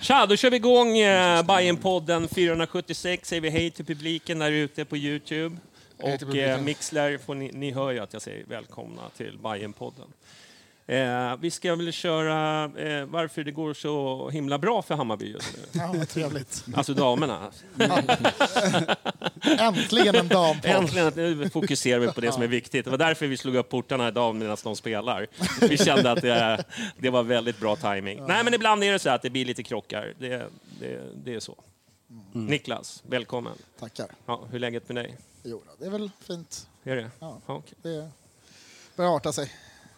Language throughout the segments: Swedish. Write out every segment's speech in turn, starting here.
Tja, då kör vi igång eh, Bajenpodden 476. Säger vi hej till publiken där ute på Youtube. Hej till Och eh, publiken. Mixler, får ni, ni hör ju att jag säger välkomna till Bajenpodden. Eh, vi ska väl köra eh, varför det går så himla bra för Hammarby just nu. Ja, vad trevligt. Mm. Alltså damerna. Äntligen en dampodd. Äntligen att nu fokuserar vi på det som är viktigt. Det var därför vi slog upp portarna idag medan de spelar. Vi kände att det, det var väldigt bra timing. Nej, men ibland är det så att det blir lite krockar. Det, det, det är så. Niklas, välkommen. Mm. Tackar. Ja, hur är läget med dig? Jo, då, det är väl fint. Är det? Ja. okej. Det börjar arta sig.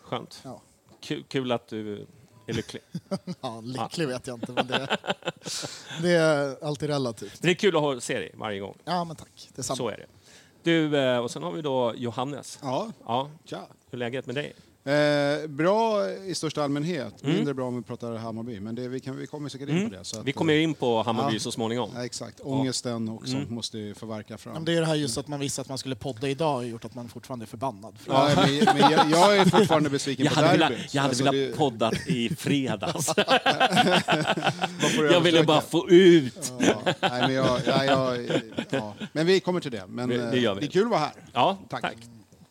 Skönt. Ja. Kul, kul att du är lycklig. Ja, lycklig vet jag inte, men det, det är alltid relativt. Det är kul att ha, se dig varje gång. Ja, men tack. Detsamma. Så är det. Du, eh, och sen har vi då Johannes. Ja, Ja. tja. Hur är läget med dig? Eh, bra i största allmänhet, mindre bra om vi pratar Hammarby. Men det, vi, kan, vi kommer säkert in på det. Så att, Mm. eh, Vi kommer in på Hammarby Ja. så småningom. Mm. Ja, exakt. Ångesten och sånt måste ju förverka Ja, men fram. det är det här just att man visste att man skulle podda idag har gjort att man fortfarande är förbannad. För Ja, men, men jag, jag är fortfarande besviken Jag på hade, derbyt. velat, jag hade Alltså, velat det- podda i fredags. man får jag ville övertrycka. bara få ut... Ja, nej, men, jag, nej, jag, ja. men vi kommer till det. Men Det- det eh, gör vi. det är kul att vara här. Ja, tack. Tack.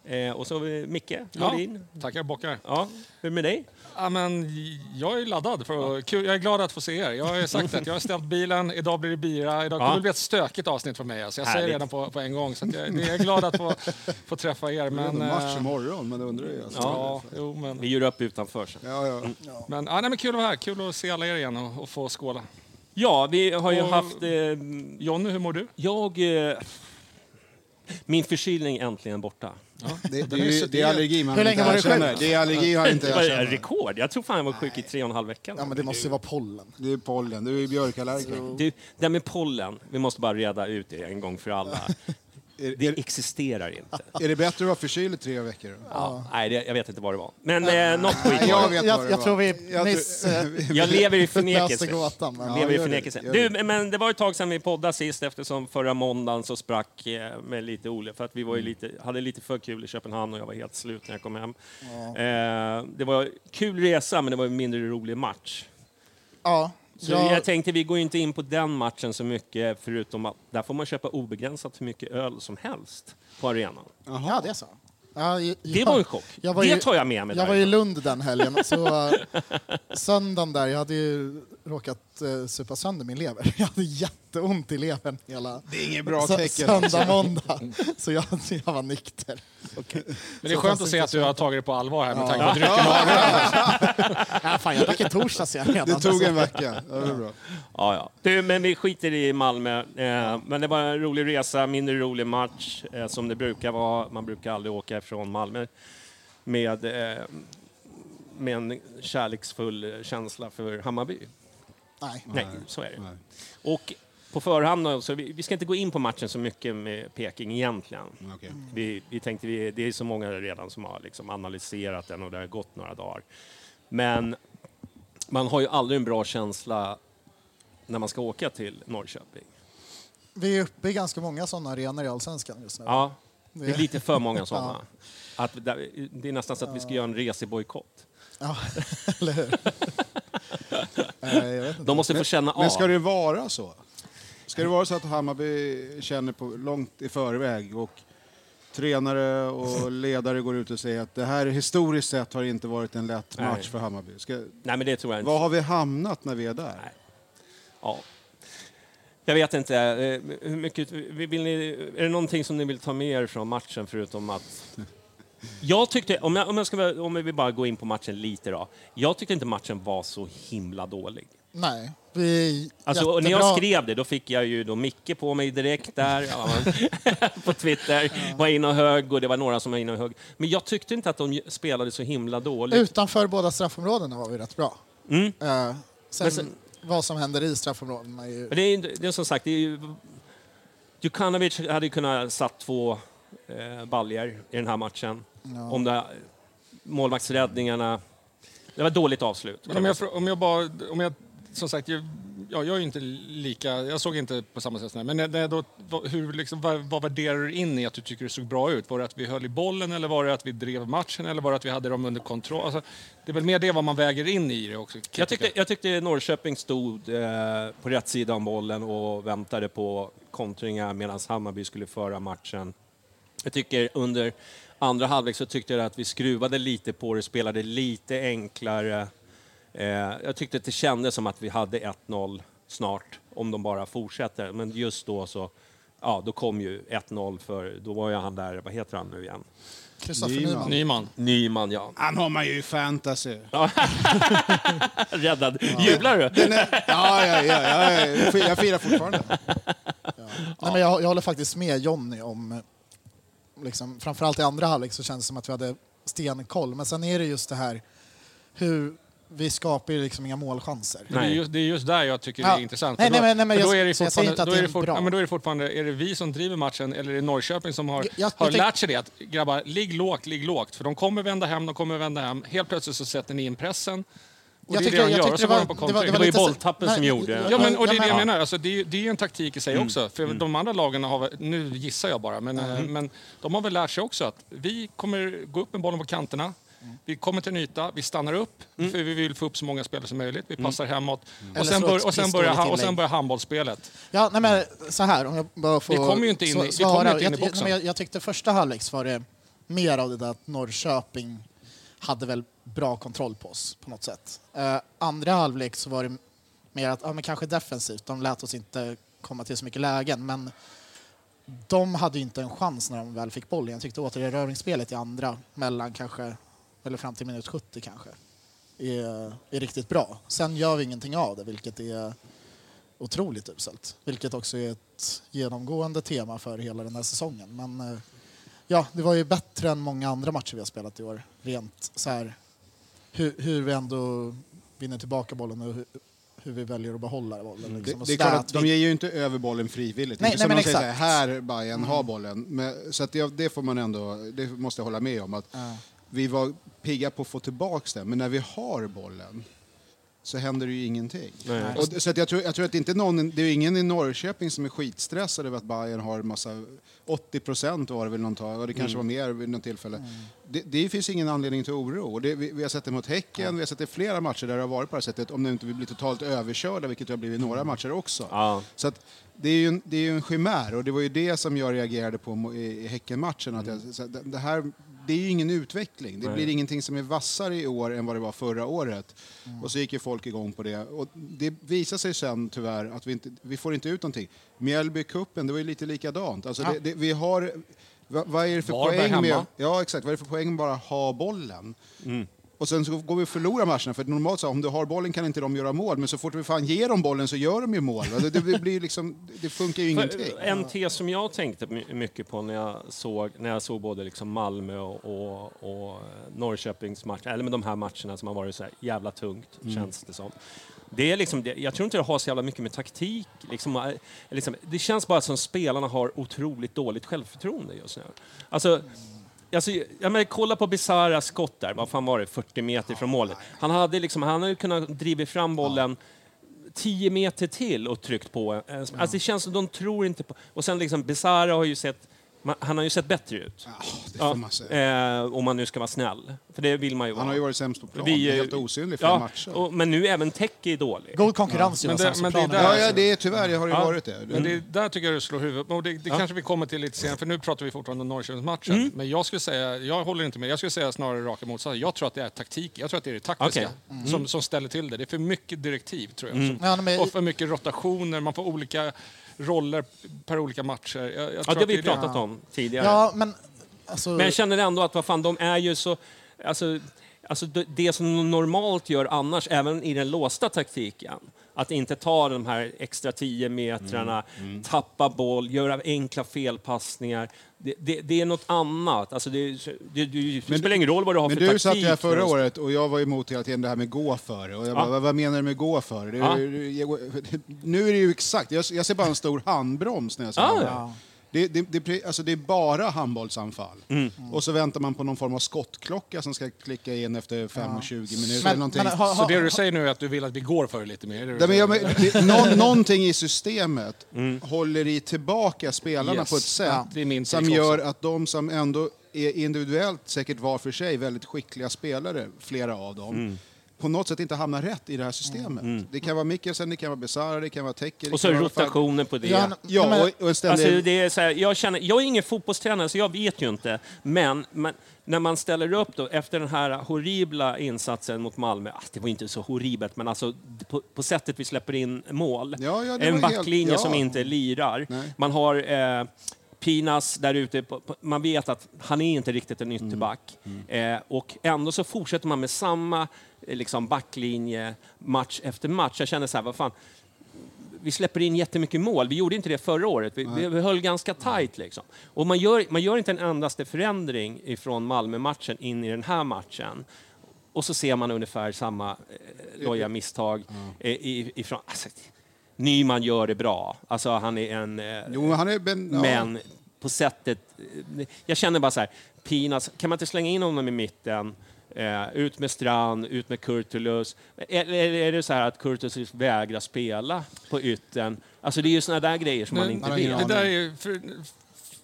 Eh, och så har vi Micke Ja, Nordin. tackar bockar. Ja. Hur är det med dig? Ja, men jag är laddad. För att, kul, jag är glad att få se er. Jag har ju sagt att jag har stämt bilen, idag blir det bira. Idag kommer det bli ett stökigt avsnitt för mig. Alltså, jag säger Härligt. redan på, på en gång. Så att jag, jag är glad att få, få träffa er. Det är Men, ändå match eh, imorgon, men det undrar jag. Alltså. ja, jo, men, Vi gör upp utanför sen. Ja, ja. Mm. men, ja, nej, men kul att vara här. Kul att se alla er igen och, och få skåla. Ja, vi har ju Och- haft... Eh, Jonny, hur mår du? jag... Eh, min förkylning är äntligen borta. Det, det, är är ju- suddig. det är allergi man Hur länge inte var du sjuk? erkänner. Det är allergi han inte Det var ett erkänner. rekord. Jag tror fan jag var sjuk i tre och en halv vecka. ja, men det måste ju vara pollen. Det är pollen, du är björkallergiker. Du, det här med pollen, vi måste bara reda ut det en gång för alla. Är, Det är, existerar inte. är det bättre att vara förkyld i tre veckor? då? Ja, nej, det, jag vet inte vad det var. Men eh, något skit Nej, var jag det. vet Jag- vad det jag var. tror vi tror- nyss, eh, Jag lever i Löste förnekelse. gåtan. Men, Jag lever i gör det, förnekelse. gör det. Du, men det var ett tag sedan vi poddade sist eftersom förra måndagen så sprack eh, med lite Ole för att vi Mm. var ju lite, hade lite för kul i Köpenhamn och jag var helt slut när jag kom hem. Eh, det var kul resa men det var en mindre rolig match. ja, Så jag, jag tänkte vi går ju inte in på den matchen så mycket förutom att där får man köpa obegränsat hur mycket öl som helst på arenan. ja, det är så. Ja, jag, Det var en chock. Jag var det ju- tar jag med mig Jag var där. i Lund den helgen, så eh, söndagen där, jag hade ju råkat eh, supa sönder min lever. Jag hade jätteont i levern hela Det är inget bra sö- tecken. liksom. söndag, måndag. Så jag, jag var nykter. Men det är Så skönt pass att se att du har tagit det på allvar här med tanke på drycken. Ja, fan, jag drack i torsdags jag redan. alltså. Det tog en vecka. Ja, det är bra. Ja, ja. Du, men vi skiter i Malmö. Eh, men det var en rolig resa, mindre rolig match, eh, som det brukar vara. Man brukar aldrig åka ifrån Malmö med, eh, med en kärleksfull känsla för Hammarby. Nej. Nej, så är det. Och på förhand, så vi, vi ska inte gå in på matchen så mycket med Peking egentligen. Okej. Vi, vi tänkte, vi, det är så många redan som har liksom analyserat den och det har gått några dagar. Men man har ju aldrig en bra känsla när man ska åka till Norrköping. Vi är uppe i ganska många sådana arenor i Allsvenskan just nu. Ja, det är Det- lite för många sådana. Att, där- det är nästan så att vi ska göra en resebojkott. Ja, eller hur? Eh, jag vet inte. De måste få känna av. Men ska det vara så? Ska det vara så att Hammarby känner på långt i förväg och tränare och ledare går ut och säger att det här historiskt sett har inte varit en lätt match Nej. för Hammarby? Ska, Nej, men det tror jag inte. var har vi hamnat när vi är där? Nej. Ja. Jag vet inte. eh, Hur mycket, vill ni, är det någonting som ni vill ta med er från matchen förutom att... Jag tyckte, om, jag, om, jag ska, vara- om vi bara går in på matchen lite då. Jag tyckte inte matchen var så himla dålig. Nej, vi är Alltså, och när jättebra. jag skrev det då fick jag ju då Micke på mig direkt där ja, på Twitter. Var inne och högg och det var några som var inne och högg. Men jag tyckte inte att de spelade så himla dåligt. Mm. Utanför båda straffområdena var vi rätt bra. Eh, sen, sen- vad som händer i straffområdena är ju... Men det är, ju- det är som sagt, det är ju, Djukanovic hade ju kunnat satt två eh, baljer i den här matchen. Om det, målvaktsräddningarna. Det var ett dåligt avslut. Men om jag, frå- om jag bara... Om jag, som sagt, jag, ja, jag är ju inte lika... Jag såg inte på samma sätt. som jag. Men när- när då, vad- hur, liksom, vad, vad värderar du in i att du tycker det såg bra ut? Var det att vi höll i bollen eller var det att vi drev matchen eller var det att vi hade dem under kontroll? Alltså, det är väl mer det vad man väger in i det också. kan Jag tyckte, tycka. jag tyckte Norrköping stod eh, på rätt sida om bollen och väntade på kontringar medan Hammarby skulle föra matchen. Jag tycker under andra halvlek så tyckte jag att vi skruvade lite på det, spelade lite enklare. Eh, jag tyckte att det kändes som att vi hade 1-0 snart, om de bara fortsätter. Men just då så, ja, då kom ju 1-0 för då var ju han där, vad heter han nu igen? Kristoffer Nyman. Nyman. Nyman. Nyman, ja. Han har man ju i fantasy. Räddad. Jublar du? Den är, ja, ja, ja, ja, jag fi- jag firar fortfarande. Nej, men jag, jag håller faktiskt med Jonny om... eh, Liksom, framförallt i andra halvlek så kändes det som att vi hade stenkoll. Men sen är det just det här hur vi skapar ju liksom inga målchanser. Det är, Nej. just, det är just där jag tycker det Ja. är intressant. Nej, För då- nej, men- nej, men för då jag- är det så jag säger inte fortfarande- då att det är är det fort- bra. ja, men då är det fortfarande, är det vi som driver matchen eller är det Norrköping som har, Jag- jag- har jag tänk- lärt sig det? Att grabbar, ligg lågt, ligg lågt. För de kommer vända hem, de kommer vända hem. Helt plötsligt så sätter ni in pressen. Och Jag det är det tycker- de gör. jag tyckte Och så det går var- de på det kontring. det Det var ju lite så- bolltappen som nej, gjorde. Mm. Ja, men, och det är Ja, det jag men- menar. Alltså, det, är, ju- det är en taktik i sig också. För De andra lagen har, väl- nu gissar jag bara, men, Mm. eh, men de har väl lärt sig också att vi kommer gå upp med bollen på kanterna. Vi kommer till en yta, vi stannar upp, för vi vill få upp så många spelare som möjligt. Vi passar hemåt. Och Mm. Eller sen, slå bör, ett och, sen pissdåligt börjar, ha- och sen inlägg. börjar handbollsspelet. Ja, nej, men så här, om jag bara får Vi kommer ju inte in i- sva- vi kommer svara. ju inte in i Jag- jag, boxen. men jag, jag tyckte första halvlek var det mer av det där att Norrköping hade väl bra kontroll på oss på något sätt. Eh, andra halvlek så var det mer att, ja men kanske defensivt, de lät oss inte komma till så mycket lägen, men de hade ju inte en chans när de väl fick bollen. Jag tyckte återerövringsspelet i andra, mellan kanske, eller fram till minut 70 kanske, är, är riktigt bra. Sen gör vi ingenting av det, vilket är otroligt uselt. Vilket också är ett genomgående tema för hela den här säsongen. Men eh, ja, det var ju bättre än många andra matcher vi har spelat i år. Rent så här hur, hur vi ändå vinner tillbaka bollen och hur, hur vi väljer att behålla bollen. Det, Liksom. Och det är så klart där att de vi- ger ju inte över bollen frivilligt. Nej, inte som nej, de men säger så här, exakt. Mm. här Bayern ha bollen. Men, så att det, det får man ändå, det måste jag hålla med om. Att Ja. Vi var pigga på att få tillbaks den, men när vi har bollen så händer det ju ingenting. Nej. Och, så att jag, tror, jag tror att det inte är någon, det är ju ingen i Norrköping som är skitstressad över att Bayern har en massa, 80 procent var det väl någon tag, och det kanske var mer vid något tillfälle. Det, det finns ingen anledning till oro. Och Det, vi, vi har sett det mot Häcken, vi har sett det i flera matcher där det har varit på det här sättet, om nu inte vi blir totalt överkörda, vilket vi har blivit i några matcher också. Ja. Så att det är ju en, det är ju en chimär och det var ju det som jag reagerade på mo- i i Häckenmatchen. Att jag, så det, det, här, det är ju ingen utveckling. Det blir ingenting som är vassare i år än vad det var förra året. Och så gick ju folk igång på det. Och det visar sig sen tyvärr att vi, inte, vi får inte ut någonting. Mjällby-cupen, det var ju lite likadant. Alltså det, det, vi har... va- Vad är det för Varberg poäng med... hemma. Mm. Ja, exakt. Vad är det för poäng med bara ha bollen? Och sen så går vi och förlorar matcherna. För normalt så här, om du har bollen kan inte de göra mål. Men så fort vi fan ger dem bollen så gör de ju mål. va. Det, det, blir ju liksom, det funkar ju ingenting. eh, En tes som jag tänkte my- mycket på när jag såg, när jag såg både liksom Malmö och, och, och Norrköpings match, eller med de här matcherna som har varit så här jävla tungt, Mm. känns det som. Det är liksom, det- jag tror inte det har så jävla mycket med taktik. Liksom, eh, liksom, det känns bara som spelarna har otroligt dåligt självförtroende just nu. Alltså, Alltså, jag menar, kolla på Bizarra skott där, vad fan var det, 40 meter från målet. Han hade, liksom, han hade kunnat driva fram bollen 10 meter till och tryckt på. en- en sm- Alltså, det känns som de tror inte på... Och sen liksom, Bizarra har ju sett... ma- Han har ju sett bättre ut. Ja, det får man säga. eh, om man nu ska vara snäll. För det vill man ju Han har vara. ju varit sämst på plan. är ju- Helt osynlig i flera ja, matcher. och, men nu även Tecke är dålig. God konkurrens Ja. Jonas, Men det- alltså, men det är planen. där- Ja, ja, det är, tyvärr har det ju varit det. Men det, där tycker jag du slår huvudet. Och det det kanske vi kommer till lite senare, för nu pratar vi fortfarande om Norrköpsmatchen. Mm. Men jag skulle säga, jag håller inte med, jag skulle säga snarare raka motsatsen. Jag tror att det är taktik, jag tror att det är det taktiska Okej. Mm. Mm. som, som ställer till det. Det är för mycket direktiv tror jag. Som, Ja, men- Och för mycket rotationer, man får olika roller per olika matcher. Jag, jag Ja, tror det har att vi är pratat om tidigare. Ja, men... Alltså, Men jag känner ändå att vad fan, de är ju så... Alltså, alltså det- det som de normalt gör annars, även i den låsta taktiken, att inte ta de här extra 10 Mm. metrarna, tappa boll, göra enkla felpassningar. Det, det, det är något annat. Alltså det, det, det, det spelar ingen roll vad du har Men för du taktik. satt ju här förra för att- året och jag var emot hela tiden det här med gå för. Och jag bara, vad, vad menar du med gå för? Det, Ja. det- jag, nu är det ju exakt, jag, jag ser bara en stor handbroms när jag ser Ah, Ja, det här. ja. det, det, det, är pre- alltså det är bara handbollsanfall. Mm. Och så väntar man på någon form av skottklocka som ska klicka in efter 5 och 20 minuter men- eller någonting. men har- Så har- det du säger nu är att du vill att vi går för det lite mer? är det du Nej, men jag, men, säger? det, någon, någonting i systemet håller i tillbaka spelarna Yes. på ett sätt Ja, det är min som take också. gör att de som ändå är individuellt, säkert var för sig, väldigt skickliga spelare, flera av dem, på något sätt inte hamnar rätt i det här systemet. Det kan vara Mikkelsen, det kan vara Besara, det kan vara Tecker. Och så rotationer på det. Ja, Nej, Ja, men- och, och en ständig... Alltså, det är så här, jag, känner, jag är ingen fotbollstränare, så jag vet ju inte. Men, men när man ställer upp då, efter den här horribla insatsen mot Malmö, ah, det var inte så horribelt, men alltså, på, på sättet vi släpper in mål, Ja, ja, det en var helt- backlinje ja. som inte lirar. Nej. Man har eh, Pinas där ute, på, på, man vet att han är inte riktigt en Mm. ytterback. Eh, och ändå så fortsätter man med samma eh, liksom, backlinje match efter match. Jag känner så här, vad fan, vi släpper in jättemycket mål. Vi gjorde inte det förra året. Vi, vi, vi höll ganska tajt. Liksom. Och man, gör, man gör inte en endaste förändring ifrån Malmö-matchen in i den här matchen. Och så ser man ungefär samma eh, loja misstag. Eh, i, ifrån, alltså, Nyman gör det bra. Alltså, han är en... Eh, Jo, men han är... Ben, ja. men på sättet... Jag känner bara så här, Pinas, kan man inte slänga in honom i mitten? Eh, ut med Strand, ut med Kurtulus. Eller eller är det så här att Kurtulus vägrar spela på ytten? Alltså det är ju såna där grejer som man inte Nej, vet. Det där är ju... För,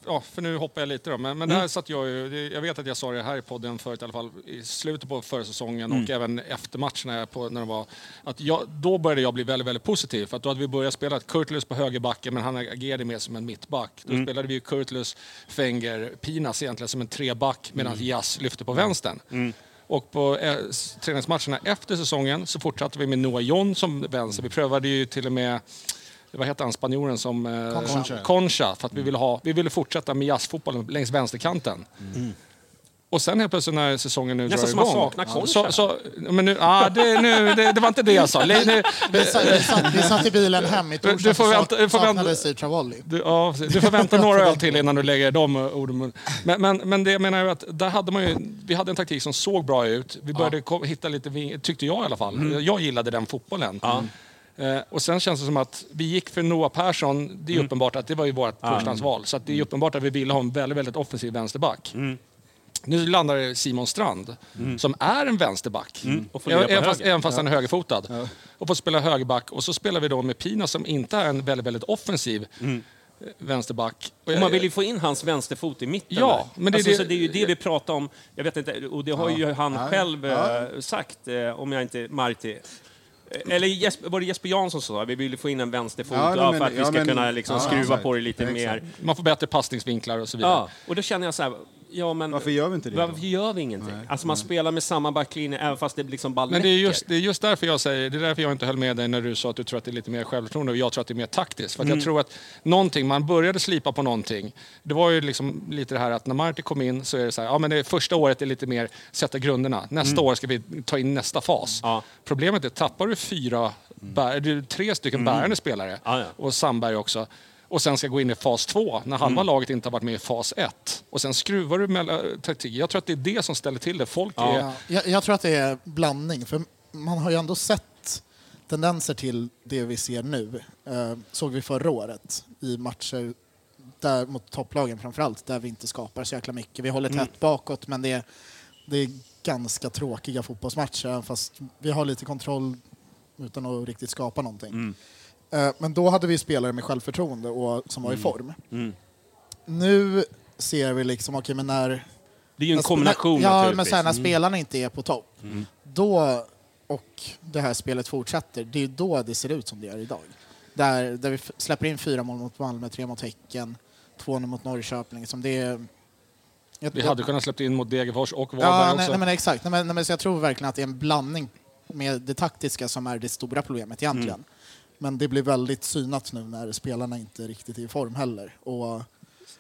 ja, för nu hoppar jag lite då. Men, men där satt jag ju... det- Jag vet att jag sa det här i podden förut i alla fall, i slutet på förra säsongen Mm. och även efter matcherna på, när det var... Att jag, då började jag bli väldigt, väldigt positiv. För att då hade vi börjat spela Kurtulus på högerbacken, men han agerade mer som en mittback. Mm. Då spelade vi ju Kurtulus, Fenger, Pinas egentligen som en treback, medan Mm. Jas lyfte på vänstern. Och på eh, s- träningsmatcherna efter säsongen så fortsatte vi med Noah John som vänster. Vi prövade ju till och med Eh, vad heter han, spanjoren som... eh, Concha. Concha. För att vi ville, ha, vi ville fortsätta med jazzfotbollen längs vänsterkanten. Mm. Och sen helt plötsligt när säsongen nu Nästan drar som man igång... saknar Concha. Så, så, men nu, ah, det, nu, det, det var inte det jag sa. Le- Nu, vi, satt, vi, satt, vi satt i bilen hem i torsdags Du får och vänta- du får vänta- saknade Steve Travolli. Du, ja, precis. du får vänta några öl till innan du lägger de orden i mun. Men, men, men det jag menar är att där hade man ju, vi hade en taktik som såg bra ut. Vi började kom, hitta lite, ving- tyckte jag i alla fall. Mm. Jag gillade den fotbollen. Eh, och sen känns det som att vi gick för Noah Persson. Det är Mm. uppenbart att det var ju vårt förstahandsval. Så att det är uppenbart att vi ville ha en väldigt, väldigt offensiv vänsterback. Mm. Nu landar det Simon Strand, som är en vänsterback. Mm. Och får lira på Även fast, höger. även fast han är högerfotad. Och får spela högerback. Och så spelar vi då med Pina som inte är en väldigt, väldigt offensiv Mm. eh, vänsterback. Och Och jag- man vill ju få in hans vänsterfot i mitten. Ja, där. men det är alltså, det- Så det är ju det vi pratar om. Jag vet inte, och det har ju han själv eh, sagt, eh, om jag inte... Marti. Eh, Eller Jesper, var det Jesper Jansson som sa vi ville få in en vänsterfot Ja, ja, men- för att vi ja, ska men- kunna liksom, ja, skruva exakt. på det lite Exakt. mer. Man får bättre passningsvinklar och så vidare. Ja, och då känner jag så här, Ja, men, Varför gör vi inte det då? Varför gör vi ingenting? Alltså man spelar med samma backlinje även fast det blir liksom bara Men det är, läcker. just, det är just därför jag säger, det är därför jag inte höll med dig när du sa att du tror att det är lite mer självförtroende och jag tror att det är mer taktiskt. För att Mm. jag tror att någonting, man började slipa på någonting. Det var ju liksom lite det här att när Marti kom in så är det så här, ja men det första året är lite mer sätta grunderna. Nästa år ska vi ta in nästa fas. Mm. Ja. Mm. Problemet är, tappar du fyra, bär, du, tre stycken bärande spelare Ja, ja. och Sandberg också och sen ska gå in i fas två när Mm. halva laget inte har varit med i fas ett. Och sen skruvar du mellan taktik. Jag tror att det är det som ställer till det. Folk är... Ja, jag, jag tror att det är blandning, för man har ju ändå sett tendenser till det vi ser nu. Eh, såg vi förra året i matcher där, mot topplagen framförallt, där vi inte skapar så jäkla mycket. Vi håller tätt bakåt, men det är, det är ganska tråkiga fotbollsmatcher, även fast vi har lite kontroll utan att riktigt skapa någonting. Eh, men då hade vi spelare med självförtroende och som Mm. var i form. Nu ser vi liksom, okej men när Det är ju en när- kombination när, Ja, men naturligtvis. Mm. så här, när spelarna inte är på topp, då, och det här spelet fortsätter, det är då det ser ut som det gör idag. Där, där vi f- släpper in fyra mål mot Malmö, tre mot Häcken, två nu mot Norrköping. Som det är, jag, Vi hade kunnat släppa in mot Degerfors och Varberg ja, nej, också. nej, men exakt. Nej, men, nej, men, så jag tror verkligen att det är en blandning med det taktiska som är det stora problemet egentligen. Men det blir väldigt synat nu när spelarna inte riktigt är i form heller. Och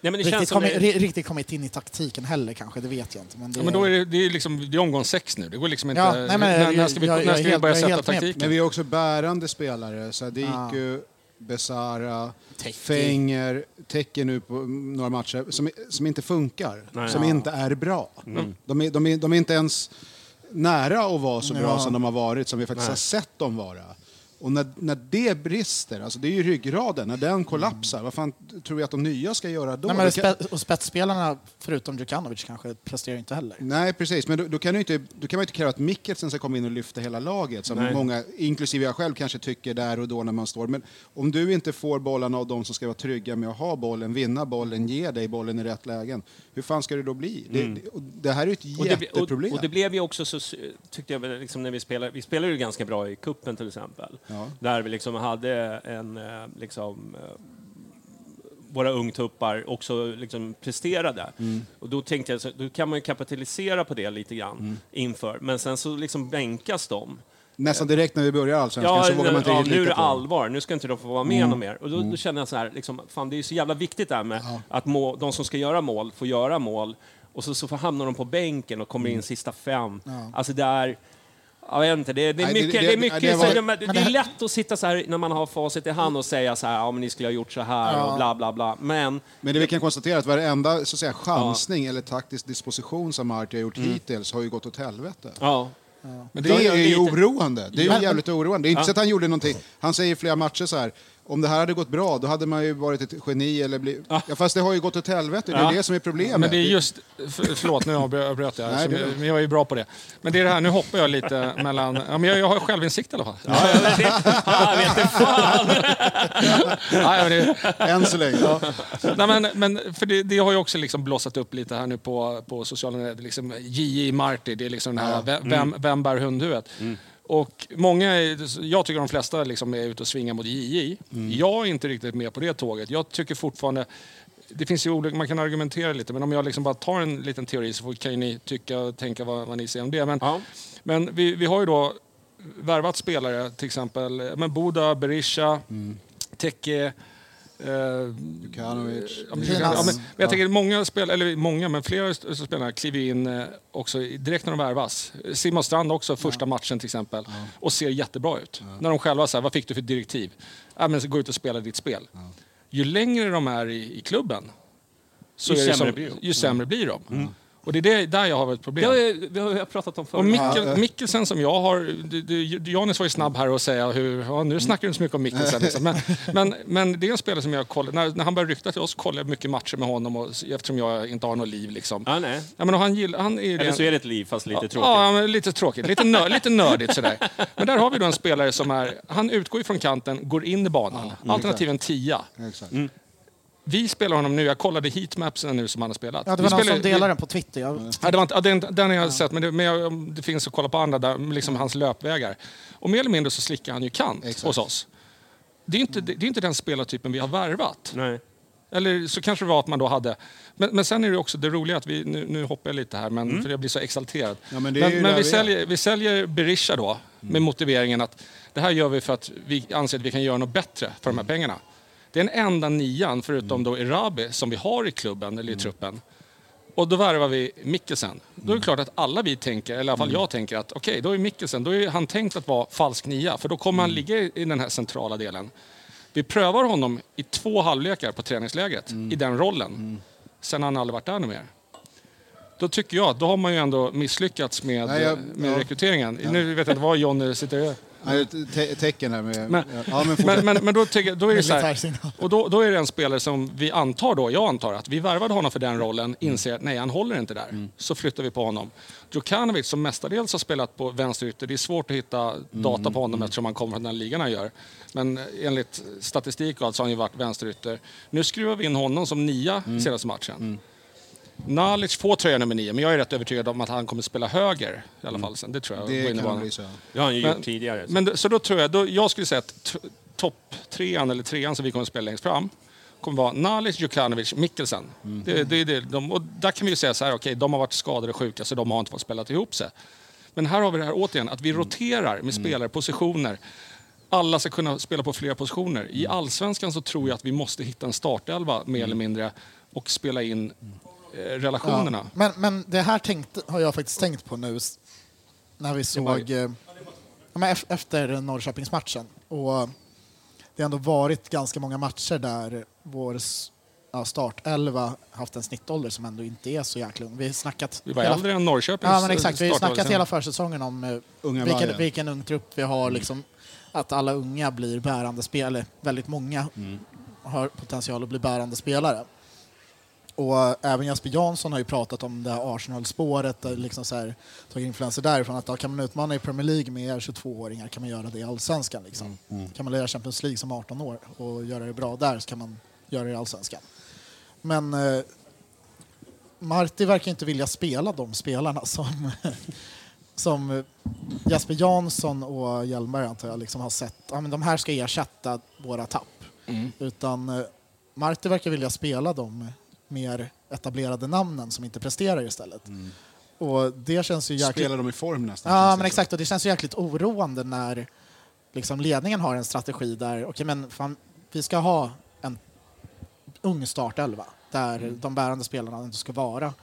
Nej, men det känns riktigt, som kommit, det, ri- riktigt kommit in i taktiken heller kanske, det vet jag inte. Men det, Ja, men då är det, det, är liksom, det är omgång sex nu. Det går liksom inte... Ja, nej, men när, jag- när ska vi, jag- jag när är ska vi helt- börja jag sätta är helt med. taktiken? Men vi är också bärande spelare. Så här, det gick ju Besara, Fenger, Tecken nu på mm, några matcher som, som inte funkar. Som inte är bra. Mm. De, är, de, är, de är inte ens nära att vara så bra som de har varit, som vi faktiskt har sett dem vara. Och när, när det brister, alltså det är ju ryggraden, när den kollapsar, vad fan tror vi att de nya ska göra då? Nej, men Det kan- spe- och spetsspelarna, förutom Djukanovic, kanske presterar inte heller. Nej, precis. Men då, då, kan, du inte, då kan man ju inte kräva att Mikkelsen ska komma in och lyfta hela laget, som många, inklusive jag själv, kanske tycker där och då när man står. Men om du inte får bollarna av de som ska vara trygga med att ha bollen, vinna bollen, ge dig bollen i rätt lägen, hur fan ska det då bli? Det, det, och det här är ju ett Mm. och, det, jätteproblem. och, och det blev ju också så, tyckte jag, väl liksom när vi spelade, vi spelade ju ganska bra i kuppen till exempel. Där vi liksom hade en, eh, liksom, eh, våra ungtuppar också liksom presterade. Mm. Och då tänkte jag, så, då kan man ju kapitalisera på det lite grann Mm. inför. Men sen så liksom bänkas de. Nästan direkt när vi börjar allsvenskan så vågar man inte ja, riktigt nu är det lita på dem. Mm. allvar, nu ska inte de få vara med någon mer. Och då, då känner jag så här, liksom, fan det är ju så jävla viktigt det här med att må, de som ska göra mål får göra mål och så, så får hamnar de på bänken och kommer Mm. in sista fem. Alltså där, jag vet inte, det, det är Nej, det- mycket, det- det, är det- mycket, det det, var- det, det, är lätt att sitta så här när man har facit i hand och säga så här, ja men ni skulle ha gjort så här och bla bla bla. Men Men det vi kan konstatera är att varenda så att säga, chansning eller taktisk disposition som Marti har gjort Mm. hittills har ju gått åt helvete. ja, Men Det, det, är det- ju oroande. Det är ju Ja. jävligt oroande. Det är inte så att han gjorde någonting. Han säger i flera matcher så här. Om det här hade gått bra, då hade man ju varit ett geni eller blivit... Ja. fast det har ju gått åt helvete. Det är Ja. det som är problemet. men det är just... för- Förlåt, nu avbrö- avbröt jag. Nej, Så det är jag- bra. Men jag är ju bra på det. Men det är det här, nu hoppar jag lite mellan... Ja, men jag, jag har självinsikt i alla fall. Ja. jag vet inte fan. Nej, men det, Än så länge. Nej, men, men för det, det har ju också liksom blossat upp lite här nu på, på sociala medier. Liksom, J.J. Marty, det är liksom den här, vem, vem- Mm. vem bär hundhuvudet? Och många, är- jag tycker de flesta liksom är ute och svingar mot JJ. Jag är inte riktigt med på det tåget. Jag tycker fortfarande, det finns ju olika, man kan argumentera lite, men om jag liksom bara tar en liten teori så får- kan ju ni tycka och tänka vad, vad ni ser om det. Men, Ja. men vi, vi har ju då värvat spelare, till exempel eh, men Boda, Berisha, Teke, eh, Djukanovic. Ja, men, ja, men, men jag tänker många spel, eller många, men flera st- st- spelare kliver ju in eh, också i- direkt när de värvas. Simon Strand också, första matchen till exempel, och ser jättebra ut. När de själva säger, vad fick du för direktiv? Ja, men så gå ut och spela ditt spel. Ju längre de är i, i klubben, så Ju är det sämre som, blir de. ju sämre blir de. Och det är det, där jag har ett Det problem. har jag- det har jag pratat om Och förut. Mikkel, Mikkelsen som jag har... Du, du, Janis var ju snabb här och säga hur... Ja, Mm. nu snackar du inte så mycket om Mikkelsen. Liksom. Men, men, men det är en spelare som jag kollar... När, när han började rykta till oss kollade jag mycket matcher med honom och, eftersom jag inte har något liv. Liksom. Ja, nej. Ja, men och han gillar... Han är ju Eller det- så är det ett liv fast lite tråkigt. Ja, men lite tråkigt. Lite, nör, lite nördigt sådär. Men där har vi då en spelare som är... Han utgår ju från kanten, går in i banan. mm. Alternativ en tia. Exakt. Mm. Vi spelar honom nu. Jag kollade heatmapsen nu som han har spelat. Ja, det Vi var någon spelar- som delade den på Twitter. Jag, Ja, det var inte, ja, den, den har jag sett, men, det, men jag, om det finns att kolla på andra, där, liksom hans löpvägar. Och mer eller mindre så slickar han ju kant hos oss. Det är, inte, det, det är inte den spelartypen vi har värvat. Nej. Eller så kanske det var att man då hade... Men, men sen är det också det roliga att vi... Nu, nu hoppar jag lite här, men, för jag blir så exalterad. Mm. Ja, men det är ju men, där vi, vi är. Mm. säljer, vi säljer Berisha då med motiveringen att det här gör vi för att vi anser att vi kan göra något bättre för de Mm. här pengarna. Det är den enda nian, förutom då Erabi, som vi har i klubben eller i Mm. truppen. Och då värvar vi Mikkelsen. Då är det klart att alla vi tänker, eller i alla Mm. fall jag tänker att okej, då är Mikkelsen, då är han tänkt att vara falsk nia, för då kommer Mm. han ligga i i den här centrala delen. Vi prövar honom i två halvlekar på träningsläget, i den rollen. Sen har han aldrig varit där nu mer. Då tycker jag att då har man ju ändå misslyckats med, Nej, jag- med ja. rekryteringen. Nu vet jag inte vad Johnny sitter och Nej, ett te- tecken här med... Men- ja, men, men, men, men då, tycker, jag- då är det så Militär här, signal. och då, då är det en spelare som vi antar då, jag antar att vi värvade honom för den Mm. rollen, inser att nej, han håller inte där. Så flyttar vi på honom. Djukanovic som mestadels har spelat på vänsterytter, det är svårt att hitta Mm, data på honom eftersom han kommer från den ligan han gör. Men enligt statistik och allt så har han ju varit vänsterytter. Nu skruvar vi in honom som nia Mm. senaste matchen. Nalic får tröja nummer nio, men jag är rätt övertygad om att han kommer spela höger i alla fall sen. Det tror jag. på det kan innebanan. bli så. Det har han ju Men- gjort tidigare. Men det, så då tror jag, då, jag skulle säga att t- topp trean eller trean som vi kommer att spela längst fram kommer vara Nalic, Djukanovic, Mikkelsen. Mm. Det, det, är det, de, och där kan vi ju säga så här, okej, de har varit skadade och sjuka så de har inte fått spela ihop sig. Men här har vi det här återigen, att Mm. vi roterar med spelare, positioner. Alla ska kunna spela på flera positioner. I Mm. allsvenskan så tror jag att vi måste hitta en startelva mer eller mindre och spela in eh, relationerna. Ja. Men, men det här tänkte, har jag faktiskt tänkt på nu s- när vi såg eh, ja, men ef- efter Norrköpingsmatchen. Och det har ändå varit ganska många matcher där vår s- ja, startelva haft en snittålder som ändå inte är så jäkla ung. Vi har snackat Vi var hela- äldre än Norrköpings Ja, men exakt. Vi har ju startelva snackat sen. hela försäsongen om eh, Unga vilken, vargar. vilken ung trupp vi har. Liksom, att alla unga blir bärande spelare. Väldigt många har potential att bli bärande spelare. Och eh, även Jesper Jansson har ju pratat om det här Arsenal-spåret, där liksom så här, tagit influenser därifrån. Att ja, kan man utmana i Premier League med 22-åringar kan man göra det i Allsvenskan. Liksom. Mm. Kan man lira Champions League som 18 år och göra det bra där så kan man göra det i Allsvenskan. Men eh, Marti verkar inte vilja spela de spelarna som, som Jasper Jansson och Hjelmberg antar jag liksom har sett. Ja, men de här ska ersätta våra tapp. Utan eh, Marti verkar vilja spela de mer etablerade namnen som inte presterar istället. Och det känns ju jäkligt... Spelar de i form nästan? känns Ja, det men som. exakt. Och det känns ju jäkligt oroande när liksom, ledningen har en strategi där, okej men fan, vi ska ha en ung startelva där Mm. de bärande spelarna ändå ska vara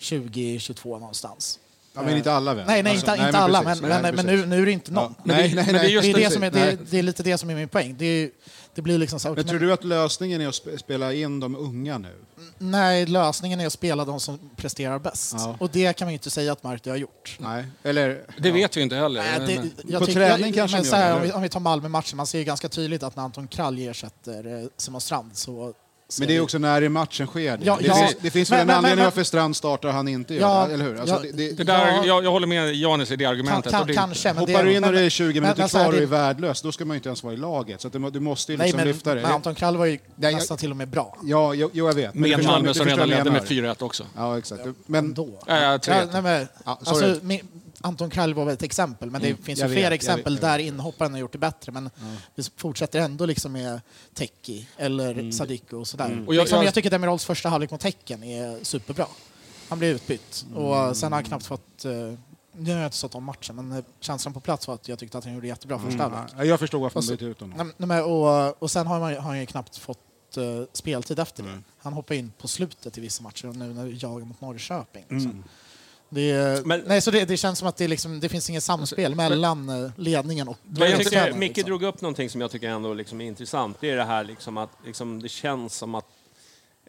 20-22 någonstans. Eh, Ja, men inte alla väl? Nej, nej, Alltså, inte, inte alla, men, precis. men, men, Nej, nu, precis. nu är det inte någon. Ja. Nej, det- nej, men det är nej. just det, är det, som är, det, Nej. är- det är lite det som är min poäng. Det, är, det blir liksom så här, Men okej, tror men- du att lösningen är att spe- spela in de unga nu? nej, lösningen är att spela de som presterar bäst. Ja. Och det kan man ju inte säga att Marti har gjort. Nej, eller? Det vet vi inte heller. Nej, det, Men- jag På tycker, träning jag, kanske men de så gör här, det. om, vi, om vi tar Malmö-matchen, man ser ju ganska tydligt att när Anton Kralj ersätter eh, Simon Strand så... ser Men det är vi- också när i matchen sker. Ja, det, ja. finns, det finns väl Men- en men- anledning men- varför Strand startar och han inte gör Ja, det, eller hur? Alltså, ja, det, det, Det där, Ja. jag, jag håller med Janis i det kan, argumentet. och kan, det, kanske, men hoppar det, du in och men- det är 20 minuter men så här, kvar och det- är värdelös, då ska man ju inte ens vara i laget. Så att du, må- du måste ju Nej, liksom men, lyfta det. men Anton Kralj var ju Nej, jag- nästan till och med bra. Ja, jo, jo, jag vet. Men du Med förstår- Malmö du förstår som redan vad jag ledde med menar. 4-1 också. Ja, exakt. Men, Då. Ja, ja, tre. nej, men, Ja, sorry. Mm, alltså, min, Anton Kralj var väl ett exempel, men det finns ju jag vet, fler jag exempel vet, jag där inhopparen har gjort det bättre. Men vi fortsätter ändå liksom med Teki eller Mm. Sadiku och sådär. Och jag- liksom, jag- jag tycker Demirols första halvlek mot Häcken är superbra. Han blev utbytt Mm. och sen har han knappt fått... eh, Nu har jag inte sett om matchen, men eh, känslan på plats var att jag tyckte att han gjorde jättebra första halvlek. Mm. ja, jag förstår varför man så- byter ut honom. Nej, men- nej, men, och, och sen har, man, ju- har han ju knappt fått eh, speltid efter Mm. det. Han hoppar in på slutet i vissa matcher, och nu när vi jagar mot Norrköping. liksom. Mm. Så. Det, är- Men- nej, så det, det känns som att det, liksom, det finns inget samspel mellan eh, ledningen och Men jag tränaren, tycker, Micke liksom. drog upp någonting som jag tycker ändå liksom är intressant. Det är det här liksom att liksom det känns som att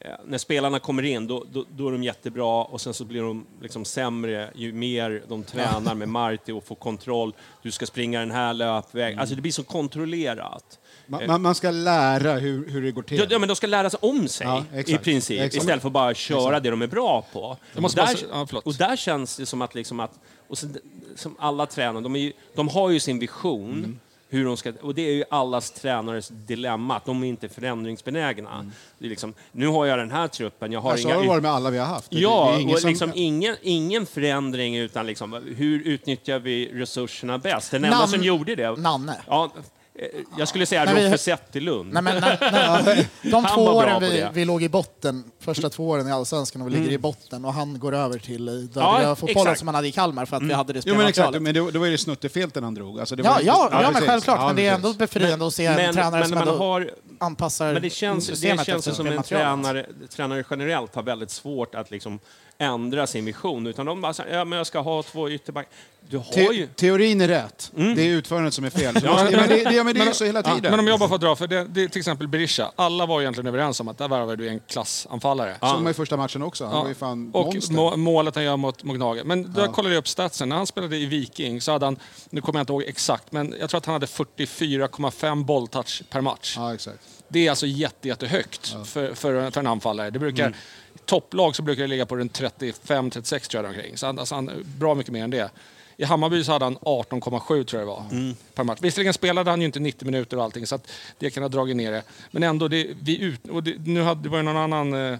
eh, när spelarna kommer in då, då, då är de jättebra och sen så blir de liksom sämre ju mer de tränar med Marti och får kontroll. Du ska springa den här löpvägen. Alltså det blir så kontrollerat. Man, man, man ska lära hur, hur det går till. Ja, ja, men de ska lära sig om sig Ja, i exakt. princip Exakt. istället för att bara köra det de är bra på. måste och, bara där, se- ja, förlåt. och där känns det som att, liksom att och sen, som alla tränare, de, är ju, de har ju sin vision. Hur de ska, och det är ju allas tränares dilemma, att de är inte förändringsbenägna. Det är liksom, nu har jag den här truppen, jag har Alltså, inga... har det varit med alla vi har haft. Det- det Ja, är ingen och som- liksom ingen, ingen förändring utan liksom, hur utnyttjar vi resurserna bäst? Den enda Nam- som gjorde det... Nanne. Ja, eh, jag skulle säga Nej, vi- Roffe Zetterlund. Nej, men, nej, nej. De Han två var bra åren på vi, det. Mm. vi låg i botten, första två åren i Allsvenskan, och vi ligger i botten och han går över till eh, Ja, dödliga fotbollen exakt. som han hade i Kalmar för att vi hade det Jo, men exakt. spelarmaterialet. Men då, då var det snuttefilten han drog. Alltså, det var Ja, ja, ja, men precis. självklart. Ja, men det är ändå precis. befriande att se en men, tränare men som man ändå har, anpassar men det känns, det systemet känns ju efter som en spelmaterialet. tränare, tränare generellt har väldigt svårt att liksom ändra sin vision. Utan de bara säger, ja men jag ska ha två ytterbackar. Du har Te, ju... Mm. teorin är rätt. Det är utförandet som är fel. Så måste, men det, det, ja, men det är ju så hela tiden. Ja, men om jag bara får dra, för det, det, är till exempel Berisha. Alla var egentligen överens om att där värvade du en klassanfallare. Såg man i första matchen också. Han var ju fan och monster. må, målet han gör mot Mognager. Men då kollade jag upp statsen. När han spelade i Viking så hade han, nu kommer jag inte ihåg exakt, men jag tror att han hade 44,5 bolltouch per match. Ja, exakt. Det är alltså jätte, jättehögt för, för, för en anfallare. Det brukar, Mm. Topplag så brukar det ligga på runt 35-36 tror jag omkring. Så han, alltså han, bra mycket mer än det. I Hammarby så hade han 18,7 tror jag det var per match. Visserligen spelade han ju inte 90 minuter och allting så att det kan ha dragit ner det. Men ändå, det, vi ut, och det, nu hade, det var ju någon annan eh, eh,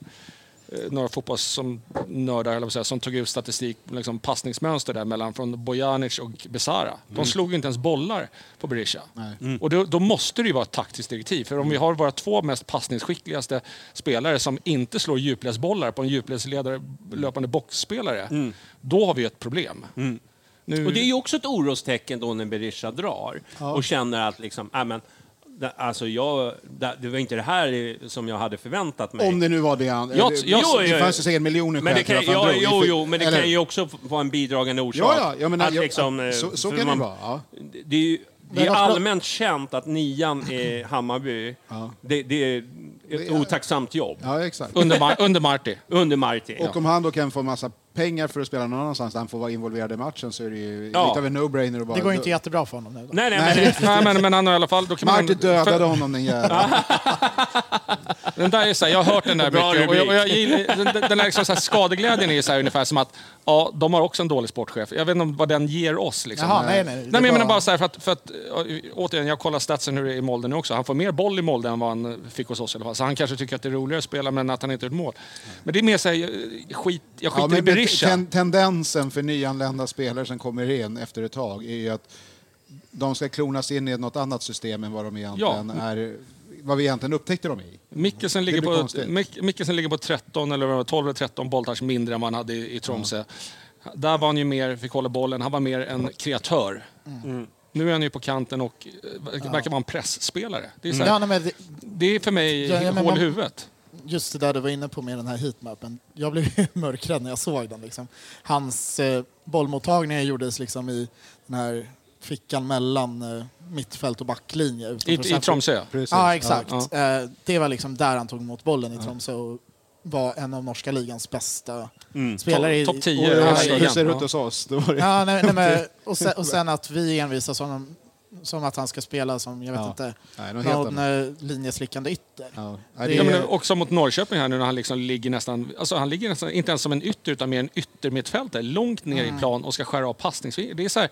några fotbolls som nördar eller säga, som tog ut statistik, liksom passningsmönster där mellan från Bojanic och Besara. De slog ju inte ens bollar på Berisha. Mm. Och då, då måste det ju vara ett taktiskt direktiv. För Mm. om vi har våra två mest passningsskickligaste spelare som inte slår djupledsbollar på en djupledsledare Mm. löpande boxspelare, då har vi ett problem. Nu, Mm. Och det är ju också ett orostecken då när Berisha drar och känner att liksom, äh, men, det- alltså jag, det, det var inte det här som jag hade förväntat mig. Om det nu var det han... Jag- det, jag- det jag- fanns ju säkert miljoner men det skäl till kan, varför han ja, drog. jo, jo, men det Eller- kan ju också vara en bidragande orsak. Ja, ja, jag menar, att jag- liksom, eh, så- så för kan det vara, ja. Det, det är ju det är ju Men varför- allmänt känt att nian i Hammarby, det, det är ett otacksamt jobb. Ja, exakt. under, Mar- under Marti. Under Marti. Och om han då kan få massa pengar för att spela någon annanstans där han får vara involverad i matchen så är det ju Ja. lite av en no-brainer att bara... Det går ju inte jättebra för honom nu. Då. Nej, nej, men, Nej, men, men han har i alla fall... Då kan Martin man, dödade honom den jäveln. Den där är så här, jag har hört den där Bra mycket. Och jag, och jag, rubrik. gillar- den, den där liksom så här, skadeglädjen är ju så här, ungefär som att ja, de har också en dålig sportchef. Jag vet inte om vad den ger oss. Liksom. Jaha, nej, nej. nej Det men jag var- menar bara så här, för att, för att, ö, återigen, jag kollar statsen hur det är i Molde nu också. Han får mer boll i Molde än vad han fick hos oss i alla fall. Så han kanske tycker att det är roligare att spela men att han inte gjort mål. Men det är mer så här, jag- skit, jag skiter Ja, men i Berisha. ten- tendensen för nyanlända spelare som kommer in efter ett tag är ju att de ska klonas in i något annat system än vad de egentligen Ja. är... Vad vi egentligen upptäckte dem i. Mickelsen Det ligger, blir på, konstigt. Mic- Mickelsen ligger på 13 eller vad det var, 12 eller 13 bolltouch mindre än vad han hade i, i Tromsö. Där var han ju mer, fick hålla bollen, han var mer en kreatör. Mm. Nu är han ju på kanten och eh, verkar verkar vara en pressspelare. Det är, så här, Mm. Ja, nej, men det, det är för mig Ja, ja, men hål man- i huvudet. just det där du var inne på med den här heatmappen. Jag blev ju mörkrädd när jag såg den. Liksom. Hans eh, bollmottagningar gjordes liksom i den här fickan mellan eh, mittfält och backlinje. I, utanför I straffområdet. Tromsö. Ja, exakt. Ja, Eh, det var liksom där han tog emot bollen i Tromsö och var en av norska ligans bästa spelare. i- Topp 10 Mm. Och i hela hur- hur ligan. ser det ut hos oss? Då var det Ja, nej, nej, men, och, sen, och sen att vi envisas honom som att han ska spela som, jag vet Ja. inte, Nej, något helt någon eh, linjeslickande ytter. Ja. Ja, men det, också mot Norrköping här nu när han liksom ligger nästan, alltså han ligger nästan, inte ens som en ytter utan mer en yttermittfältare, långt ner i plan och ska skära av passningsvingar. Det är så här,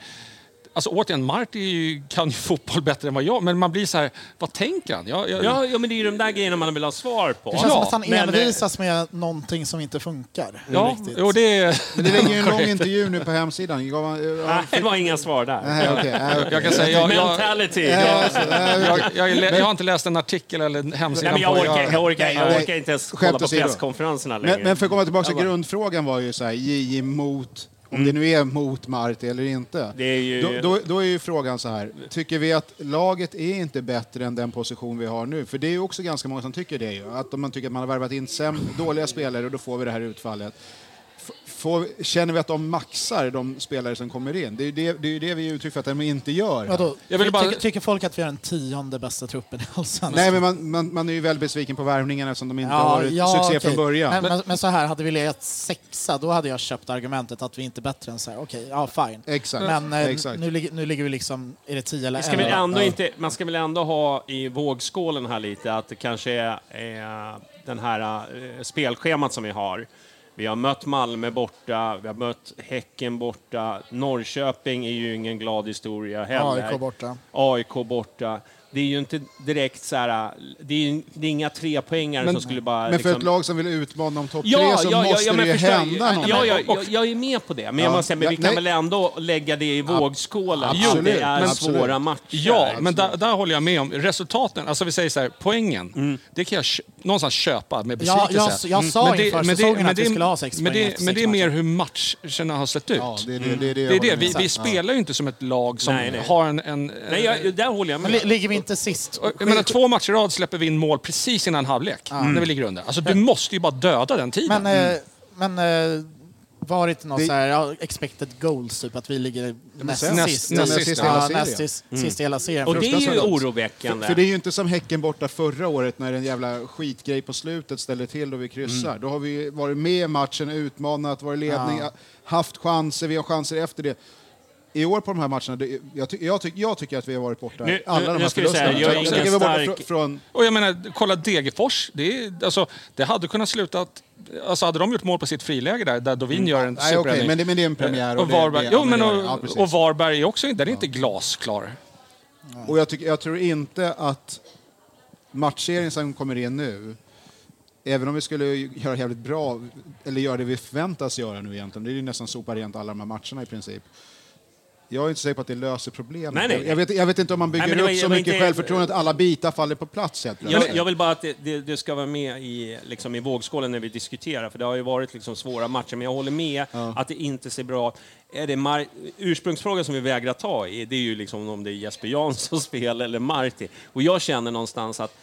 alltså återigen, Marti är ju- kan ju fotboll bättre än vad jag, men man blir så här, vad tänker han? Jag, jag, ja, ja, men det är ju de där grejerna man vill ha svar på. Det känns som Ja, att han men, eh, envisas med någonting som inte funkar. ja riktigt. och det är... men det ligger ju en lång intervju nu på hemsidan. Gav eh, han, ja, Nej, det var inga svar där. nej, okej, nej, okej. Jag kan säga, jag, jag, eh, Mentality. Ja. jag, jag, är lä- jag har inte läst en artikel eller Nej, hemsidan men jag, på... orkar, jag, orkar, jag Nej, orkar inte ens kolla skämt på åsido. presskonferenserna längre. Men, men för att komma tillbaka till grundfrågan var ju så här, JJ mot, om det nu är mot Marti eller inte. Mm. Det är ju- då, då, då är ju frågan så här, tycker vi att laget är inte bättre än den position vi har nu? För det är ju också ganska många som tycker det ju, att om man tycker att man har värvat in säm, dåliga spelare och då får vi det här utfallet. F- Får, känner vi att de maxar de spelare som kommer in? Det är ju det, det, är ju det vi ger uttryck för att de inte gör. här. Vadå? Jag vill bara- tycker, tycker folk att vi har den tionde bästa truppen i Allsvenskan? Nej, men man, man, man är ju väldigt besviken på värvningarna eftersom de inte Ja, har varit ja, succé okej. från början. Men, men, men så här, hade vi legat sexa, då hade jag köpt argumentet att vi inte är bättre än så här. Okej, ja fine. Exakt, Men eh, exakt. Nu, ligger- nu ligger vi liksom, är det tio eller Vi ska väl elva? ändå Ja. inte, man ska väl ändå ha i vågskålen här lite att det kanske är eh, den här eh, spelschemat som vi har. Vi har mött Malmö borta, vi har mött Häcken borta, Norrköping är ju ingen glad historia heller. AIK borta. AIK borta. det är ju inte direkt så här... Det är ju det är inga trepoängare som skulle bara... liksom- Men för ett lag som vill utmana om topp Ja, tre så ja, ja, måste ja, men det ju förstår- hända något. ja, ja, jag, jag är med på det, men, jag Ja. måste säga, men vi Ja, kan nej. väl ändå lägga det i vågskålen? att absolut, alltså. det är men- svåra matcher. alltså. Ja, men där, där håller jag med om resultaten. Alltså vi säger så här, poängen, det kan jag kö- någonstans köpa med Ja, besvikelse. Mm. jag, jag sa Men det- inför men det- säsongen men att vi det- skulle ha sex men poäng det, efter Men sex det är mer matcher. Mm. hur matcherna har sett ut. Ja, det, är det, det, är det, Det är jag det. håller Vi, med om. vi spelar ju inte som ett lag som Nej, nej. har en... en Nej, jag, där håller jag Men li- med. ligger vi inte sist? och- jag menar, två matcher i rad släpper vi in mål precis innan halvlek, när vi ligger under. Alltså, du måste ju bara döda den tiden. Mm. Men, eh, men eh, var det inte någon så här, ja, expected goals, typ att vi ligger näst sen- näst- sist? näst sist i hela ja, serien. Mm. näst sist, Mm. sist i hela serien. Och det är ju fruktansvärt. oroväckande. För det är ju inte som Häcken borta förra året när en jävla skitgrej på slutet ställer till och vi kryssar. Mm. Då har vi varit med i matchen, utmanat, varit i ledning, haft chanser, vi har chanser efter det. I år på de här matcherna, det, jag, ty, jag, ty, jag tycker att vi har varit borta Nu- alla nu- de här nu ska vi säga, förlusterna. jag är jag ingen tycker vi är borta stark- fr- från... Och jag menar, kolla Degerfors. Det, är, alltså, det hade kunnat sluta... Att, alltså hade de gjort mål på sitt friläge där, där Dovin gör en Mm. Nej, okej, superräddning. men det- men det är en premiär Eh, Och och det- Varberg, det- jo, ja, men men det och, är det. Ja, precis. och Varberg är också, den är inte glasklar. Och jag, tycker, jag tror inte att matchserien som kommer in nu, även om vi skulle göra jävligt bra, eller göra det vi förväntas göra nu egentligen, det är ju nästan sopa rent alla de här matcherna i princip. Jag är inte säker på att det löser problemet. Nej, nej. Jag, vet, jag vet inte om man bygger men det var- upp det så var mycket inte- självförtroende att alla bitar faller på plats helt plötsligt. Jag, jag vill bara att det, det, det ska vara med i, liksom, i vågskålen när vi diskuterar, för det har ju varit liksom, svåra matcher. Men jag håller med att det inte ser bra ut. Är det Mar- Ursprungsfrågan som vi vägrar ta i, det är ju liksom om det är Jesper Janssons fel eller Marti. Och jag känner någonstans att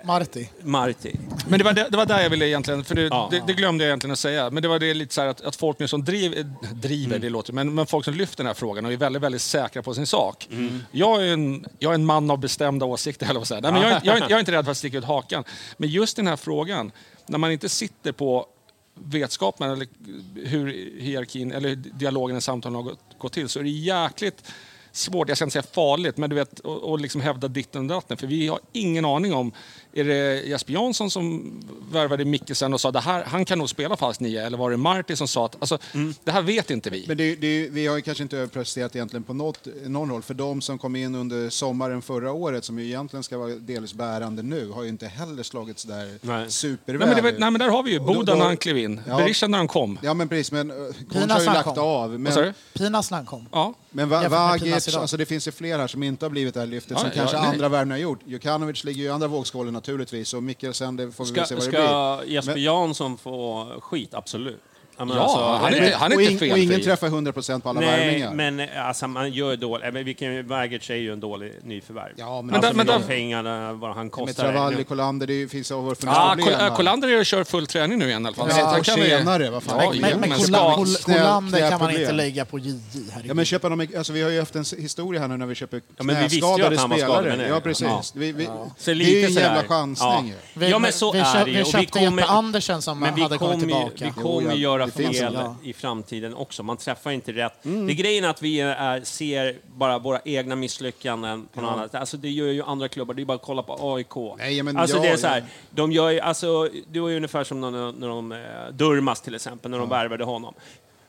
Eh, Marti. Marti, Men det var, det, det var där jag ville egentligen, för det, Ja. det, det glömde jag egentligen att säga. Men det var det lite så här att, att folk nu som driv, eh, Mm. driver, det låter, men, men folk som lyfter den här frågan och är väldigt, väldigt säkra på sin sak. Jag, är en, jag är en man av bestämda åsikter, eller vad säger jag? Nej, men jag, är- jag, är inte- jag är inte rädd för att sticka ut hakan. Men just den här frågan, när man inte sitter på vetskapen eller hur hierarkin eller dialogen i samtalen har gått, gått till så är det jäkligt svårt, jag ska inte säga farligt, men du vet och, och liksom hävda ditten och datten. För vi har ingen aning om, är det Jesper Jansson som värvade Mickelsen och sa det här, han kan nog spela falsk nia, eller var det Marti som sa att, alltså Mm. det här vet inte vi. Men det, är- det, är- vi har ju kanske inte överpresterat egentligen på något, någon roll, för de som kom in under sommaren förra året, som ju egentligen ska vara delvis bärande nu, har ju inte heller slagits där Nej. superväl nej, men det var, ut. nej men där har vi ju, Och då- Boda då- när han klev in, Ja. Berisha när han kom. Ja, men precis. Men eh, Korns Pinas har ju han lagt kom. av. Vad sa du? Men, Pinas när han kom. Ja. men Va- Jämfört med Pinas Vagic, idag. alltså det finns ju fler här som inte har blivit det här lyftet, Ja, som ja, kanske nej. andra värvningar har gjort. Jukanovic ligger ju i andra vågskålen naturligtvis och Mikkelsen, det får vi ska, väl se vad det blir. ska Jesper Men- Jansson få skit? Absolut. alltså, Jag menar, Ja, han är inte- han är och, inte ing- och felfri. ingen träffar 100% på alla Nej, värvningar. men eh, alltså, man gör ju dåligt. Men vi kan ju- Vagic är ju en dålig nyförvärv. Ja, men- men alltså, Men men där- de men där- pengarna, vad han Med kostar. Travalli, nu. Kolander, det är ju- finns ju Ah, Ja, äh, överförmögenhet. Kol- Ah, äh, Kolander är- kör full träning nu igen i alla fall. Men Så ett han år kan väl- senare, vad fan. Ja, Men- jo, Men, men men ska- Kola- Kol- snäll- Kolander kan man knäproblem. inte lägga på JJ. herregud. Ja, men köpa dem, alltså vi har ju haft en s- historia här nu när vi köper men vi visste ju att knäskadade han var skadad, men spelare. nu- Ja, precis. Ja. Vi, vi, Så Det är lite ju en jävla sådär. chansning. ju. Ja. ja, men så vi, är köp- det ju. vi Och köpte kommer- Jeppe Andersen som men vi hade kommit kommer ju- tillbaka. Vi kommer Jo, ja, Mm. göra det finns en- fel ja. i framtiden också. Man träffar inte rätt. Det är grejen att vi är, ser bara våra egna misslyckanden på något annat. Alltså det gör ju andra klubbar. Det är bara att kolla på AIK. Nej, men alltså ja, det är så här, ja. de gör ju, alltså, det var ju ungefär som när, när de, eh, Durmas till exempel, när de värvade honom.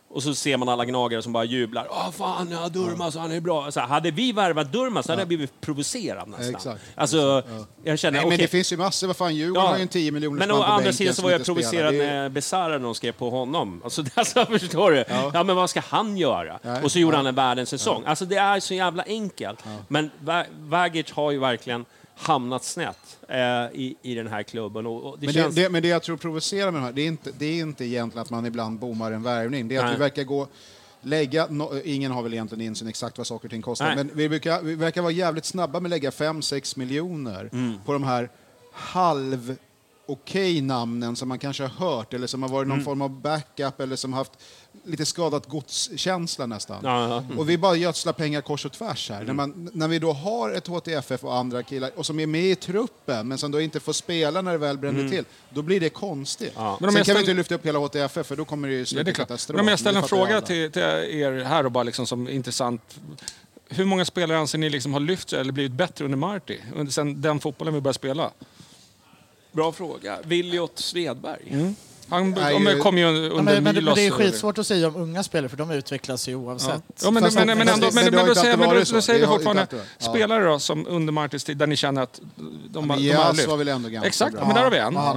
Och så ser man alla gnagare som bara jublar. Åh fan, ja, Durmas, han är bra. Så här, hade vi värvat Durmas hade jag blivit provocerad nästan. Exakt. Alltså, jag känner, Nej, men okej, det finns ju massor. Vad fan, Djurgården har ju en 10 miljoner men man å på andra bänken sidan så som var jag inte spelar. provocerad Det är- när Besara de skrev på honom. Alltså, det- alltså, förstår du? Ja. men vad ska han göra? Nej. Och så gjorde han en världens säsong. Alltså, det är så jävla enkelt. Men Va- Vagic har ju verkligen hamnat snett eh, i, i den här klubben. Och, och det Men det, känns... det, men det jag tror provocerar med de här, det är inte, det är inte egentligen att man ibland bommar en värvning. Det är att Nej. vi verkar gå, lägga, no, ingen har väl egentligen insyn exakt vad saker och ting kostar, Nej. men vi, brukar, vi verkar vara jävligt snabba med att lägga 5-6 miljoner Mm. på de här halv okej namnen som man kanske har hört eller som har varit någon Mm. form av backup eller som haft lite skadat godskänsla nästan. Ja, ja. Mm. Och vi bara gödslar pengar kors och tvärs här. När, man, när vi då har ett HTFF och andra killar och som är med i truppen men som då inte får spela när det väl bränner till, då blir det konstigt. Men om Sen jag kan vi ställer- inte lyfta upp hela HTFF för då kommer det ju Ja, sluta det är i klart. katastrof. Men om jag ställer Det en fattar ju fråga alla. till, till er här och bara liksom som intressant. Hur många spelare anser ni liksom har lyft sig eller blivit bättre under Marti? Under sen den fotbollen vi började spela? Bra fråga. Williot Svedberg. Mm. Han är om- ju- kom ju under Ja, men, men, ny det- men det är loss- skitsvårt att säga om unga spelare för de utvecklas ju Ja. oavsett. Ja, men, Fast- men, men, ändå, precis. men, Men det har men då inte säger, alltid men då, varit så. då säger vi Det har fortfarande inte alltid varit. Ja. spelare då, som under Martins tid, där ni känner att de, men de, har Jas lyft. var väl ändå ganska Exakt, bra. ja, men där har vi en. Ja,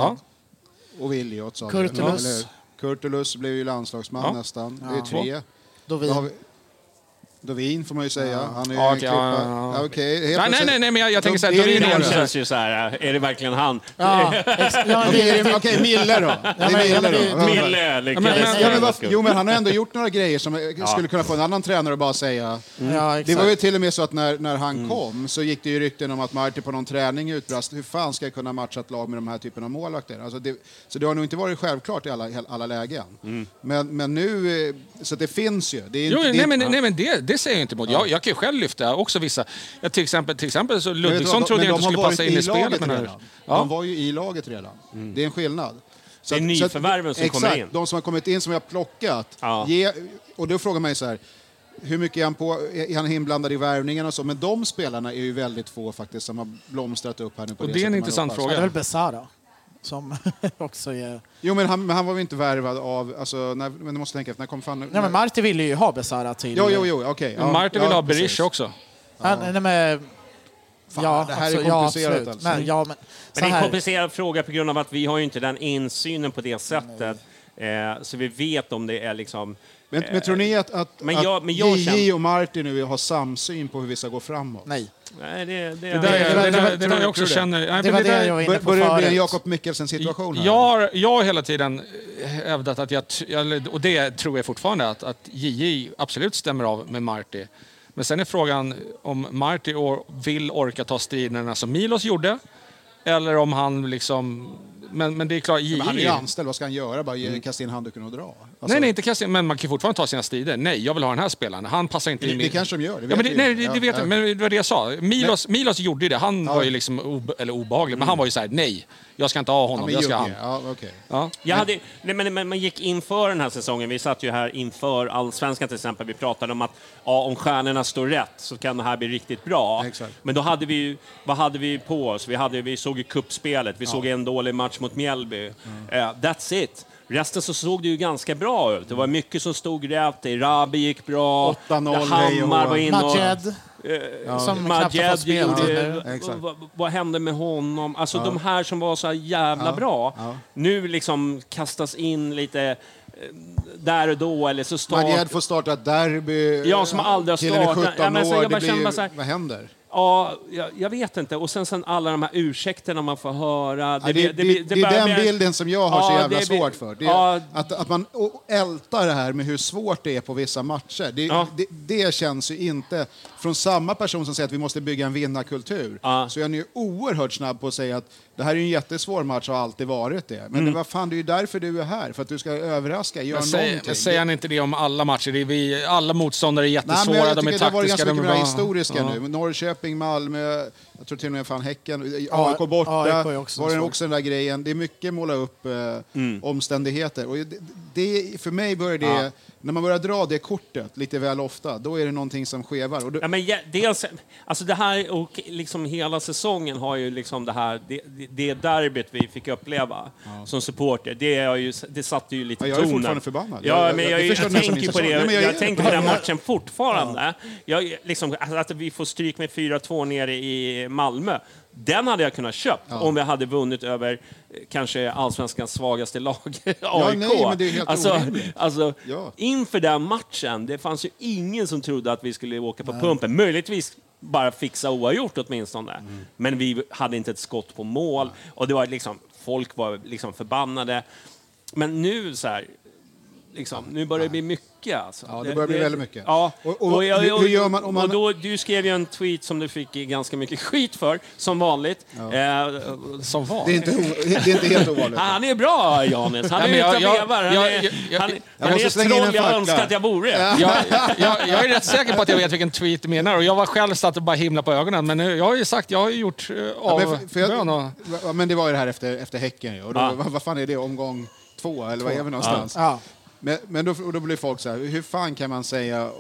Ja. Och Williot sa vi. Kurtulus. Eller hur? Kurtulus blev ju landslagsman Ja. nästan. Det är tre. Då vi, Då har vi Dovin får man ju säga. Han är ju Ja, en okej, klippa. ja, ja, ja. Ja, okej, helt Nej, nej, plötsligt- nej, nej, men jag, jag tänker så här, Det är ju Doreen några. Han är ju så här, känns ju så här, eh, är det verkligen han? ja, ex, ja, men Okej, det, Okej, Mille då. Det är men- ja, men Mille det- då. Mille lyckades. men- Ja, men för vad- en skull. jo, men han har ändå gjort några grejer som eh, skulle kunna få en annan tränare att bara säga. Mm. ja, Det exakt. Mm. var ju till och med så att när, när han kom så gick det ju rykten om att Marti på någon träning utbrast hur fan ska jag kunna matcha ett lag med de här typen av målvakter? Alltså det, så det har nog inte varit självklart i alla, alla lägen. Men, men nu, eh, så att det finns ju. Det är Mm. Jo, inte, det, nej, men, nej, men det, det säger jag inte emot. Jag, jag kan ju själv lyfta också vissa. Ja, till exempel, till exempel så Men vet du Ludvigsson vad, trodde men jag de inte har skulle varit passa i in i spelet. laget Men, redan. ja. Mm. De var ju i laget redan. Det är en skillnad. Så Det är att- så att- nyförvärven som exakt, kommer in. de som har kommit in som jag har plockat. Ja. Ge, och då frågar man ju så här, hur mycket är han, på, är han inblandad i värvningen och så? Men de spelarna är ju väldigt få faktiskt som har blomstrat upp här nu på Och det det är en sättet man intressant hoppas. fråga. Ja, det är väl Besara som också är... Jo, men han, men han var väl inte värvad av... Alltså, när, men du måste tänka efter, när kom fan... Nej, men Marti ville ju ha Besara till... Jo, jo, jo, okej. Men Marti vill ha Berisha också. Han, nej, men, ja, det här är alltså, komplicerat ja, absolut. alltså. Men, ja, men, så Men det är en här, komplicerad fråga på grund av att vi har ju inte den insynen på det sättet. Eh, så vi vet om det är liksom... Men, men tror ni att, att, men jag- att men jag JJ känner- och Martin nu har samsyn på hur vi ska gå framåt? nej. Nej, det, det, Det det- där, det det- där, det tror- där tror jag också det. känner... Nej, men Det var där- det jag var inne Bör- på Börjar det bli en förut. Jakob Mikkelsen-situation här? Jag har, jag har hela tiden eh, hävdat att jag, t- eller- och det tror jag fortfarande, att, att JJ absolut stämmer av med Marty. Men sen är frågan om Marty or, vill orka ta striderna som Milos gjorde, eller om han liksom... Men, men det är klart, JJ... Men han är ju anställd, vad ska han göra? Bara Mm. ge- kasta in handduken och dra? Alltså, Nej, nej, inte Kassim, men man kan ju fortfarande ta sina strider. Nej, jag vill ha den här spelaren. Han passar inte Det- in det kanske de gör, det vet ja, men det, vi ju. nej, det, Ja, det vet ja. jag. Men det var det jag sa. Milos, Milos gjorde ju det. Han var ju liksom obe, eller obehaglig, men han var ju så här, nej, jag ska inte ha honom, men jag ska ha Ljungby, han. ja, okej. Ja. Jag hade, nej, men, men man gick inför den här säsongen, vi satt ju här inför Allsvenskan till exempel, vi pratade om att ja, om stjärnorna står rätt så kan det här bli riktigt bra. Exakt. Men då hade vi ju, vad hade vi på oss? Vi, hade, vi såg ju kuppspelet, vi såg en dålig match mot Mm. Mjällby. Eh, that's it. Resten så såg det ju ganska bra ut. Det var mycket som stod rätt. Rabi gick bra. 8-0 Hammar och- var inne och... Majed, som knappt har fått Madjed spela nu. Eh, gjorde... Ja, exakt. vad, vad hände med honom? Alltså de här som var så här jävla bra, nu liksom kastas in lite eh, där och då eller så Maged start... får starta ett derby. Ja, som aldrig har Killen är startat. 17 Ja, men så år. jag bara det blir, känner bara ju- så här- Vad händer? Ja, jag, jag vet inte. Och sen, sen alla de här ursäkterna man får höra. Ja, det, blir- det, blir- det, bara är den blir- bilden som jag har så Ja, jävla det blir- svårt för. Det är ja, att, att man o- ältar det här med hur svårt det är på vissa matcher. Det, Ja. det, det känns ju inte... Från samma person som säger att vi måste bygga en vinnarkultur Ja. så är han ju oerhört snabb på att säga att det här är ju en jättesvår match och har alltid varit det. Mm. Men det, vad fan, det är ju därför du är här, för att du ska överraska, göra Men säger, någonting. säger han inte det om alla matcher? Det är vi, alla motståndare är Nej, men jättesvåra, jag de tycker är det har varit taktiska, ganska de är mycket mer bra. historiska Ja. nu. Norrköping, Malmö, jag tror till och med fan Häcken, Ja, AIK borta. AIK är också var det svårt. också den där grejen. Det är mycket måla upp eh, omständigheter. Och det, det, för mig börjar det, när man börjar dra det kortet lite väl ofta, då är det någonting som skevar. Och då, Ja, men ja, dels, alltså det här och liksom hela säsongen har ju liksom det här, det, det- det derbyt vi fick uppleva som supporter, det, är ju, det satte ju lite Ja, tonen. jag är fortfarande förbannad. Ja, Jag- jag- men jag jag, jag, förstår nästan tänker inte på det, säsongen. Nej, men jag, jag- tänker på den matchen fortfarande. Jag, liksom, alltså, att vi får stryk med 4-2 nere i Malmö, den hade jag kunnat köpt om vi hade vunnit över eh, kanske allsvenskans svagaste lag, AIK. nej, men det är helt alltså, orimligt. Alltså, Ja. Inför den matchen, det fanns ju ingen som trodde att vi skulle åka på pumpen. Möjligtvis bara fixa oavgjort åtminstone. Mm. Men vi hade inte ett skott på mål och det var liksom, folk var liksom förbannade. Men nu så här, liksom, nu börjar det bli mycket. Alltså. Ja, det börjar bli väldigt mycket. Ja. Och- och hur- hur gör man om man- och då, du skrev ju en tweet som du fick ganska mycket skit för, som vanligt. Eh, Som var. det, är inte, o- det är inte helt ovanligt. Ja, han är bra, Janis. Han är Ja, men ute jag- och jag- vevar. Han jag- är- jag- jag- han- jag han är måste ett slänga in troll en jag fackla. önskar att jag vore. Jag, jag, jag är rätt säker på att jag vet vilken tweet du menar och jag var själv satt och bara himla på ögonen. Men nu, jag har ju sagt, jag har ju gjort eh, Ja, av men, för- för jag- bön och... ja, men det var ju det här efter, efter Häcken. ju. Och då, Ja. vad, vad fan är det? Omgång två, eller vad är vi någonstans? Ja. Men, men då, och då blir folk så här, hur fan kan man säga,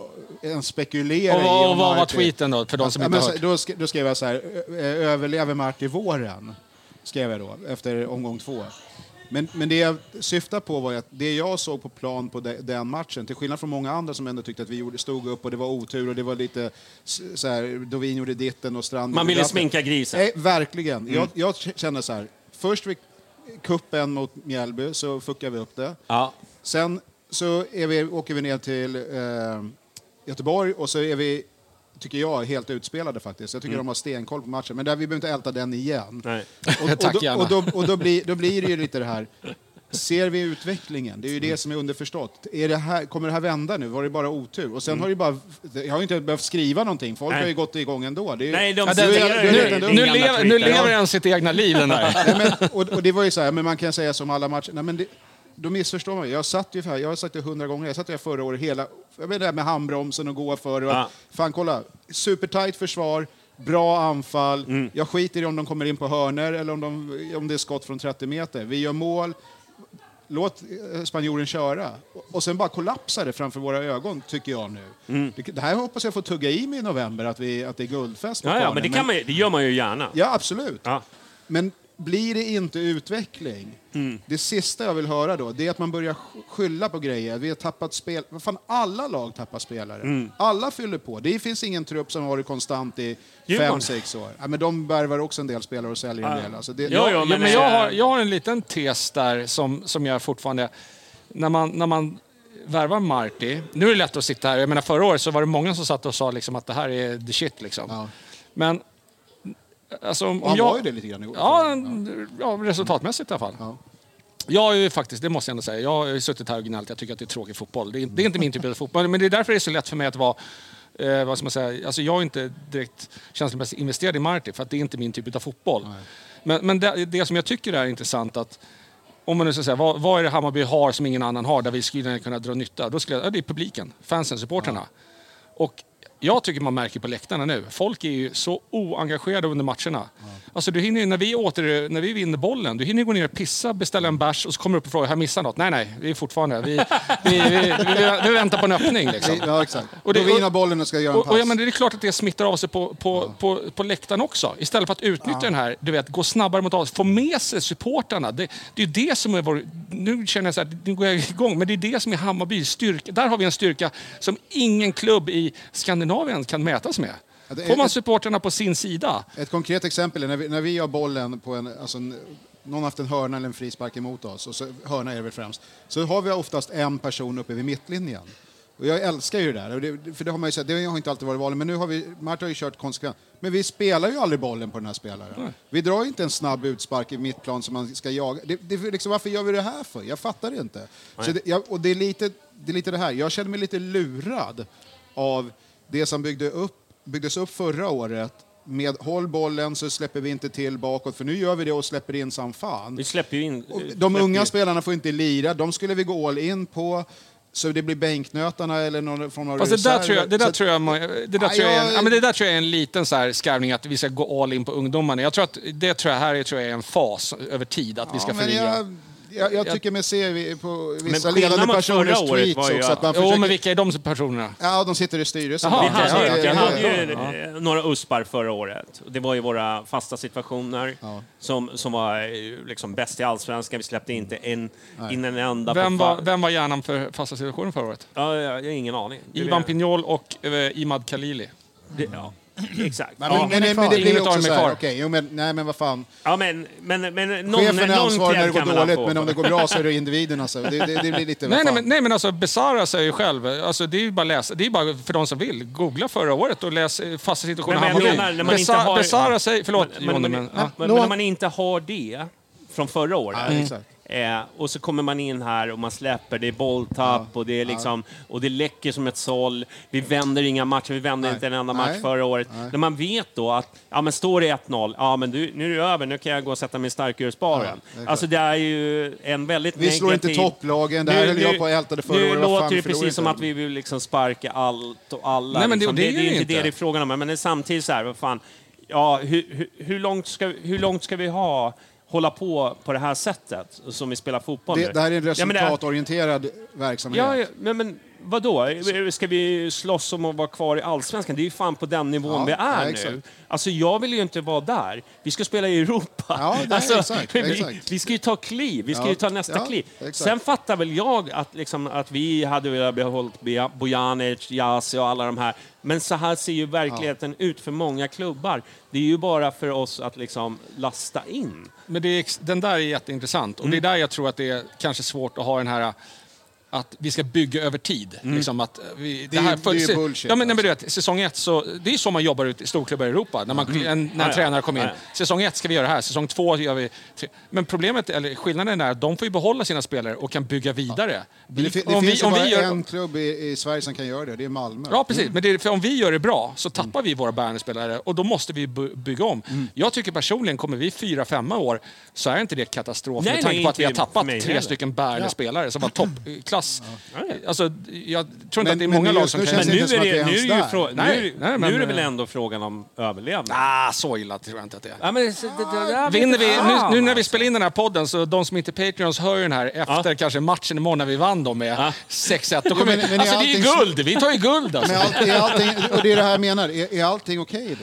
ens spekulera Och vad- i och om vad var Marti- tweeten då, för de som ja, inte men har så- hört? Då, sk- då skrev jag så här, "Ö- ö- överlever Marti våren? Skrev jag då, efter omgång två. Men, men det jag syftar på var ju att det jag såg på plan på de, den matchen, till skillnad från många andra som ändå tyckte att vi gjorde, stod upp och det var otur och det var lite s- så här, Dovin gjorde ditten och Strand Man gjorde ville datten. sminka grisen. Mm. Nej, verkligen. Jag, jag känner så här, först vid kuppen mot Mjällby så fuckade vi upp det. Ja. Sen så är vi, åker vi ner till eh, Göteborg och så är vi, tycker jag, helt utspelade faktiskt. Jag tycker de har stenkoll på matchen. Men där, vi behöver inte älta den igen. Nej. Och, och, Tack, då, gärna. och, då, och då, blir, då blir det ju lite det här, ser vi utvecklingen? Det är ju det som är underförstått. Är det här, kommer det här vända nu? Var det bara otur? Och sen har det ju bara, jag har ju inte behövt skriva någonting. Folk Nej. har ju gått igång ändå. Det är ju, Nej, de Ja, det- Den, ser det- ju det- det. nu, det- Den nu, gamla lever, nu Twitter. lever den sitt egna liv den där. Nej, men, och, och det var ju så här, men man kan säga som alla matcher, nej men det, då missförstår man ju. Jag satt ju, för- jag har sagt det hundra gånger, jag satt ju här förra året hela, jag vet det här med handbromsen och gå för och Ja. fan kolla, supertight försvar, bra anfall, Mm. jag skiter i om de kommer in på hörner eller om, de, om det är skott från 30 meter. Vi gör mål, låt eh, spanjoren köra. Och- Och sen bara kollapsar det framför våra ögon, tycker jag nu. Mm. Det, det här hoppas jag får tugga i mig i november, att, vi, att det är guldfest på Ja, ja, planen, men det, kan man, ju- det gör man ju gärna. Ja, absolut. Ja. Men blir det inte utveckling? Mm. Det sista jag vill höra då, det är att man börjar sk- skylla på grejer. Vi har tappat spel. Vad fan, alla lag tappar spelare. Mm. Alla fyller på. Det finns ingen trupp som har varit konstant i Djurgården. fem, sex år. Ja, men de värvar också en del spelare och säljer en del. Alltså det, Ja, ja, Ja, men, men jag, har, eh, jag har en liten tes där som, som jag fortfarande... När man, när man värvar Marty... Nu är det lätt att sitta här. Jag menar, förra året så var det många som satt och sa liksom att det här är the shit. Liksom. Men... Alltså, om, Och om han jag, var ju det lite grann igår. Ja, ja, resultatmässigt i alla fall. Ja. Jag är ju faktiskt, det måste jag ändå säga, jag har ju suttit här och gnällt. Jag tycker att det är tråkig fotboll. Det är, det är inte min typ av fotboll, men det är därför det är så lätt för mig att vara... Eh, vad ska man säga? Alltså jag är inte direkt känslomässigt investerad i Marty, för att det är inte min typ av fotboll. Men, men det, det som jag tycker är intressant att... Om man nu ska säga, vad, vad är det Hammarby har som ingen annan har, där vi skulle kunna dra nytta? Då skulle jag, ja, det är publiken, fansen, supporterna. Och jag tycker man märker på läktarna nu. Folk är ju så oengagerade under matcherna. Alltså du hinner ju, när vi, åter, när vi vinner bollen, du hinner ju gå ner och pissa, beställa en bärs och så kommer du upp och frågar, har jag missat något? Nej, nej, vi är fortfarande, vi, vi, vi, vi, vi väntar på en öppning liksom. ja exakt. Och Och det- det, och- bollen och ska göra en Och, pass. och ja, men det är klart att det smittar av sig på, på, på, på läktaren också. Istället för att utnyttja den här, du vet, gå snabbare mot oss, få med sig supportrarna. Det, det är ju det som är vår... Nu känner jag så här, nu går jag igång, men det är det som är Hammarbys styrka. Där har vi en styrka som ingen klubb i Skandinavien kan mätas med. Ja, det är- Får man supportrarna på sin sida, Ett konkret exempel är när vi, när vi har bollen på en... Alltså en någon har haft en hörna eller en frispark emot oss, och så, hörna är det väl främst, så har vi oftast en person uppe vid mittlinjen. Och jag älskar ju det där, och det, för det har man ju sett, det har inte alltid varit vanligt, men nu har vi, Marta har ju kört konsekvent. Men vi spelar ju aldrig bollen på den här spelaren. Vi drar ju inte en snabb utspark i mittplan som man ska jaga. Det, det, är liksom, varför gör vi det här för? Jag fattar det inte. Så det, jag, och det är, lite, det är lite det här, jag känner mig lite lurad av det som byggde upp, byggdes upp förra året med håll bollen så släpper vi inte till bakåt, för nu gör vi det och släpper in som fan. Vi släpper ju in... Och de släpper unga ju- spelarna får inte lira, de skulle vi gå all in på. Så det blir bänknötarna eller någon form av Fast det där reserv. tror jag, det där Så- tror jag, man- det där Ja, tror jag, är en- jag- ja, men det där tror jag är en liten så här skarvning att vi ska gå all in på ungdomarna. Jag tror att det tror jag här är, tror jag är en fas över tid, att vi ska Ja, men förnya. jag, jag, jag tycker mig se vi- på vissa skillnaden ledande mot personers förra året tweets var ju också att man Jo, försöker... men vilka är de personerna? Ja, de sitter i styrelsen. Jaha, Vi Ja, hade ja, ju, vi ja, hade ja, ju eh, några uspar förra året. Det var ju våra fasta situationer som, som var eh, liksom bäst i allsvenskan. Vi släppte inte en, in en enda Vem på... fa- var, vem var hjärnan för fasta situationen förra året? Ja, ja, jag har ingen aning. Det Ivan vet- Pignol och eh, Imad Khalili. det- Ja, exakt. Men, ja, men, men, men det Ingen blir ju av dem också är så här, kvar. okej, jo, men, nej men vad fan. ja, men, men, men någon, Chefen är någon ansvarig när det cred går kan väl han dåligt, få men om för. det går bra så är det individerna. Så. Det, det, det blir lite, vad Nej, nej, fan. men, nej, men alltså Besara säger ju själv, alltså, det är ju bara att läsa, det är ju bara för de som vill, googla förra året och läs eh, fasta situationer Men- men jag Hammarby. menar, när man inte Besa- har- Besara säger, förlåt Men- Johnny, men- men... ja. men- Men när man inte har det från förra året. Ja, exakt. Eh, och så kommer man in här och man släpper, det är bolltapp och, det är liksom, och det läcker som ett såll. Vi vänder inga matcher, vi vände Nej. inte en enda Nej. match förra året. När man vet då att, ja men står det 1-0, ja men du, nu är det över, nu kan jag gå och sätta mig i starkölsbaren. Ja, det är klart. alltså det är ju en väldigt Vi slår inte negativ- topplagen, det här höll jag på och ältade förra året, Nu vad fan, låter vi det precis förlorade som inte. att vi vill liksom sparka allt och alla. Nej, men det- liksom. det är det, är ju ju inte inte. det det är frågan om. Men det är samtidigt så här, vad fan, ja, hur, hur, hur, långt ska, hur långt ska vi ha hålla på på det här sättet som vi spelar fotboll nu? det, det här är en Ja, men det- resultatorienterad verksamhet. Ja, ja, men, men Vadå? Ska vi slåss om att vara kvar i allsvenskan? Det är ju fan på den nivån Ja, vi ja, är exakt. nu. Alltså, jag vill ju inte vara där. Vi ska spela i Europa. Ja, nej, alltså, exakt, vi, exakt. vi ska ju ta kliv. Vi ska Ja, ju ta nästa ja, kliv. exakt. Sen fattar väl jag att, liksom, att vi hade velat behållit Bia- Bojanic, Jasi och alla de här. Men så här ser ju verkligheten ut för många klubbar. Det är ju bara för oss att liksom lasta in. Men det är, ex- den där är jätteintressant. Och Mm. det är där jag tror att det är kanske svårt att ha den här äh, att vi ska bygga över tid. Liksom att vi, det, är ju- här för- Mm. det är ju se- bullshit, alltså. Ja, men, nej, men du vet, säsong ett, så, det är ju så man jobbar ut i storklubbar i Europa. När, Mm. man, en, när Ja, en ja. tränare kommer in. Ja, Säsong ett ska vi göra det här, säsong två gör vi... Tre. Men problemet, eller skillnaden är att de får ju behålla sina spelare och kan bygga vidare. Men det fi- det om finns vi, om ju bara vi gör, en klubb i, i Sverige som kan göra det, det är Malmö. Ja, precis. Men det, är- för om vi gör det bra så tappar vi våra bärande spelare och då måste vi bu- bygga om. Jag tycker personligen, kommer vi fyra, femma år så är inte det katastrof Nej, med tanke nej, på att vi har inte tappat för mig tre heller. stycken bärande spelare som var toppklass. Alltså, jag tror Men- inte att det är men många just lag som nu kan... känns Men nu inte är, ens som att vi det, är nu, är ens ju där. frå- nu, Nej, är- nej, nu är det men- väl ändå frågan om överlevnad? Ah, så illa tror jag inte att det är. Ja, men, så- det, det, där vet Vinner vi, jag fan, nu, nu när vi alltså. spelar in den här podden, så de som inte är Patreons hör ju den här efter kanske matchen imorgon när vi vann dem med 6-1. Då kommer Men- men vi- är Alltså det är ju allting- guld! Vi tar ju guld alltså! Men allt, är allting, och det är det här jag menar, är, är allting okej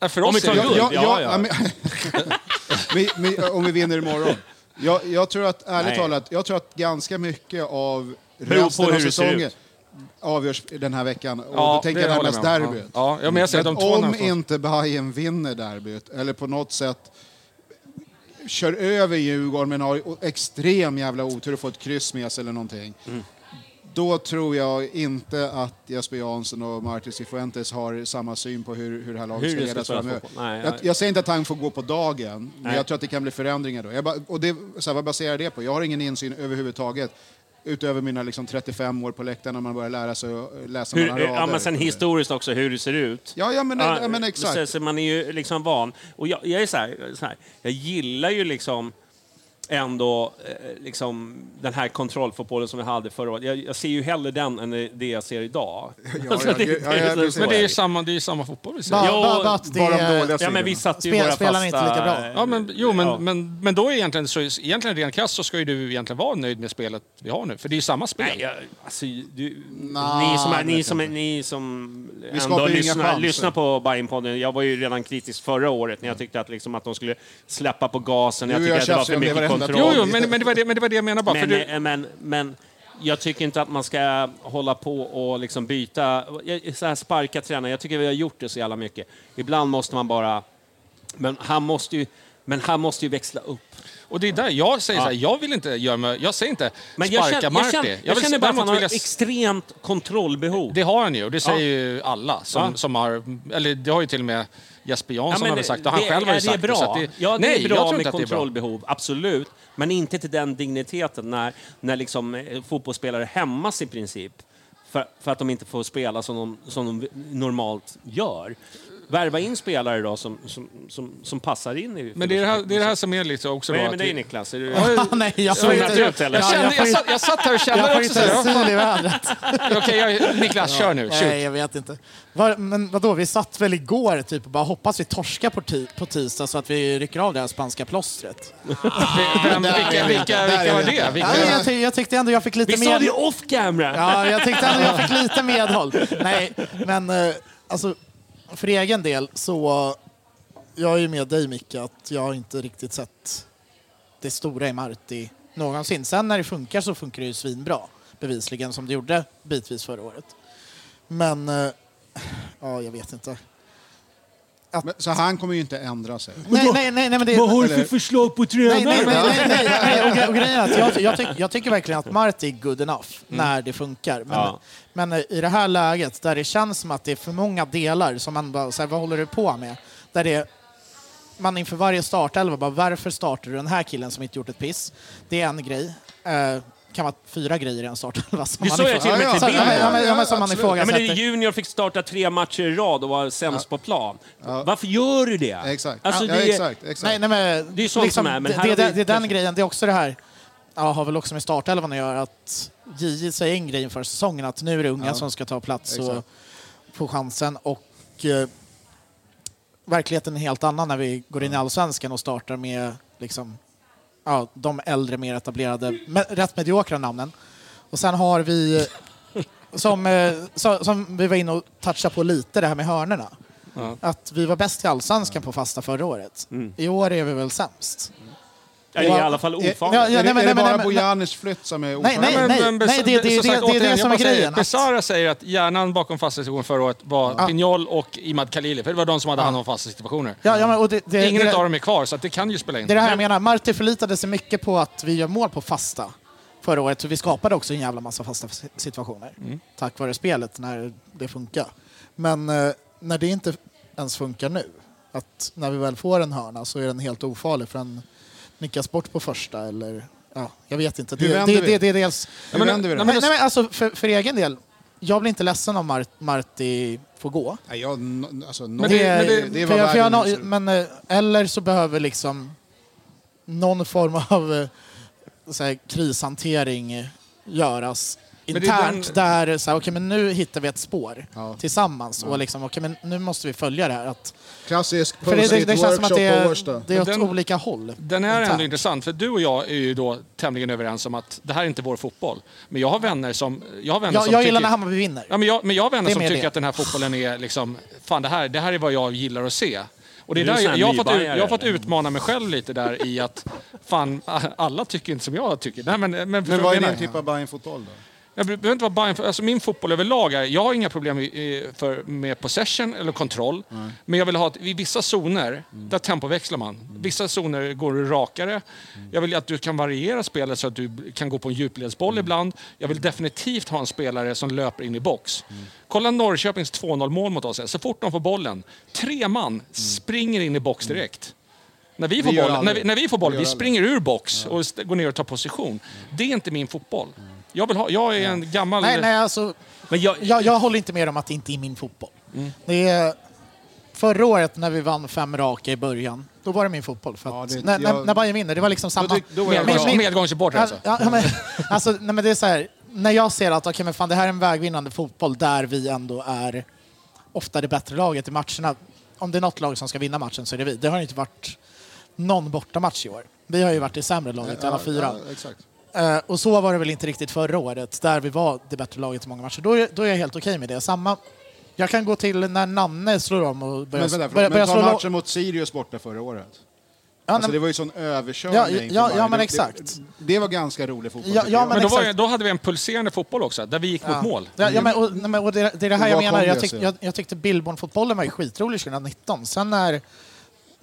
då? För oss vi tar är det guld, guld. ja. men, men, men, om vi vinner imorgon. Jag, jag tror att, ärligt Nej. talat, jag tror att ganska mycket av Beror resten på av hur det ser säsongen ut. avgörs den här veckan. Och Ja, då tänker jag det håller närmast jag med om. derbyt. Ja, ja, men jag säger Men att de två om närmaste- inte Bayern vinner derbyt, eller på något sätt kör över Djurgården men har extrem jävla otur och får ett kryss med sig eller någonting. Mm. Då tror jag inte att Jesper Jansson och Martin Cifuentes har samma syn på hur, hur det här laget Hur ska det ska ledas spelas framöver. fotboll. Nej, jag, nej. jag säger inte att han får gå på dagen, men Nej. jag tror att det kan bli förändringar då. Jag bara, och det, så här, vad baserar jag det på? Jag har ingen insyn överhuvudtaget. Utöver mina liksom 35 år på läktaren när man börjar lära sig att eh, läsa mellan Hur, rader. ja, men sen historiskt också, hur det ser ut. Ja, ja, men- ja, men exakt. Så, så man är ju liksom van. Och jag, jag är så här, så här, jag gillar ju liksom ändå eh, liksom, den här kontrollfotbollen som vi hade förra året. Jag, jag ser ju hellre den än det jag ser idag. Alltså, ja, det- ja, det ja, är så- precis. Men det är ju samma, det är ju samma fotboll vi ser. Ba, Ja, ba, ba, att det bara de är- dåliga Ja, men vi satte ju Spel- våra spelarna fasta... är inte lika bra. Ja, men, jo, men, Ja. men, men då är egentligen, så, egentligen ren kast så ska ju du egentligen vara nöjd med spelet vi har nu. För det är ju samma spel. Nej, jag, alltså, du, Nej, ni som, är, jag ni vet som, är, inte. ni som ändå skapar ju inga lyssnar, chanser. lyssnar på Bajenpodden. Jag var ju redan kritisk förra året när jag tyckte att, liksom, att de skulle släppa på gasen. Jag Nu är tyckte jag att det var tjafsig om för det mycket varenda kontroll. jo, jo men, men, det var det, men det var det jag menade bara. men, för du, eh, men, men jag tycker inte att man ska hålla på och liksom byta, jag- så här sparka tränare. Jag tycker vi har gjort det så jävla mycket. Ibland måste man bara... Men han måste ju, men han måste ju växla upp. och det är där jag säger så här, jag vill inte göra mig, jag säger inte Men jag sparka känner, jag Marti. känner, jag vill- känner bara att däremot han har vill jag s- extremt kontrollbehov. Det har han ju och det säger Ja. ju alla. Som, Ja. som har, eller det har ju till och med Jesper Ja, Jansson men har väl sagt och han det- själv har är ju sagt det. Bra. Så att ja, det nej, är jag bra tror med inte att det är bra. kontrollbehov, absolut. Men inte till den digniteten när, när liksom eh, fotbollsspelare hämmas i princip för, för att de inte får spela som de, som de normalt gör. Värva in spelare då som, som, som, som passar in i... Men det är det här, det är det här som är liksom också Nej, då men att det vi- är Niklas. Är du... Ja, Nej, jag Så får är det inte... ut, eller? Jag, kände, jag, satt, jag satt här och kände Jag får också inte så här, en "Vad fan?" syl i vädret. Okej, jag- Niklas, kör nu. Shoot. Nej, jag vet inte. Var, men vadå, vi satt väl igår typ och bara hoppas vi torskar på, ti- på tisdag så att vi rycker av det här spanska plåstret. Vem, vilka, vilka, vilka var det? Ja, men Vilka? jag, ty- jag tyckte ändå jag fick lite Vi mer... sa det off camera! Ja, jag tyckte ändå jag fick lite medhåll. Nej, men eh, alltså, för egen del så... Jag är ju med dig Micke att jag har inte riktigt sett det stora i Marti någonsin. Sen när det funkar så funkar det ju svinbra, bevisligen, som det gjorde bitvis förra året. Men, eh, ja, jag vet inte. Men, så han kommer ju inte ändra sig. Nej, nej, nej, nej men det... Vad har du för förslag på tränare? Nej, nej, nej, nej, nej, nej. Och, gre- och grejen är att jag, ty- jag, tyck, jag tycker verkligen att Marti är good enough när det funkar. Men, Ja. men eh, i det här läget där det känns som att det är för många delar som man bara, så här, vad håller du på med? Där det man inför varje startelva bara, varför startar du den här killen som inte gjort ett piss? Det är en grej. Eh, kan vara fyra grejer i en startelva. som Det man såg jag ifråga- till och med till Så- ja, men- ja, men- ja, men Som man Absolut. Ja, men ifrågasätter. det är junior fick starta tre matcher i rad och var sämst på plan. Varför gör du det? Exakt. Alltså, ja, det är- exakt, exakt. Nej, nej, men, liksom Det är sånt som är, men det, här det, har vi- det är den grejen. Det är också det här, ja, har väl också med startelvan att göra, att JJ säger en grej inför säsongen att nu är det unga som ska ta plats och Exakt. få chansen. Och eh, verkligheten är helt annan när vi går in i allsvenskan och startar med liksom, ja, de äldre, mer etablerade, me- rätt mediokra namnen. Och sen har vi som, eh, så- som vi var inne och touchade på lite, det här med hörnorna. Att vi var bäst i allsvenskan på fasta förra året. I år är vi väl sämst. Ja, det är i alla fall Är, ofarligt. ja, nej, är, men- det- är nej, det men- bara nej, Bojanic flytt som är Nej, oförrätt? nej, nej, Men- men nej, det, det, som det, det, sagt, det är återigen, det som är jag bara säger, grejen. Att, Besara säger att hjärnan bakom fasta situationer förra året var Pignol och Imad Khalili, för det var de som hade hand om fasta situationer. ja, ja, men, och det, det, Ingen det, av dem är kvar, så att det kan ju spela in. Det är det här jag menar. Marti förlitade sig mycket på att vi gör mål på fasta förra året. Så vi skapade också en jävla massa fasta s- situationer tack vare spelet när det funkar. Men eh, när det inte ens funkar nu, att när vi väl får en hörna så är den helt ofarlig för den nickas bort på första eller ja, jag vet inte. Det, Hur det, vänder det, vi? det, det är dels... Hur men- vänder vi det? nej, Nej, nej, men alltså för, för egen del, jag blir inte ledsen om Mar- Marti får gå. Nej, jag, no- alltså, no, Men det, det- men det, det- det För var jag, för jag, världen. liksom- nå- men, eh, eller så behöver liksom någon form av eh, så här, krishantering eh, göras Men det är internt. den- Där så här, okej, men nu hittar vi ett spår Ja. tillsammans och liksom, okej, men nu måste vi följa det här. Att, Klassisk för det, det, det känns som att post-it-workshop det på är, Årsta. det är åt Men den- olika håll. Den är internt. ändå intressant, för du och jag är ju då tämligen överens om att det här är inte vår fotboll. Men jag har vänner som... Jag, har vänner Jag, som jag tycker, gillar när Hammarby vinner. Ja, men jag, men jag har vänner Det är som mer tycker det. att den här fotbollen är liksom... Fan, det här, det här är vad jag gillar att se. Och det är Du är där sån här jag, jag, har fått, ut, nybajare, jag har fått eller? utmana mig själv lite där i att fan, alla tycker inte som jag tycker. Nej, men, men, förstår Men du vad vad är jag menar? din typ av Bajen-fotboll då? Jag behöver inte vara Bayern, för, alltså min fotboll överlag är, jag har inga problem i- i- för, med possession eller kontroll. Men jag vill ha att i vissa zoner, där tempoväxlar man. Vissa zoner går du rakare. Jag vill att du kan variera spelet så att du b- kan gå på en djupledsboll ibland. Jag vill definitivt ha en spelare som löper in i box. Kolla Norrköpings 2-0 mål mot oss. alltså, här. Så fort de får bollen, tre man springer in i box direkt. När vi, får gör boll, när, aldrig. vi, när vi får boll, Vi vi, gör aldrig. springer ur box och st- går ner och tar position. Det är inte min fotboll. Jag, vill ha, jag är en gammal... Nej, nej, alltså, Men jag, jag, jag håller inte med om att det inte är min fotboll. Det är, förra året när vi vann fem raka i början, då var det min fotboll. För Ja, att, det- när, när, jag- när Bayern vinner, det var liksom samma... tyck- då var jag min- glad. min- Medgångssupporter alltså. Ja, ja, men, alltså nej, men det är så här, när jag ser att okay, men fan, det här är en vägvinnande fotboll där vi ändå är ofta det bättre laget i matcherna. Om det är något lag som ska vinna matchen så är det vi. Det har ju inte varit någon bortamatch i år. Vi har ju varit det sämre laget i alla fyra. Ja, exakt. Eh, och så var det väl inte riktigt förra året, där vi var det bättre laget i många matcher. Då är, då är jag helt okej med det. Samma, jag kan gå till när Nanne slår om och Men, börjar, vänta, börjar, men börjar ta slå... matchen Matchen, mot Sirius borta förra året. ja, Alltså, nej, det var ju sån överkörning. Ja, ja, för ja, Bayern. men Det- exakt. Det, det var ganska rolig fotboll. Ja, tycker ja, jag. men- men då, var, exakt. då hade vi en pulserande fotboll också, där vi gick mot mål. Mm. ja, ja, men, och, nej, men, och det, det är det här Och jag vad menar. kom Jag, det tyck, sig? jag, jag tyckte Billborn-fotbollen var ju skitrolig 2019. Sen när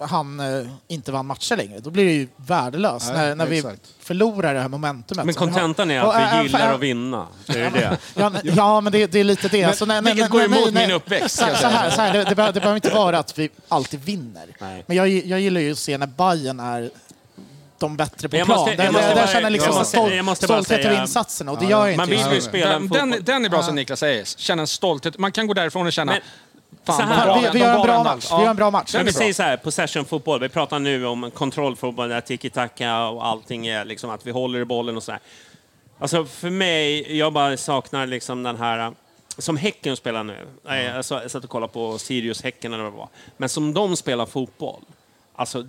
han eh, inte vann matcher längre, då blir det ju värdelöst. Nej, när när vi exakt. förlorar det här momentumet. men som vi har. kontentan är Och, att äh, vi gillar fan, att vinna. Är det det? Ja, nej, ja, men det, det är lite det. Alltså, nej, nej, vilket går nej, nej, emot nej. min uppväxt, Så, ska jag så säga. här, så här, det, det, behöver, det behöver inte vara att vi alltid vinner. Nej. Men jag, jag gillar ju att se när Bayern är de bättre på Men jag plan. måste- där, jag där- måste där bara- känner jag liksom jag en måste- stol, jag måste bara stolthet säga- över insatsen och det gör jag Man inte. vill just ju nu. spela en Den, den, fotboll. den är bra som Niklas säger, känna en stolthet. Man kan gå därifrån och känna, Men- så fan här- de var- Vi- vi de gör en var bra match. Vi gör en bra match. Den Men vi är säger bra. så här, possession-fotboll. Vi pratar nu om kontrollfotboll, där tiki-taka och allting är liksom att vi håller i bollen och så här. Alltså för mig, jag bara saknar liksom den här äh, som Häcken spelar nu. Nej, Mm. alltså, jag satt och kollade på Sirius-Häcken eller vad det var. Men som de spelar fotboll. Alltså, det-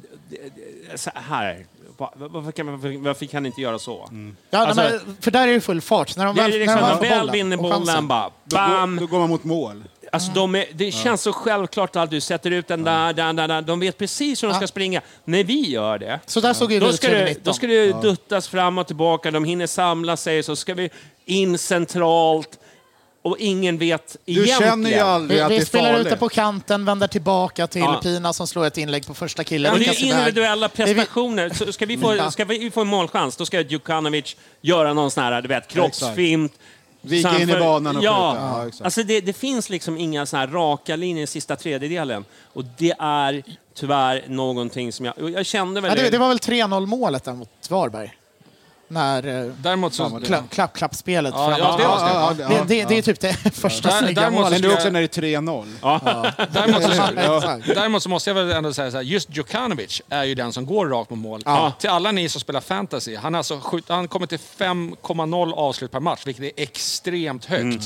det- så här. Va- Varför kan, varför, varför kan ni inte göra så? Ja, nej, Alltså- men, för där är det full fart. När de Det är väl, liksom, när de när väl, väl får vinner och chansen. bollen, bara Då, bam! går, då går man mot mål. Alltså, de är, det känns så självklart att du sätter ut den där, där, där, där. De vet precis hur de ska springa. När vi gör det, Så där såg ju då vi ska, det, 2019. då ska det duttas fram och tillbaka. De hinner samla sig, så ska vi in centralt. Och ingen vet Du egentligen. känner ju aldrig Vi, att det vi är spelar farligt. ute på kanten, vänder tillbaka till Ja. Pina som slår ett inlägg på första killen. Och det är Kasseberg. individuella Det är vi- prestationer. Så ska, vi få, Ja. ska vi få en målchans, då ska Djukanovic göra någon sån här, du vet, kroppsfint. Vika Sen in i för- banan och ja. skjuta. Ja, exakt. alltså det, det finns liksom inga såna här raka linjer i sista tredjedelen. Och det är tyvärr någonting som jag... och Jag kände väl Ja, det, det. det var väl 3-0 målet där mot Varberg? När eh, Däremot så... kla- klapp-klapp-spelet Ja, ja, framåt. det var snyggt. det, det, det är typ det första Där- snygga där måste målet. Men det är också när det är 3-0. Däremot, Ja. så, däremot så måste jag väl ändå säga så här, just Djukanovic är ju den som går rakt mot mål. Ja. Till alla ni som spelar fantasy, han, är alltså, skjut- han kommer till 5,0 avslut per match, vilket är extremt högt. Mm.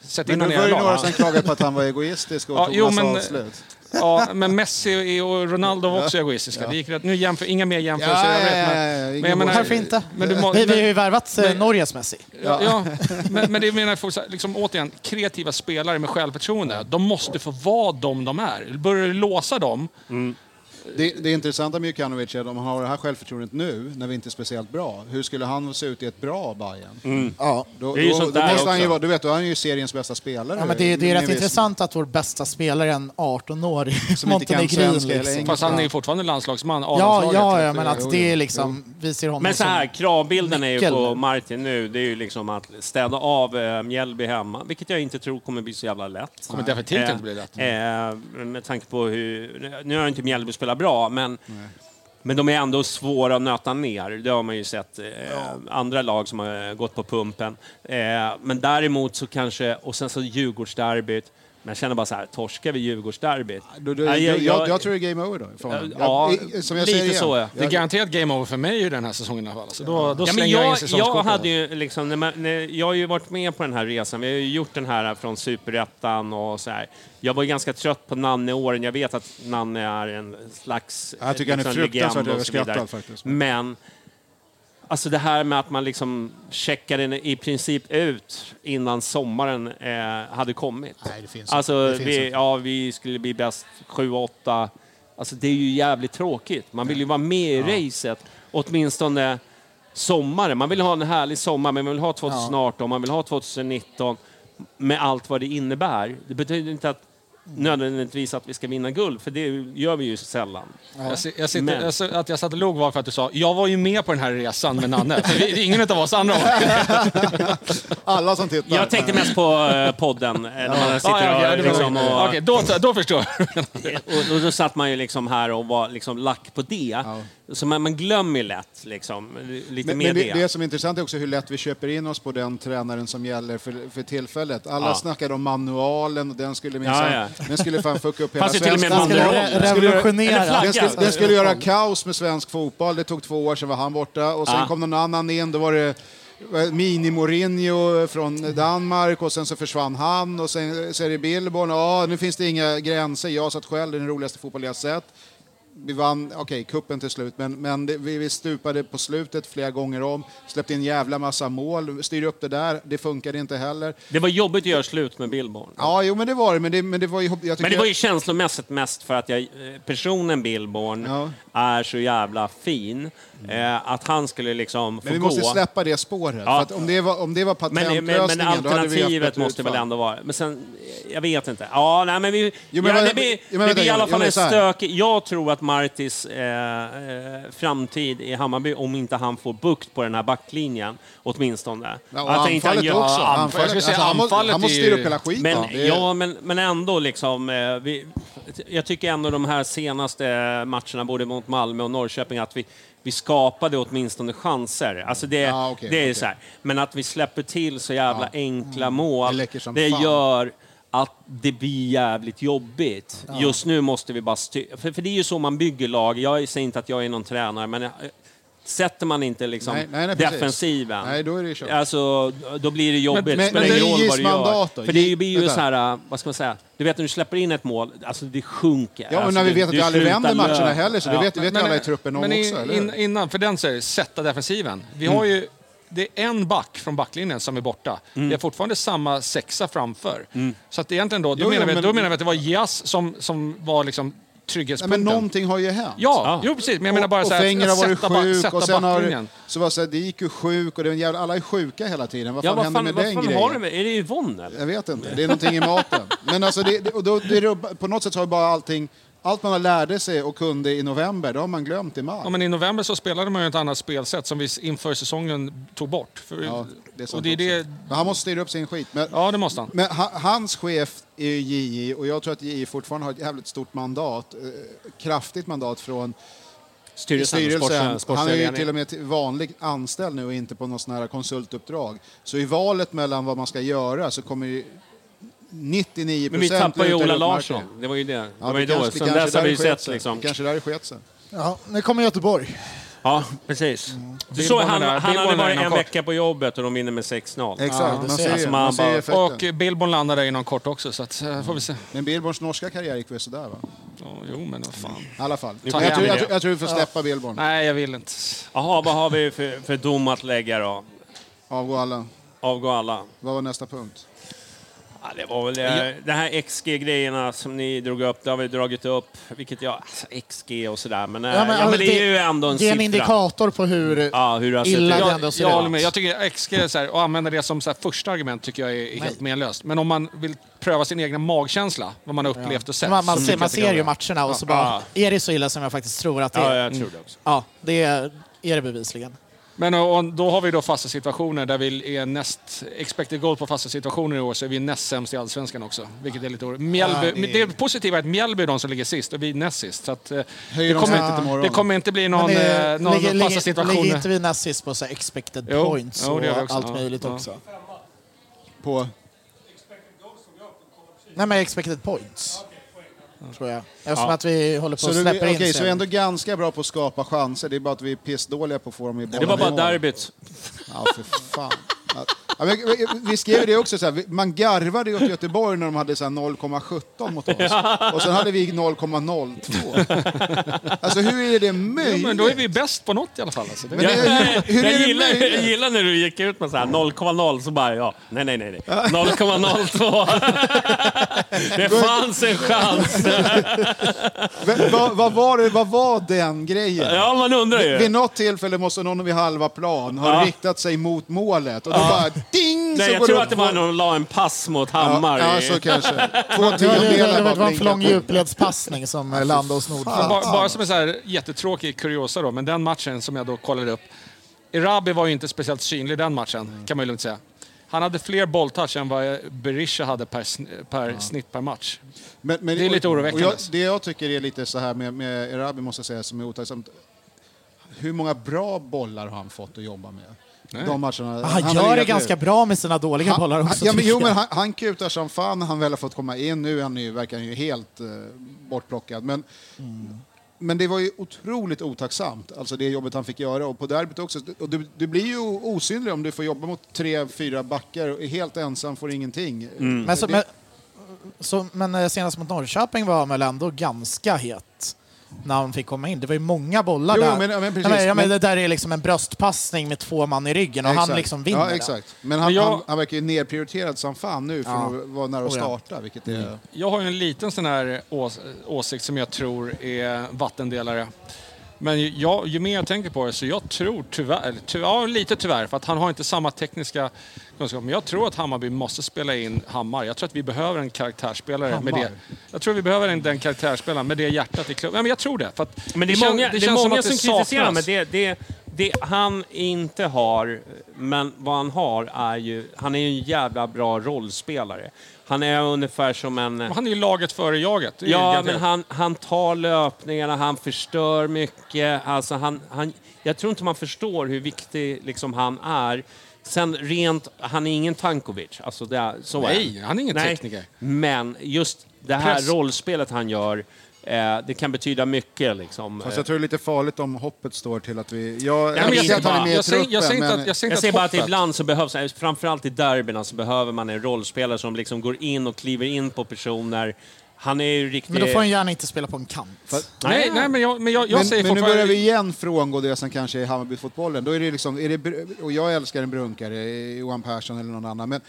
Sätt in Men honom nu i var det era ju lag. några som klagade på att han var egoistisk och Ja, tog jo, massa men- avslut. Ja, men Messi och Ronaldo var också egoistiska. Det gick rätt. Nu jämför, inga mer jämförelser, Ja, jag vet. ja, Men, ja, ja, men inga mål. jag menar, Varför inte? Men du må, vi, vi har ju men, värvat eh, Norges Messi. ja, ja, men, men det menar jag fortsatt, liksom, återigen, kreativa spelare med självförtroende, de måste få vara de de är. Börjar du låsa dem, Det, det intressanta med Jukanovic är att om han har det här självförtroendet nu, när vi inte är speciellt bra, hur skulle han se ut i ett bra Bayern? Mm. Ja. Då, Mm. Det är ju då, sånt då där måste han ju också. vara, du vet, då är han ju seriens bästa spelare. Ja, men det, är- det är Med rätt viss- intressant att vår bästa spelare är en 18-årig Som inte kan montenegrin. svenska eller Liksom. engelska. fast han är ju fortfarande landslagsman, Ja, A-landslaget. ja, ja, att, men eh, att jo, det är jo, liksom... Vi ser honom Men så här, som... kravbilden är ju nyckel. på Martin nu, det är ju liksom att städa av eh, Mjällby hemma, vilket jag inte tror kommer bli så jävla lätt. kommer definitivt inte bli lätt. Eh, eh, med tanke på hur... Nu har inte Mjällby spelat bra, men... Men de är ändå svåra att nöta ner. Det har man ju sett eh, andra lag som har eh, gått på pumpen. Eh, men däremot så kanske... Och sen så Djurgårdsderbyt. Men jag känner bara så här, torskar vi Djurgårdsderbyt? Då, då, Nej, jag, jag, jag tror det är game over då. för honom. Ja, Jag- i- som jag lite säger igen, så, ja. Det är garanterat game over för mig i den här säsongen i alla fall. Så då, då Ja, men slänger jag in jag, jag, säsongskortet. hade ju liksom, när man, när, jag har ju varit med på den här resan. Vi har ju gjort den här från Superettan och så här. Jag var ju ganska trött på Nanne-åren. Jag vet att Nanne är en slags Jag tycker han är liksom, legend fruktansvärt och så vidare. överskattad faktiskt. Men Alltså det här med att man liksom checkade den i princip ut innan sommaren eh, hade kommit. Nej, det finns inte. alltså, Det finns vi, inte. ja, vi skulle bli bäst 7-8. Alltså det är ju jävligt tråkigt. Man vill ju vara med i racet, åtminstone sommaren. Man vill ha en härlig sommar, men man vill ha 2018, man vill ha 2019 med allt vad det innebär. Det betyder inte att nödvändigtvis att vi ska vinna guld, för det gör vi ju sällan. Jag, si- jag sitter, Men- jag, si- att jag satt och log var för att du sa jag var ju med på den här resan med Nanne. För vi, ingen av oss andra var Alla som tittar. Jag tänkte mest på eh, podden, eh, när man sitter Ja, ja, okej, och, det var- liksom, och, Eh, okej, då, då förstår jag. och, och då satt man ju liksom här och var liksom lack på det. Så man, man glömmer ju lätt liksom, lite Men, mer men det, det. det som är intressant är också hur lätt vi köper in oss på den tränaren som gäller för, för tillfället. Alla Ja. snackade om manualen och den skulle minsann... Ja, ja. Den skulle fan fucka upp hela Fanns ju till och med svensk- manual. Den skulle- Re- den skulle göra- revolutionera. Eller Den skulle, flagga. den skulle göra kaos med svensk fotboll. Det tog två år, sen var han borta. Och sen Ja. kom någon annan in. Då var det eh, Mini Mourinho från Danmark och sen så försvann han och sen så är det Billborn. Ja, nu finns det inga gränser. Jag satt själv, det är den roligaste fotboll jag sett. Vi vann, okej, kuppen till slut, men, men det, vi, vi stupade på slutet flera gånger om. Släppte in jävla massa mål, styrde upp det där, det funkade inte heller. Det var jobbigt att göra slut med Billborn. Ja, jo men det var det, men det, men det var ju... Jag tycker Men det var ju känslomässigt mest för att jag, eh, personen Billborn Ja. Mm. är så jävla fin. Eh, att han skulle liksom få Men vi gå. måste släppa det spåret. Ja. För att om, det var, om det var men, patentlösningen men, men då hade vi haft alternativet bättre måste väl utfall. ändå vara... Men sen, jag vet inte. Ja, nej, men vi, Jo, men ja, vad- det blir, jo, men det vänta, blir i jag- alla jag fall menar en så här. stök. Jag tror att Martis eh, eh, framtid i Hammarby, om inte han får bukt på den här backlinjen, åtminstone. Ja, och att han inte han anfallet gör- också. Ja, anfallet. jag skulle säga han, måste, anfallet han måste är styra ju- upp hela skiten. Men, Det är- ja, men, men ändå liksom. eh, Vi, jag tycker ändå de här senaste matcherna, både mot Malmö och Norrköping, att vi, vi skapade åtminstone chanser. Alltså det, Ja, okej, det är okej. Mm. så här. Men att vi släpper till så jävla enkla mål, Det läcker det, som fan. gör att det blir jävligt jobbigt. Just nu måste vi bara styra. För, för det är ju så man bygger lag. Jag säger inte att jag är någon tränare, men eh, sätter man inte liksom Nej, nej, nej, precis. defensiven, Nej, då är det ju kört. alltså, då blir det jobbigt. Men- det men- spelar men ingen det är roll vad du JIS gör. mandat då? För det är ju- J- blir ju vänta. så här, eh, vad ska man säga, du vet när du släpper in ett mål, alltså det sjunker. Ja, men alltså, när vi det- vet att det det aldrig slutar vänder matcherna lön. heller, så det vet, vet ju alla i truppen om men i- också, eller Mm. in, hur? Innan, för den säger sätta defensiven. Vi har ju, det är en back från backlinjen som är borta. Mm. Vi har fortfarande samma sexa framför. Så att egentligen då, då, Jo, menar, jo, vi, men- då menar vi att det var Jas som, som var liksom Nej, trygghetspunkten. men någonting har ju hänt. Ja, jo precis. Men jag menar bara och så här, Fenger har varit sätta, ba- sjuk sätta och sen har, backlinjen. så var det så här, det gick ju sjuk och det är en jävla, alla är sjuka hela tiden. Vad fan Ja, vad händer fan, med vad den fan grejen? har du med, är det Yvonne eller? Jag vet inte, det är någonting i maten. Men alltså, det, det- och då, det, rubbar- på något sätt har ju bara allting, allt man har lärde sig och kunde i november, det har man glömt i maj. Ja, men I november så spelade man ju ett annat spelsätt som vi s- inför säsongen tog bort. För, Ja, det är och sant det är det, också. Men han måste styra upp sin skit. Men, ja, det måste han. Men ha- hans chef är ju JJ och jag tror att JJ fortfarande har ett jävligt stort mandat. Eh, kraftigt mandat från Styrelsen, styrelsen. sports- Han är ju sportsavdelningen. till och med till- vanlig anställd nu och inte på någon sån här konsultuppdrag. Så i valet mellan vad man ska göra så kommer ju 99 Men vi tappade ju luta Ola mot Martin. Larsson, det var ju det. Ja, det var ju kanske- då, sen kanske dess har där vi det ju sket sett sig. liksom. Det kanske där det sket sig. Ja, nu kommer Göteborg. Ja, precis. Du Bilbon såg, är Mm. han, där. han Bilbon hade är bara inom en kort. vecka på jobbet och de vinner med 6-0. Exakt, man ser ser, ju- ju, man man ser ju ser Och och, Bilbon landar där inom kort också, så att, eh, får vi se. Men Billborns norska karriär gick väl sådär va? Ja, jo, men vad fan. I alla fall. får Jag, jag tror, med jag, det. tror- jag tror vi får släppa Billborn. Nej, jag vill inte. Jaha, vad har vi för, för dom att lägga då? Avgå alla. Avgå alla. Vad var nästa punkt? Ja, det var väl det. Det här XG-grejerna som ni drog upp, det har vi dragit upp. Vilket jag... Alltså, XG och sådär. Men, eh, ja, men, alltså, det är ju ändå en Det är en siffra. indikator på hur... Ja, hur det har sett Illa ut. det Jag, ändå jag, ser det håller med. ut. Jag tycker XG, så här, att använda det som så här, första argument tycker jag är helt menlöst. Men om man vill pröva sin egna magkänsla, vad man har upplevt och sett. Man, man, så ser, tycker man jag att det ser ju kan vara. matcherna och så bara, är det så illa som jag faktiskt tror att det Ja, är? Mm. jag tror det också. Ja, det är, är det bevisligen. Men eh, och, och, då har vi då fasta situationer där vi är näst... Expected goal på fasta situationer i år, så är vi näst sämst i Allsvenskan också. Vilket är lite orimligt. Mjällby, Ja, det det... är- positiva är att Mjällby är de som ligger sist och vi är näst sist. Så att, eh, Höjer det, de kommer, snittet imorgon? det kommer inte bli någon, Men det eh, någon ligger- fasta ligger- situationer. Ligger inte vi näst sist på så här expected Jo, points jo, det gör vi och också. allt Ja, möjligt ja. också? På? Nej, men expected points. Tror jag. Eftersom att vi håller på Så, att du, släppa in okej, så vi är sen. ändå ganska bra på att skapa chanser. Det är bara att vi är pissdåliga på att få dem i bollen Det var i bara mål. derbyt. Ja, för fan. Ja, men, vi- vi skrev ju det också, så här, vi- man garvade ju åt Göteborg när de hade så här 0,17 mot oss. Och sen hade vi 0,02. Alltså hur är det Ja, möjligt? men då är vi bäst på något i alla fall. Alltså. Det... Men det- hur, hur är jag, det gillar, möjligt? jag gillar när du gick ut med så här 0,0 så bara ja, nej nej nej, nej. 0,02. det fanns en chans. V- Vad vad var, det- vad var den grejen? Ja, man undrar Vid ju. något tillfälle måste någon vid halva plan ha Ja. riktat sig mot målet och då bara ding Nej, så jag går tror upp att det var på- när de la en pass mot Ja, Hammar. ja, i- så kanske. Två Ja, det, det, tiondelar det var bara en för lång blinkar på. djupledspassning som eh, landade hos Bara, Nordfeldt. bara som en så här jättetråkig kuriosa då, men den matchen som jag då kollade upp. Erabi var ju inte speciellt synlig den Mm. matchen, kan man ju lugnt säga. Han hade fler bolltouch än vad Berisha hade per, sn- per snitt per match. Men, men, Det är lite och- oroväckande. och Jag, det jag tycker är lite så här med, med Erabi, måste jag säga, som är otacksamt. Hur många bra bollar har han fått att jobba med? De matcherna. Han, har Ah, gör det legat ganska ut. bra med sina dåliga bollar Han, också. ja, men, tycker jo, jag. men han, han kutar som fan när han väl har fått komma in. Nu är han ju, verkar han ju helt eh, bortplockad. Men, men det var ju otroligt otacksamt, alltså det jobbet han fick göra. Och på derbyt också. Och du, du blir ju osynlig om du får jobba mot tre, fyra backar och är helt ensam, får ingenting. Mm. Mm. Men, så, men, så, men eh, senast mot Norrköping var han väl ändå ganska het när han fick komma in. Det var ju många bollar Jo, där. men- ja, men precis. Nej, men, ja, men Men- det där är liksom en bröstpassning med två man i ryggen och han Exakt. liksom vinner Ja, den. exakt. Men han, Men jag- han, han verkar ju nedprioriterad som fan nu från att vara nära att Oh, ja. starta, vilket är... Jag har ju en liten sån här ås- åsikt som jag tror är vattendelare. Men ju- jag, ju mer jag tänker på det så jag tror tyvärr, eller tyvärr, ja lite tyvärr, för att han har inte samma tekniska kunskap. Men jag tror att Hammarby måste spela in Hammar. Jag tror att vi behöver en karaktärsspelare med det. Jag tror vi behöver en, den karaktärsspelaren med det hjärtat i klubben. Ja, men jag tror det. För att Men det är kän- många, det är känns som många att som, det kritiserar, men saknas. det, det, det han inte har, men vad han har är ju, han är ju en jävla bra rollspelare. Han är ungefär som en... Han är ju laget före jaget. Det är ju Ja, garanterat. men han, han tar löpningarna, han förstör mycket. Alltså han, han, jag tror inte man förstår hur viktig liksom han är. Sen rent, han är ingen Tankovic. Alltså det är, så Nej, är han är ingen tekniker. Men just det här Press. rollspelet han gör, eh, det kan betyda mycket. Liksom. Fast jag tror det är lite farligt om hoppet står till att vi... Jag, Ja, men jag, jag ser att han är säger- med i jag truppen, säger- jag säger inte men... att- jag säger Jag inte säger att bara att hoppet- ibland så behövs, framförallt i derbyna, så behöver man en rollspelare som liksom går in och kliver in på personer. Han är ju riktigt... Men Eh. då får han gärna inte spela på en kant. Nej, nej, men jag, men jag, jag men, säger men nu fortfarande... börjar vi igen frångå det som kanske är Hammarbyfotbollen. Då är det liksom, är det, br- och jag älskar en brunkare, eh, Johan Persson eller någon annan, men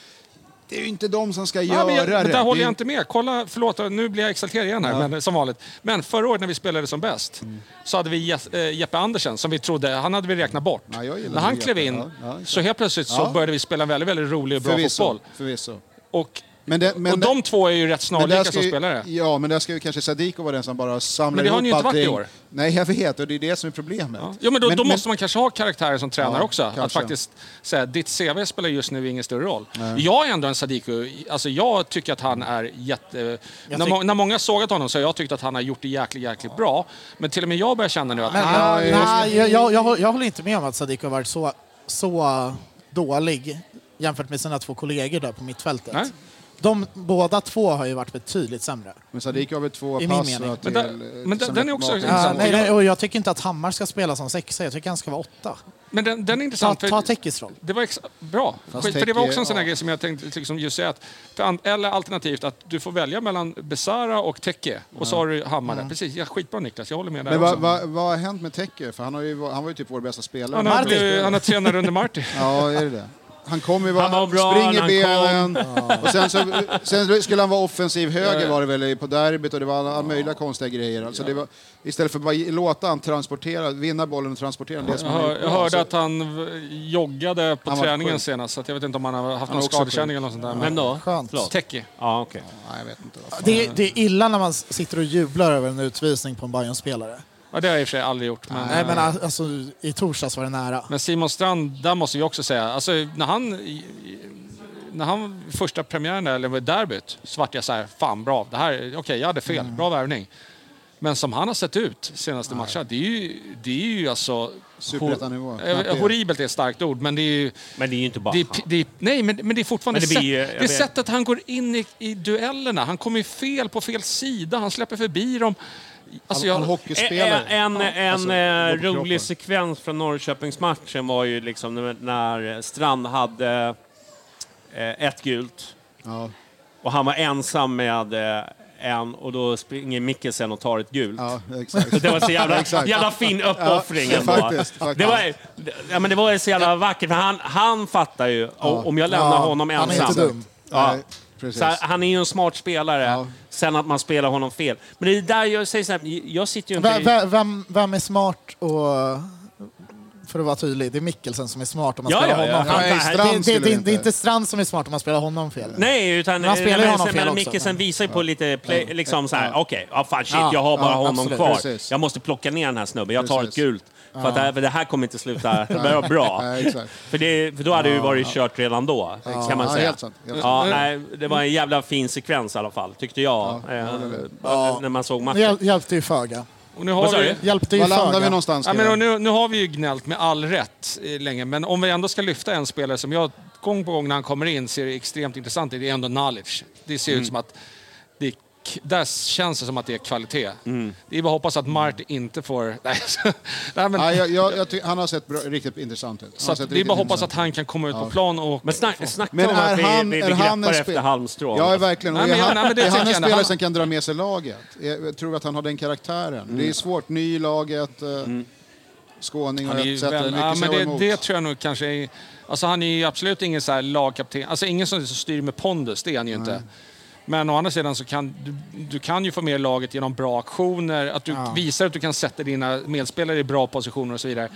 det är ju inte de som ska Ja, göra men jag, det. men Det där håller är- jag inte med. Kolla, förlåt, nu blir jag exalterad igen här, men, som vanligt. Men förra året när vi spelade som bäst Mm. så hade vi Je- eh, Jeppe Andersen som vi trodde, han hade vi räknat bort. Ja, jag gillar när han Jeppe. klev in Ja, ja, exakt. så helt plötsligt så Ja. började vi spela en väldigt, väldigt rolig och bra Förvisso. fotboll. förvisso. Och, Men det- men och det- de två är ju rätt Men där snarlika ska som ju- spelare. Ja, men där ska ju kanske Sadiko vara den som bara samlar Men det har han ju ihop inte varit i allting. år. Nej, jag vet, och det är det som är problemet. Ja, men då, då måste man kanske ha karaktärer som tränare Ja, också. Att kanske. faktiskt säga, ditt CV spelar just nu ingen större roll. Jag är ändå en Sadiku, alltså jag tycker att han är jätte... när, må- när många har sågat honom så har jag tyckt att han har gjort det jäkligt, jäkligt bra. Men till och med jag börjar känna nu att... Men, ah, nej, jag, jag, jag, hå- jag håller inte med om att Sadiq har varit så, så dålig jämfört med sina två kollegor där på mittfältet. Nej. De båda två har ju varit betydligt sämre. Men Sadiq har väl två I min pass mening. och att Men det där- är- men där- som den ett är också vapen. intressant. Ja, nej, nej, och jag tycker inte att Hammar ska spela som sexa, jag tycker han ska vara åtta. Men den, den är Ta, intressant. för- ta Tekis roll. Det var ex- bra. Fast Skit, för det var Teki- också en sån här ja. grej som jag tänkte liksom just säga. Att, för an- eller alternativt att du får välja mellan Besara och Teke. Och så har du Hammar där. Precis, ja, skitbra Niklas. Jag håller med där Men vad också. vad- vad har hänt med Tekke? För han, har ju, var- han var ju typ vår bästa spelare. han, har, Martin. blivit- han har tränare under Marti. Ja, är det det? Han kom ju bara, Han var bra när springer han benen. Och sen, så, sen skulle han vara offensiv höger var det väl på derbyt och det var alla möjliga konstiga grejer. Alltså det var, istället för att bara låta han transportera, vinna bollen och transportera den. Det som Jag, han hör, gjort jag bra. hörde Så- att han v- joggade på Han var träningen sjuk. senast. Så att jag vet inte om han har haft är någon också skadekänning eller något sånt där. Vem då? Skönt. Förlåt. Teke. Ja, okej. Nej, jag vet inte. vad fan. alltså. Det, är- det är illa när man s- sitter och jublar över en utvisning på en Bayern-spelare. Ja, det har jag i och för sig aldrig gjort. Men, eh, Nej, men al- alltså, i torsdags var det nära. Men Simon Strand, där måste jag också säga, alltså när han... i- i- När han första premiären där, eller var det derbyt, så vart jag så här, fan bra, det här, okej jag hade fel, Mm. bra värvning. Men som han har sett ut senaste matcherna, det är ju, det är ju alltså... Superettanivå. hor- Knappt eh, det. Horribelt är ett starkt ord, men det är ju... Men det är ju inte bara Det är, han. pi- det är, nej, men, men det är fortfarande Men det blir ju- jag sätt, det är vet. sättet han går in i, i duellerna. Han kommer ju fel på fel sida, han släpper förbi dem. Alltså, Han jag, hockeyspelare. Alltså, En, en, en eh, gå på kroppen. rolig sekvens från Norrköpingsmatchen var ju liksom när- när Strand hade eh, ett gult Ja. och han var ensam med eh, en och då springer Mickelsen och tar ett gult. Ja, exakt. Det var så jävla, Exakt. jävla fin uppoffring Ja, ändå. faktiskt, faktiskt. Det, var, ja, men det var ju så jävla vackert, för han, han fattar ju. o- Om jag lämnar Ja, honom han är ensam. inte dum. Ja. Nej, precis. Så han är ju en smart spelare. Ja. Sen att man spelar honom fel. Men det är där jag säger så här, jag sitter ju inte... Vem, i- vem- vem, vem är smart och... För att vara tydlig, det är Mikkelsen som är smart om man Ja, spelar ja, ja. honom Ja, fel. nej, Strand det, det, skulle det, inte. det är inte Strand som är smart om man spelar honom fel. Nej, utan eh, Men han spelar ju men- honom men fel också. Mickelsen visar ju på lite, play, liksom så här, okej, ja, fan shit, Ja, jag har bara ja, honom absolut. kvar. Precis. Jag måste plocka ner den här snubben, jag tar Precis. ett gult. För, att det, här, för det här kommer inte sluta bra. bra. Nej, exakt. För, det, för då hade det ju varit kört redan då, kan man Ja, säga. helt sant, helt ja, nej, det var en jävla fin sekvens i alla fall, tyckte jag, eh, när man såg Det matchen. hjäl- hjälpte ju föga. och nu Vad har sa vi, du? Hjälpte ju Var landar vi föga. någonstans? Ja, men killar? och nu, nu har vi ju gnällt med all rätt eh, länge, men om vi ändå ska lyfta en spelare som jag gång på gång när han kommer in ser extremt intressant ut, det är ändå Nalic. Det ser Mm. ut som att... Det, är k- där känns det som att det är kvalitet. Mm. Det är bara att hoppas att Mart inte får... Nej, nej, men, Nej, jag, jag, jag ty- han har sett bra, riktigt intressant ut. Han så har att, sett det är bara att riktigt hoppas att intressant han kan komma ut på plan och... Men snack, snacka Men om är att vi, han, vi, är vi han en greppar spe- efter halmstrån. Ja, verkligen. Och Nej, men är jag- han, nej, men det är tycker han en jag gärna. spelare Han- som kan dra med sig laget? Jag jag tror att han har den karaktären. Det Mm. är svårt. Ny i laget, eh, skåning och Han är ju ett sätt. Det är väl, mycket ja, som men går det, emot. det tror jag nog kanske är... Alltså han är ju absolut ingen så här lagkapten. Alltså ingen som styr med pondus, det är han ju inte. Men å andra sidan så kan du, du kan ju få med laget genom bra aktioner. Att du visar att du kan sätta dina medspelare i bra positioner och så vidare.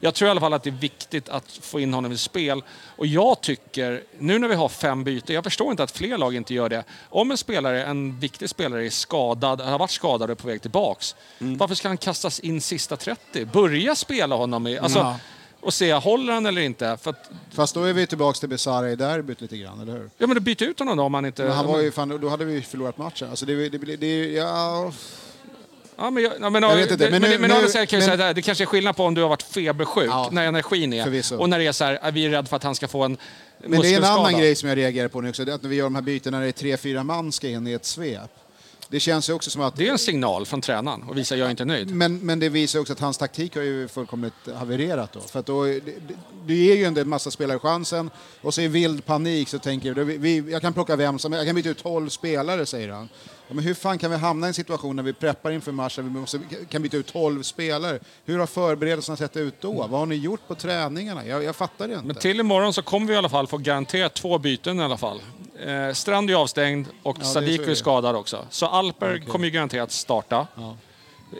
Jag tror i alla fall att det är viktigt att få in honom i spel. Och jag tycker, nu när vi har fem byten, jag förstår inte att fler lag inte gör det. Om en spelare, en viktig spelare, är skadad, har varit skadad och är på väg tillbaks. Mm. Varför ska han kastas in sista 30? Börja spela honom i, alltså, och se, håller han eller inte? För att, Fast då är vi tillbaka till Besara i derbyt lite grann, eller hur? ja men då byt ut honom då om han inte... Men han var ju fan, då hade vi ju förlorat matchen. Alltså det, det, det, det, ja, Ja, men jag, ja, men, Jag vet inte, det- men men, nu- men, nu- annars kan jag ju men- säga det, här, det kanske är skillnad på om du har varit febersjuk, Ja, när energin är, förvisso. och när det är så här, är vi är rädda för att han ska få en Men det är en muskelskada. annan grej som jag reagerar på nu också. Det är att när vi gör de här bytena när det är tre, fyra man ska in i ett svep. Det känns ju också som att Det är en signal från tränaren och visar jag är inte nöjd. Men, men det visar också att hans taktik har ju fullkomligt havererat då. För att då det, det- det ger ju ändå en massa spelare chansen och så i vild panik så tänker vi, vi jag kan plocka vem som jag kan byta ut 12 spelare säger han. Ja, men hur fan kan vi hamna i en situation när vi preppar inför matchen, vi måste, kan byta ut 12 spelare? Hur har förberedelserna sett ut då? Vad har ni gjort på träningarna? Jag, jag fattar det inte. Men till imorgon så kommer vi i alla fall få garanterat två byten i alla fall. Eh, Strand är avstängd och det är Sadiku så det är är. skadad också. Så Alper kommer ju garanterat starta.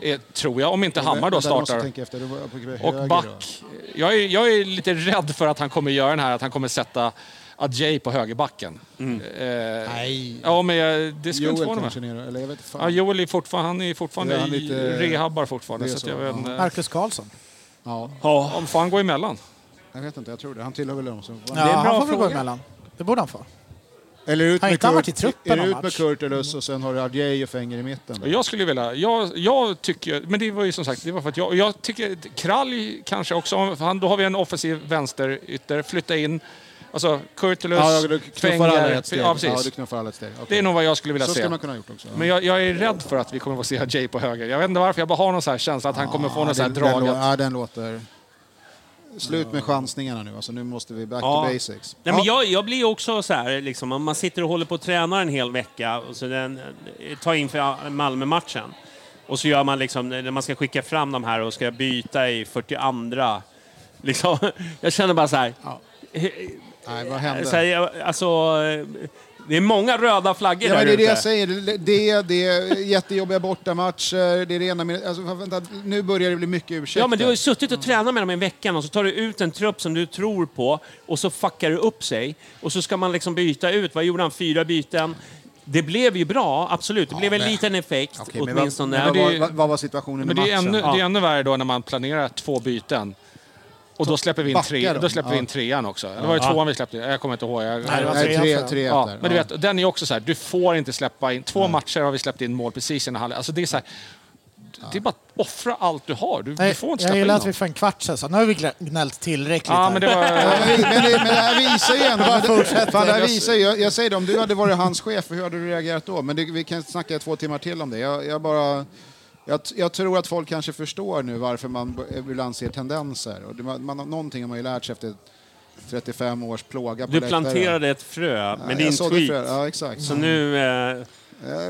Eh, tror jag, om inte Hammar då Vänta, jag måste startar. tänka efter. Då var jag på höger Och då. back. Jag är, jag är lite rädd för att han kommer göra den här, att han kommer sätta Adjei på högerbacken. Eh, Nej. Ja, men jag, det skulle inte Joel förvåna mig. kanske ner, eller jag vet fan. Ja, Joel är fortfarande, han är fortfarande Det är han i- lite- rehabbar det fortfarande. är Så att så, jag vet, inte. Marcus Karlsson. Ja, Ja, Om får han gå emellan? jag vet inte, jag tror det. Han tillhör väl dem som... Ja, han får väl gå fråga. emellan. Det borde han få. Eller ut Har med inte han Kurt, varit i truppen är det någon ut med match? Kurtulus och sen har du Adjei och Fenger i mitten? Och Jag skulle vilja... Jag, jag tycker... Men det var ju som sagt, det var för att jag... Jag tycker Kralj kanske också, för han, då har vi en offensiv vänsterytter, flytta in. Alltså Kurtulus, Ja, du knuffar alla ett steg. Ja, Ja, precis. du knuffar alla ett steg. Okej. det är nog vad jag skulle vilja Så se. ska man kunna ha gjort också. Ja. Men jag, jag är rädd för att vi kommer att få se Jay på höger. Jag vet inte varför, jag bara har någon så här känsla att han kommer få något så här den, den, drag. Ah, lå- att- ja, den låter... Slut med chansningarna nu. Alltså, nu måste vi back Ja. to basics. Nej, men jag, jag blir ju också så här, liksom, om man sitter och håller på och tränar en hel vecka och så den, eh, tar inför Malmö-matchen. Och så gör man liksom, när man ska skicka fram de här och ska byta i 42 liksom, Jag känner bara så här, Nej, vad så hände? här jag- alltså, eh, det är många röda flaggor Ja, men där det är det jag ute. säger. Det, det, det är jättejobbiga bortamatcher. Det är det ena med, alltså, vänta, nu börjar det bli mycket ursäkter. Ja, men du har ju suttit och tränat med dem i en vecka och så tar du ut en trupp som du tror på och så fuckar du upp sig. Och så ska man liksom byta ut. Vad gjorde han? Fyra byten. Det blev ju bra, absolut. Det blev en men- liten effekt Okej, men vad, åtminstone. men vad, det är var, ju- vad, vad var situationen Men med det är, matchen? Ah. ännu, det är Ja. ännu värre då när man planerar två byten. Och då släpper vi in, backar tre, de. då släpper vi in Ja. trean också. Det var ju tvåan vi släppte in. Jag kommer inte ihåg. Jag, Nej, det var Nej, tre, trean. tre ja, efter. men du Ja. vet, den är också så här, du får inte släppa in... Två matcher har vi släppt in mål precis innan halvlek. Alltså det är så här, det är bara att offra allt du har. Du, du Nej, får inte jag släppa in gillar att någon. vi för en kvart sedan sa nu har vi glä- gnällt tillräckligt. Ja, här. men det var... Ja, men, men, det, men det här visar ju ändå... Fan, det här visar, ju- jag, jag säger det, om du hade varit hans chef, hur hade du reagerat då? Men det, vi kan snacka två timmar till om det. Jag, jag bara... Jag, t- jag tror att folk kanske förstår nu varför man b- ibland ser tendenser. Och det, man, man, har- någonting har man ju lärt sig efter 35 års plåga på Du läktaren. planterade ett frö med Ja, din jag såg det tweet. för- Ja, exakt. Så nu... Eh,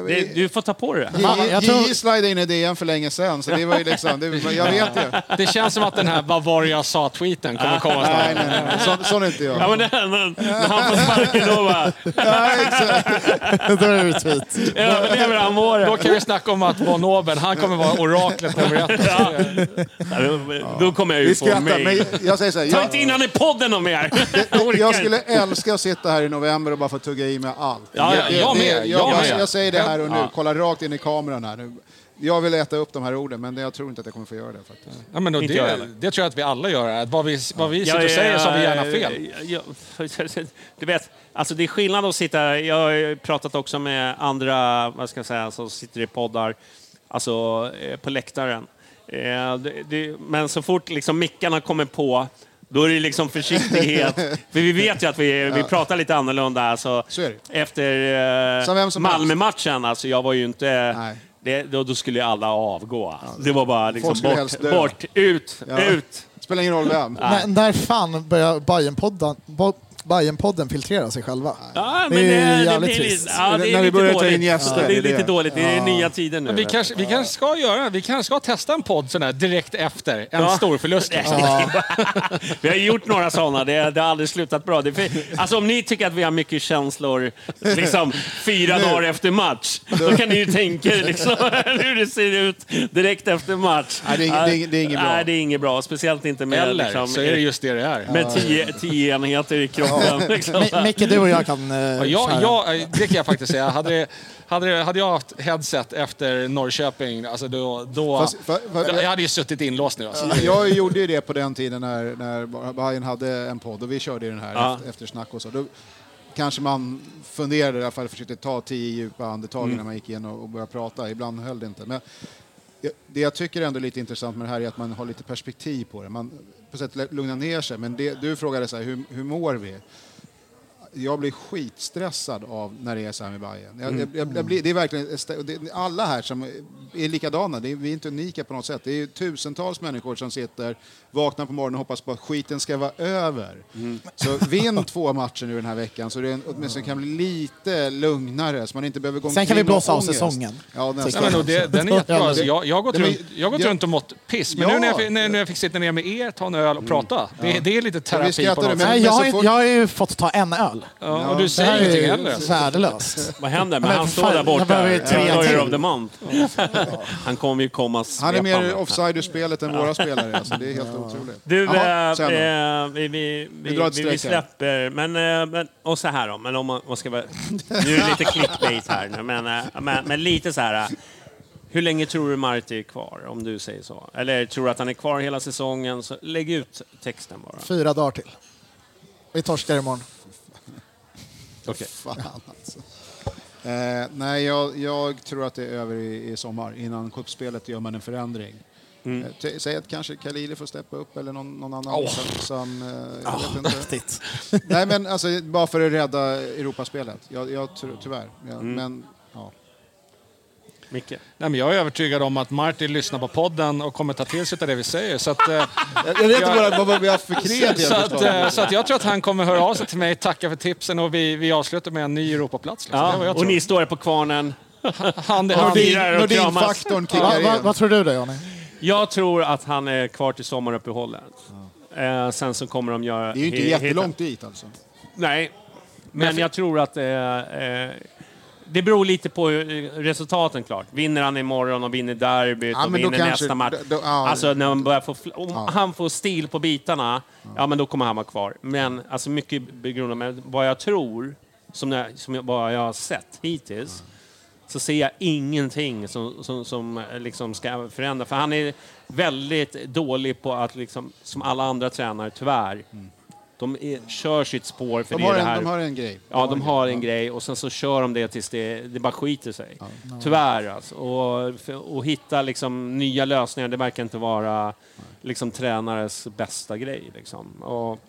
det, du får ta på dig det. Fan, JJ jag tror- JJ slide in i DN för länge sedan, så det var ju liksom... Det, jag vet ju. Det känns som att den här vad var det jag sa-tweeten kommer komma snart. Nej, nej, nej. Sån, sån är inte jag. Ja, men det, när, när han får sparken då bara... Ja, exakt. Då är det retweet. Överlever han våren? Då kan vi snacka om att Von Oben, han kommer vara oraklet nummer ett. Ja. Ja, då- Då kommer jag ju Vi få skrattar, men mig. jag- jag säger så här. Ta Jag, inte in han i podden om er! Jag orkar jag inte. skulle älska att sitta här i november och bara få tugga i mig allt. Ja, ja, Det- jag det- med, Jag, jag med. jag, jag säger det här och nu. Kolla rakt in i kameran här. Nu- Jag vill äta upp de här orden, men jag tror inte att jag kommer få göra det faktiskt. Ja, men då, Inte jag heller. det, det tror jag att vi alla gör. Att vad vi, vad vi sitter Jag och säger är- så har vi gärna fel. jag- jag- Du vet, alltså det är skillnad att sitta... Jag har ju pratat också med andra vad ska jag säga, som sitter i poddar, alltså eh, på läktaren. Eh, det- det- Men så fort liksom mickarna kommer på, då är det liksom försiktighet. För vi vet ju att vi, vi pratar lite annorlunda. Alltså, Så är det. Efter Som vem eh, som Malmö-matchen, alltså jag var ju inte... Nej. Det, då, då skulle ju alla avgå. Det var bara liksom skulle helst bort, dö. bort, ut, Ja. ut. Spelar ingen roll vem. När, när fan börjar Bajenpodden Bo- Bajenpodden filtrera sig själva? Ja, Det men är det, det, jävligt blir trist. lite, ja, det är När vi lite börjar ta dåligt. in gäster, Ja, det är det är lite det. dåligt. Det är nya tider nu. Men vi kanske, vi kanske ska göra Vi kanske ska testa en podd sån här direkt efter en Ja. stor förlust. liksom. vi har gjort några sådana. Det, det har aldrig slutat bra. Det, är för- alltså, om ni tycker att vi har mycket känslor liksom, fyra dagar efter match, då kan ni ju tänka er liksom, hur det ser ut direkt efter match. Nej, det är inget- det är inget- det är inget bra. Nej, det är inget bra. Speciellt inte med, Eller liksom, så är det just det det är. med tio, tio enheter i kroppen. Liksom. Mi- Micke, du och jag kan... eh, Ja, Jag, köra. jag, eh, det kan jag faktiskt säga. Hade, det- hade, det- hade jag haft headset efter Norrköping, alltså då, då, Fast- fa- fa- jag hade ju suttit inlåst nu. Alltså. Jag gjorde ju det på den tiden när, när Bayern hade en podd och vi körde ju den här Ja. efter- eftersnack och så. Då kanske man funderade i alla fall, försökte ta tio djupa andetag när man gick in och, och började prata. Ibland höll det inte. Men jag- det jag tycker ändå är lite intressant med det här är att man har lite perspektiv på det. Man på sätt lä- lugnar ner sig. Men det, du frågade så här, hur, hur mår vi? Jag blir skitstressad av när det är så här med Bayern. Mm. Jag, jag, jag, blir, det är verkligen, ett stä- det, alla här som är likadana, det är, vi är inte unika på något sätt. Det är ju tusentals människor som sitter, vaknar på morgonen och hoppas på att skiten ska vara över. Så vinn två matcher nu den här veckan så det är en, åtminstone kan bli lite lugnare så man inte behöver gå Sen kan omkring vi blåsa med av ångest. säsongen. Ja, Tycker Nej, nästan. men, och det, den är jättebra. Alltså, det- jag, jag har gått, Nej, men runt, jag har gått jag- runt och mått piss, men Ja. Mm. nu när jag, fick- när, när jag fick sitta ner med er, ta en öl och prata, det, det är lite vi terapi på skrattar, något men- sätt. Nej, jag, så har, inte- fort- jag har ju fått ta en öl. Ja, och du Det här säger ingenting är heller. alltså. ju värdelöst. Vad händer? Men Men han för står fan, där jag behöver ju borta. tre Employer till. of the month. Han kommer ju komma Han är svepande. mer offside ur spelet än våra spelare. Alltså, det är helt otroligt. Du, Jaha, eh, sen då. eh, vi, vi, vi, drar vi, ett vi streck här. släpper... Men, eh, men, och så här då, men om man, man ska vara, nu är det lite clickbait här nu, men, eh, men, men lite så här... eh, Hur länge tror du Marti är kvar, om du säger så? Eller tror du att han är kvar hela säsongen? Så lägg ut texten bara. Fyra dagar till. Vi torskar imorgon. Okay. Fan alltså. Eh, nej, jag, jag tror att det är över i, i sommar. Innan kuppspelet gör man en förändring. Mm. Eh, t- Säg att kanske Kalili får steppa upp eller någon, någon annan. Åh. Som, som, eh, jag vet inte. Nej, men alltså, bara för att rädda Europaspelet. Jag, jag, ty- tyvärr. Jag, Mm. Men, ja. Micke? Nej, men jag är övertygad om att Martin lyssnar på podden och kommer ta till sig av det vi säger. Så att, eh, Jag vet inte Jag- vad, vad vi har för kreativa så, att, eh, förslag. så att jag tror att han kommer höra av sig till mig, tacka för tipsen och vi, vi avslutar med en ny Europaplats. Liksom. Det är vad Ja, jag och tror. ni står här på kvarnen. han, han, Nordin- firar och kramas. Nordin-faktorn kickar Va, va, in. vad tror du då, Johnny? Jag tror att han är kvar till sommaruppehållet. Eh, sen så kommer de göra... Det är ju inte hi- hitta- jättelångt dit alltså. Nej, men jag tror att... Eh, eh, det beror lite på hur- resultaten klart. Vinner han imorgon och vinner derbyt Ja, och men då vinner kanske- nästa match. då- då- ja. Alltså när man börjar få, fl- om han får stil på bitarna, ja. men då kommer han vara kvar. Men alltså mycket begrundat med vad jag tror, som, jag, som jag, vad jag har sett hittills, så ser jag ingenting som, som, som liksom ska förändra. För han är väldigt dålig på att, liksom, som alla andra tränare tyvärr, de är, kör sitt spår för De det, är har, det en, här. de har en grej. Ja, de har en grej och sen så kör de det tills det, det bara skiter sig. Tyvärr alltså. Och, för- och hitta liksom nya lösningar, det verkar inte vara liksom tränares bästa grej. Liksom. Och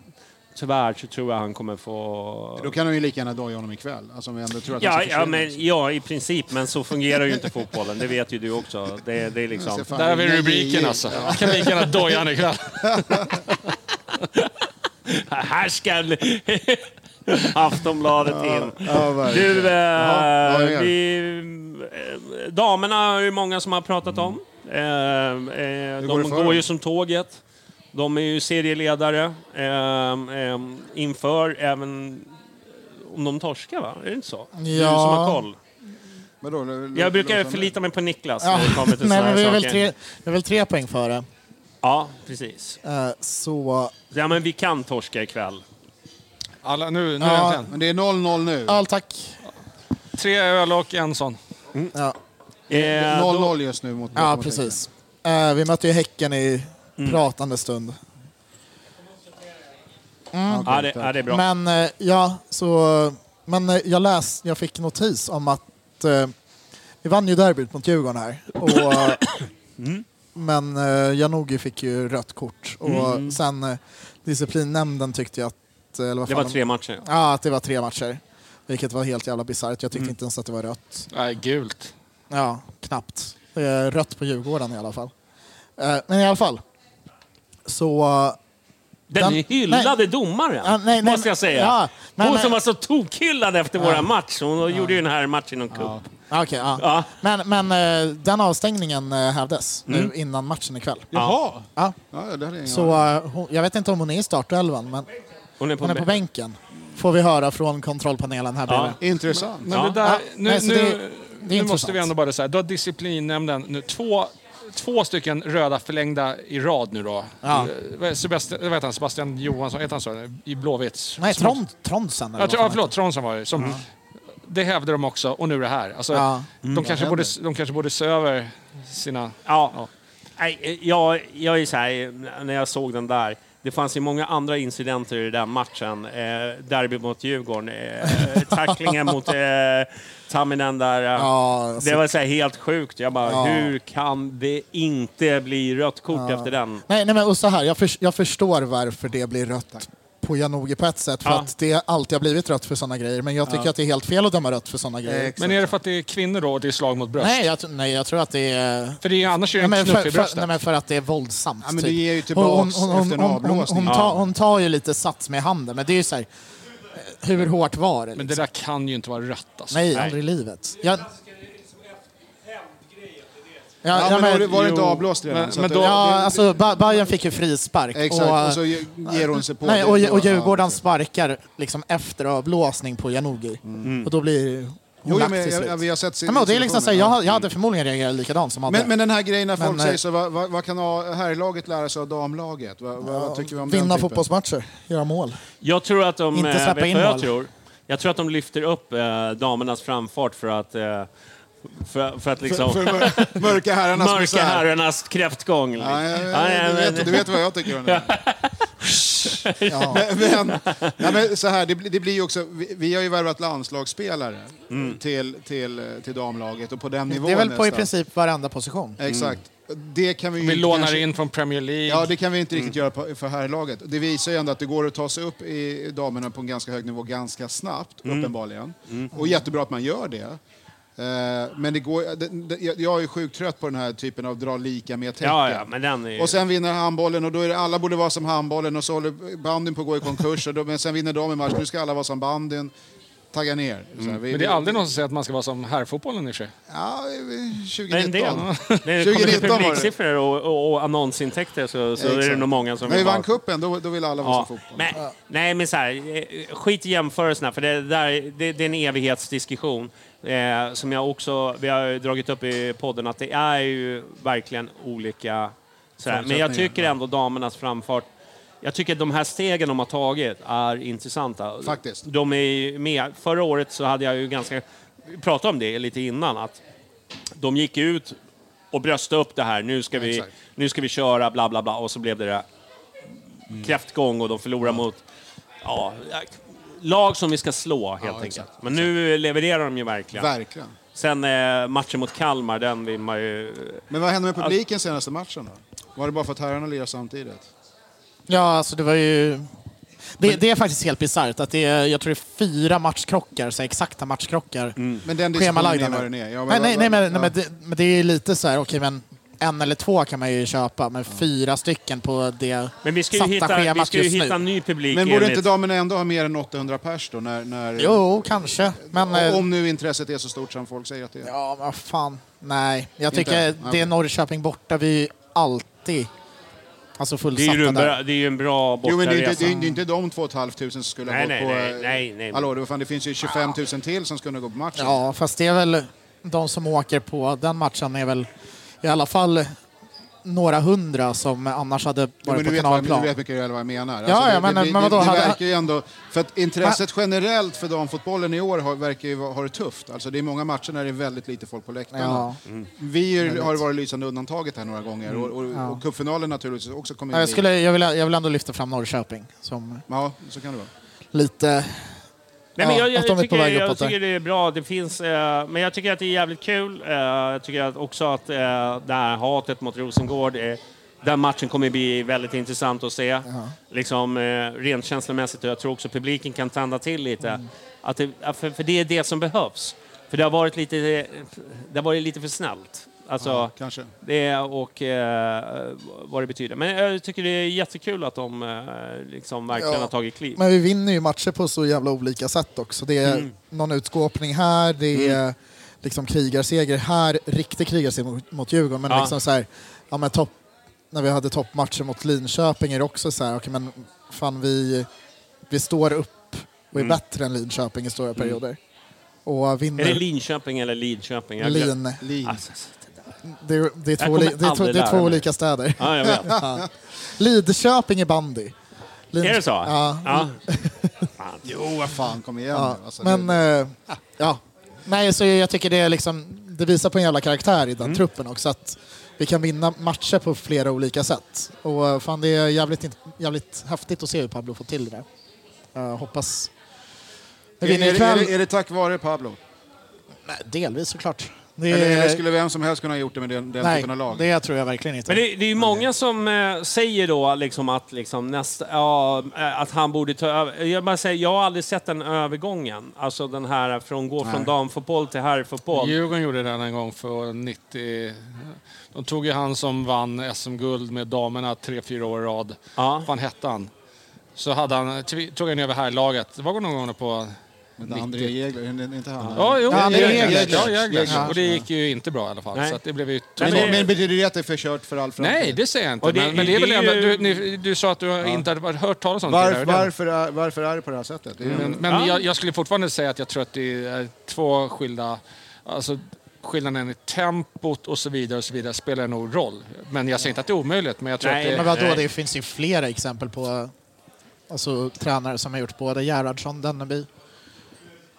tyvärr så tror jag han kommer få... Då kan de ju lika gärna döja honom ikväll. Alltså, om vi ändå tror att han Ja, ska ja, försvinna. men, ja, i princip, men så fungerar ju inte fotbollen. Det vet ju du också. Det, det är liksom... Stefan, Där har vi nej, rubriken nej. alltså. Jag kan lika gärna doja han ikväll. Här ska Aftonbladet in. Ja, verkligen. Du, eh, Jaha, vad är det? vi, eh, damerna är ju många som har pratat om. Eh, eh, går det de för går dem? ju som tåget. De är ju serieledare eh, eh, inför även om de torskar, va? Är det inte så? Du som har koll. Vadå, lå- lå- Jag brukar låter- förlita mig på Niklas Ja, när det kommer till Nej, såna men vi är här väl saker. tre, vi är väl tre poäng före. Ja, precis. Eh, så Ja, men vi kan torska ikväll. Alla, nu, nu Ja. äntligen. Men det är 0-0 nu. all tack. Tre öl och en sån. Mm. Ja, Eh, 0-0 just nu mot ja mot- precis. Eh, vi mötte ju Häcken i Mm. pratande stund. Mm. Ja, okej, ja, det, ja, tack. det är bra. Men eh, ja, så... Men eh, jag läste, jag fick notis om att eh, vi vann ju derbyt mot Djurgården här. Och, eh, Men eh, Janogy fick ju rött kort och Mm. sen eh, disciplinnämnden tyckte ju att... eh, Eller vad Det var fan de- tre matcher. Ja, att det var tre matcher. Vilket var helt jävla bisarrt. Jag tyckte Mm. inte ens att det var rött. Nej, gult. Ja, knappt. Eh, Rött på Djurgården i alla fall. Eh, Men i alla fall. Så... eh, Den, Den- hyllade nej. domaren, Ja, nej, nej, måste jag säga. ja, men- hon men- som var så tokhyllad efter våra match. Hon gjorde ju den här matchen någon cup. Ja, Okej, ja. Ja. Men, men eh, den avstängningen eh, hävdes Mm. nu innan matchen ikväll. Jaha! Ja. Ja, det hade jag ingen Så eh, hon, jag vet inte om hon är i startelvan, men Hon är på, hon är på bänk. bänken. Får vi höra från kontrollpanelen här bredvid. aning om. Intressant. Men Ja. det där, Ja, nu, nej, så nu, det- det är nu måste intressant. vi ändå bara säga, då har disciplinnämnden nu två, två stycken röda förlängda i rad nu då. Ja. Eh, Sebastian, vad heter han, Sebastian Johansson, heter han så? I Blåvitts? Nej, Trond, Trondsen eller Ja, vad tr- fan ja, heter förlåt, Trondsen var det. Som, Det hävdade de också, och nu är det här. Alltså, Ja. Mm, de, kanske borde, de kanske borde se över sina... Ja. Nej, eh, jag, jag är så här, eh, när jag såg den där. Det fanns ju många andra incidenter i den matchen. Eh, derby mot Djurgården, eh, tacklingen mot eh, Tamminen där. eh. Ja, alltså. det var så här helt sjukt. Jag bara, Ja. hur kan det inte bli rött kort efter den? Nej, nej, men och så här, jag, förs- jag förstår varför det blir rött på Janogy på ett sätt, för Ja. att det alltid har blivit rött för sådana grejer. Men jag tycker att det är helt fel att döma rött för sådana grejer. Men är det för att det är kvinnor då och det är slag mot bröst? Nej jag, tr- nej, jag tror att det är... För det är, ju- annars är det Nej, en men knuff för, i för, nej, bröstet. men för att det är våldsamt. Ja, men det typ. ger ju tillbaks efter en hon, hon, avblåsning. hon, tar, hon tar ju lite sats med handen, men det är ju så här, eh, hur hårt var det? Men Liksom? det där kan ju inte vara rött alltså. nej, aldrig i livet. Jag, Ja, Ja, ja, men, men, var det inte jo. avblåst redan? Men- så men att då- det- ja, alltså, Ba- Bayern fick ju frispark. Exakt, och, och så ge- ger hon sig på nej, det. och, och Ja, Djurgården okej. sparkar liksom efter avblåsning på Janogy. Mm. Och då blir hon Jo, ja, lack men till jag, slut. jag, vi har sett ja, men, och det är liksom så här, jag, situationen. jag hade förmodligen reagerat likadant som hade. men, men den här grejen när folk Men, eh, säger så, vad, vad, vad kan ha- herrlaget lära sig av damlaget? Vad, vad, vad tycker vi om den Vinna typen? fotbollsmatcher, göra mål. Jag tror att de... Inte släppa eh, vet in vad jag mål. tror? Jag tror att de lyfter upp eh, damernas framfart för att... Eh, för, för att liksom... För mör- mörka herrarnas mörka misär. herrarnas kräftgång. liksom. Ja, ja, ja, Ja, ja, du, men- vet, du vet vad jag tycker om det. Ja. men, ja, men så här, det, blir- det blir ju också, vi, vi har ju värvat landslagsspelare till, till, till damlaget och på den nivån Mm. Det är väl nästan. på i Mm. princip varenda position. Exakt. Det kan vi, ju Vi inte lånar kanske- in från Premier League. Ja, det kan vi inte riktigt Mm. göra på- för herrlaget. Det visar ju ändå att det går att ta sig upp i damerna på en ganska hög nivå ganska snabbt, Mm. uppenbarligen. Och jättebra att man gör det. Eh, Men det går, det, det, jag- jag är ju sjukt trött på den här typen av dra lika med tecken. Ja, ja, men den är ju- Och sen vinner handbollen och då är det, alla borde vara som handbollen och så håller bandyn på att gå i konkurs. Och då, men sen vinner de en match, nu ska alla vara som bandyn. Tagga ner. Så här, vi- Men det är aldrig någon som säger att man ska vara som herrfotbollen i och för sig. Ja, vi- En 2019. del. När det kommer till 2019 var det. publiksiffror och, och, och annonsintäkter så, så är det Exakt. nog många som När vi vill vann vara... cupen, då, då vill alla vara Ja. som fotboll. Men, nej, men så här, eh, skit i jämförelserna, för det, där, det, det är en evighetsdiskussion. Eh, som jag också, vi har ju dragit upp i podden, att det är ju verkligen olika... Så här. Men jag tycker ändå damernas framfart... Jag tycker att de här stegen de har tagit är intressanta. Faktiskt. De är ju med. Förra året så hade jag ju ganska... Vi pratade om det lite innan, att de gick ut och bröstade upp det här. Nu ska, vi, Exakt. nu ska vi köra, bla bla bla. Och så blev det det Mm. kräftgång och de förlorar mot ja, lag som vi ska slå helt enkelt. Men nu levererar de ju verkligen. Verkligen. Sen eh, matchen mot Kalmar, den vill man ju... Alltså, Men vad hände med publiken senaste matchen då? Var det bara för att herrarna lirade samtidigt? Ja, alltså det var ju... Det, det är faktiskt helt bisarrt att det är, jag tror det är fyra matchkrockar, så här, exakta matchkrockar. Mm. Men den diskussionen Schemalagda är vad den nu. är. Nej, Ja, men nej, vad- nej, men, ja. nej, men, det, men det är ju lite så här, okej men en eller två kan man ju köpa, men fyra stycken på det Men vi ska ju satta hitta, vi schemat ska ju just hitta en nu. ny publik Men borde enligt- inte damerna ändå ha mer än 800 pers då? När, när, Jo, kanske. Men, eh, Om nu intresset är så stort som folk säger att det är. Ja, men vad fan. Nej, jag Inte? tycker Nej, det okej. är Norrköping borta. Vi är ju alltid alltså det, är fullsatta ju en bra, där. det är ju en bra Jo, men det är ju bortaresa. inte, det är ju inte de 2 500 som skulle ha Nej, gått nej, på... nej, eh, nej, nej. Ah. Hallå, det, var fan, det finns ju 25 000 till som skulle gå på matchen. Ja, fast det är väl de som åker på den matchen är väl i alla fall några hundra som annars hade varit Jo, men på du, vet vad, du kanalplan. vet mycket väl vad jag menar. Alltså, Ja, ja, det, men- det, blir- men det, vadå, det hade- verkar ju ändå... För att intresset generellt för damfotbollen i år har, verkar ju vara- ha det tufft. Alltså, det är många matcher när det är väldigt lite folk på läktarna. Ja. Mm. Mm. Vi är, har varit lysande undantaget här några gånger och, och, och cupfinalen naturligtvis också kommer Ja, in Jag, i- skulle, jag, vill, jag vill ändå lyfta fram Norrköping som Ja, så kan det vara. lite... Nej, men Ja, jag, jag, att de är på tycker, väg jag uppåt där. tycker det är bra. Det finns, eh, men jag tycker att det är jävligt kul. Eh, jag tycker att också att eh, det här hatet mot Rosengård, eh, den matchen kommer bli väldigt intressant att se. Liksom, eh, rent känslomässigt och jag tror också publiken kan tända till lite. Att det, ja, för, för det är det som behövs. För det har varit lite, det har varit lite för snällt. Alltså, Kanske. det och eh, vad det betyder. Men jag tycker det är jättekul att de eh, liksom verkligen Ja. har tagit kliv. Men vi vinner ju matcher på så jävla olika sätt också. Det är Mm. någon utskåpning här, det är liksom krigarseger här, riktig krigarseger mot, mot Djurgården. Men Ja. liksom så här, ja, men topp, när vi hade toppmatcher mot Linköping är det också så här, okej men fan vi, vi står upp och är Mm. bättre än Linköping i stora perioder. Och vinner Är det Linköping eller Lidköping? Jag glöm- Lin. Lin. Alltså, Det, är- det, är två, kommer oli- det, är två, aldrig det är lära två mig. olika städer. ja, jag vet. Lidköping är bandy. Lin- Är det så? Ja. Jo, vad fan, kom igen Ja, nu. alltså, men det, eh, ja. Nej, så jag tycker det är liksom, det visar på en jävla karaktär i den Mm. truppen också att vi kan vinna matcher på flera olika sätt. Och eh, fan det är jävligt, int- jävligt häftigt att se hur Pablo får till det där. Jag hoppas... Vi är, vinner är, det- är, ikväll. det, är det tack vare Pablo? Nej, delvis såklart. Det, Eller, eller skulle vem som helst kunna ha gjort det med den, den nej, typen av lag? det tror jag verkligen inte. Men det, det är ju många som eh, säger då liksom att, liksom nästa, ja, eh, att han borde ta över. Jag, bara säger, jag har aldrig sett den övergången. Alltså den här från gå från damfotboll till herrfotboll. Djurgården gjorde den en gång för 90... De tog ju han som vann SM-guld med damerna tre, fyra år i rad. Ja. Vad hette han? Så hade han, tog tog han över här laget. Det var någon gång på... Men André Jegler, är det inte han? Ja, jo, Ja, han är Jägler. Jägler. Ja, Jägler. Jägler. Och det gick ju inte bra i alla fall. Nej. Så att det blev ju Men, det- totalt- men betyder det att det är förkört för all framtid? Nej, det säger jag inte. Och det- men, men det är väl det är ändå, ju- du, ni, du sa att du inte hade varit- hört talas om Varför, tidigare. Det är det. varför, är, varför är det på det här sättet? Det är, Men, men jag, jag skulle fortfarande säga att jag tror att det är två skilda... Alltså, skillnaden i tempot och så vidare och så vidare spelar nog roll. Men jag säger inte att det är omöjligt, men jag tror Nej, att det... Men vadå, Nej. det finns ju flera exempel på eh, alltså, tränare som har gjort både Gerhardsson, Denneby.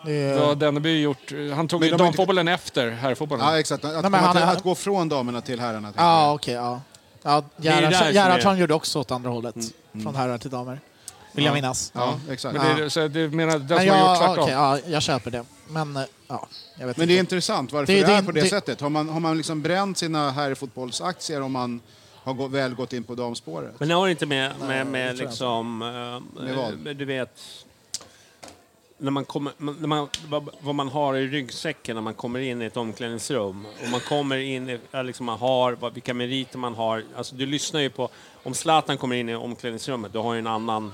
Det är- Då har Denneby gjort... Han tog Men ju de har inte- damfotbollen efter herrfotbollen. ja, exakt. Att, men han att, är- att gå från damerna till herrarna. tänker jag. Ja, okej. ja. Ja, där som är- Gerhardsson Mm, Gerhardsson gjorde också åt andra hållet, från herrar till damer. vill jag minnas. Ja, exakt. Men det, är- så du menar, den Men som har gjort jag, tvärtom? okej, ja, jag köper det. Men eh, ja, jag vet Men det är inte. intressant varför det, Det- det- är på det, det- sättet. Har man, har man liksom bränt sina herrfotbollsaktier om man har gå, väl gått in på damspåret? Men det har inte med, med, med liksom... eh, Med vad? eh, Du vet... När man kommer, man- när man, vad, vad man har i ryggsäcken när man kommer in i ett omklädningsrum. Och man kommer in i, ja, liksom man har, vad, vilka meriter man har. Alltså du lyssnar ju på... Om Zlatan kommer in i omklädningsrummet, då har ju en annan...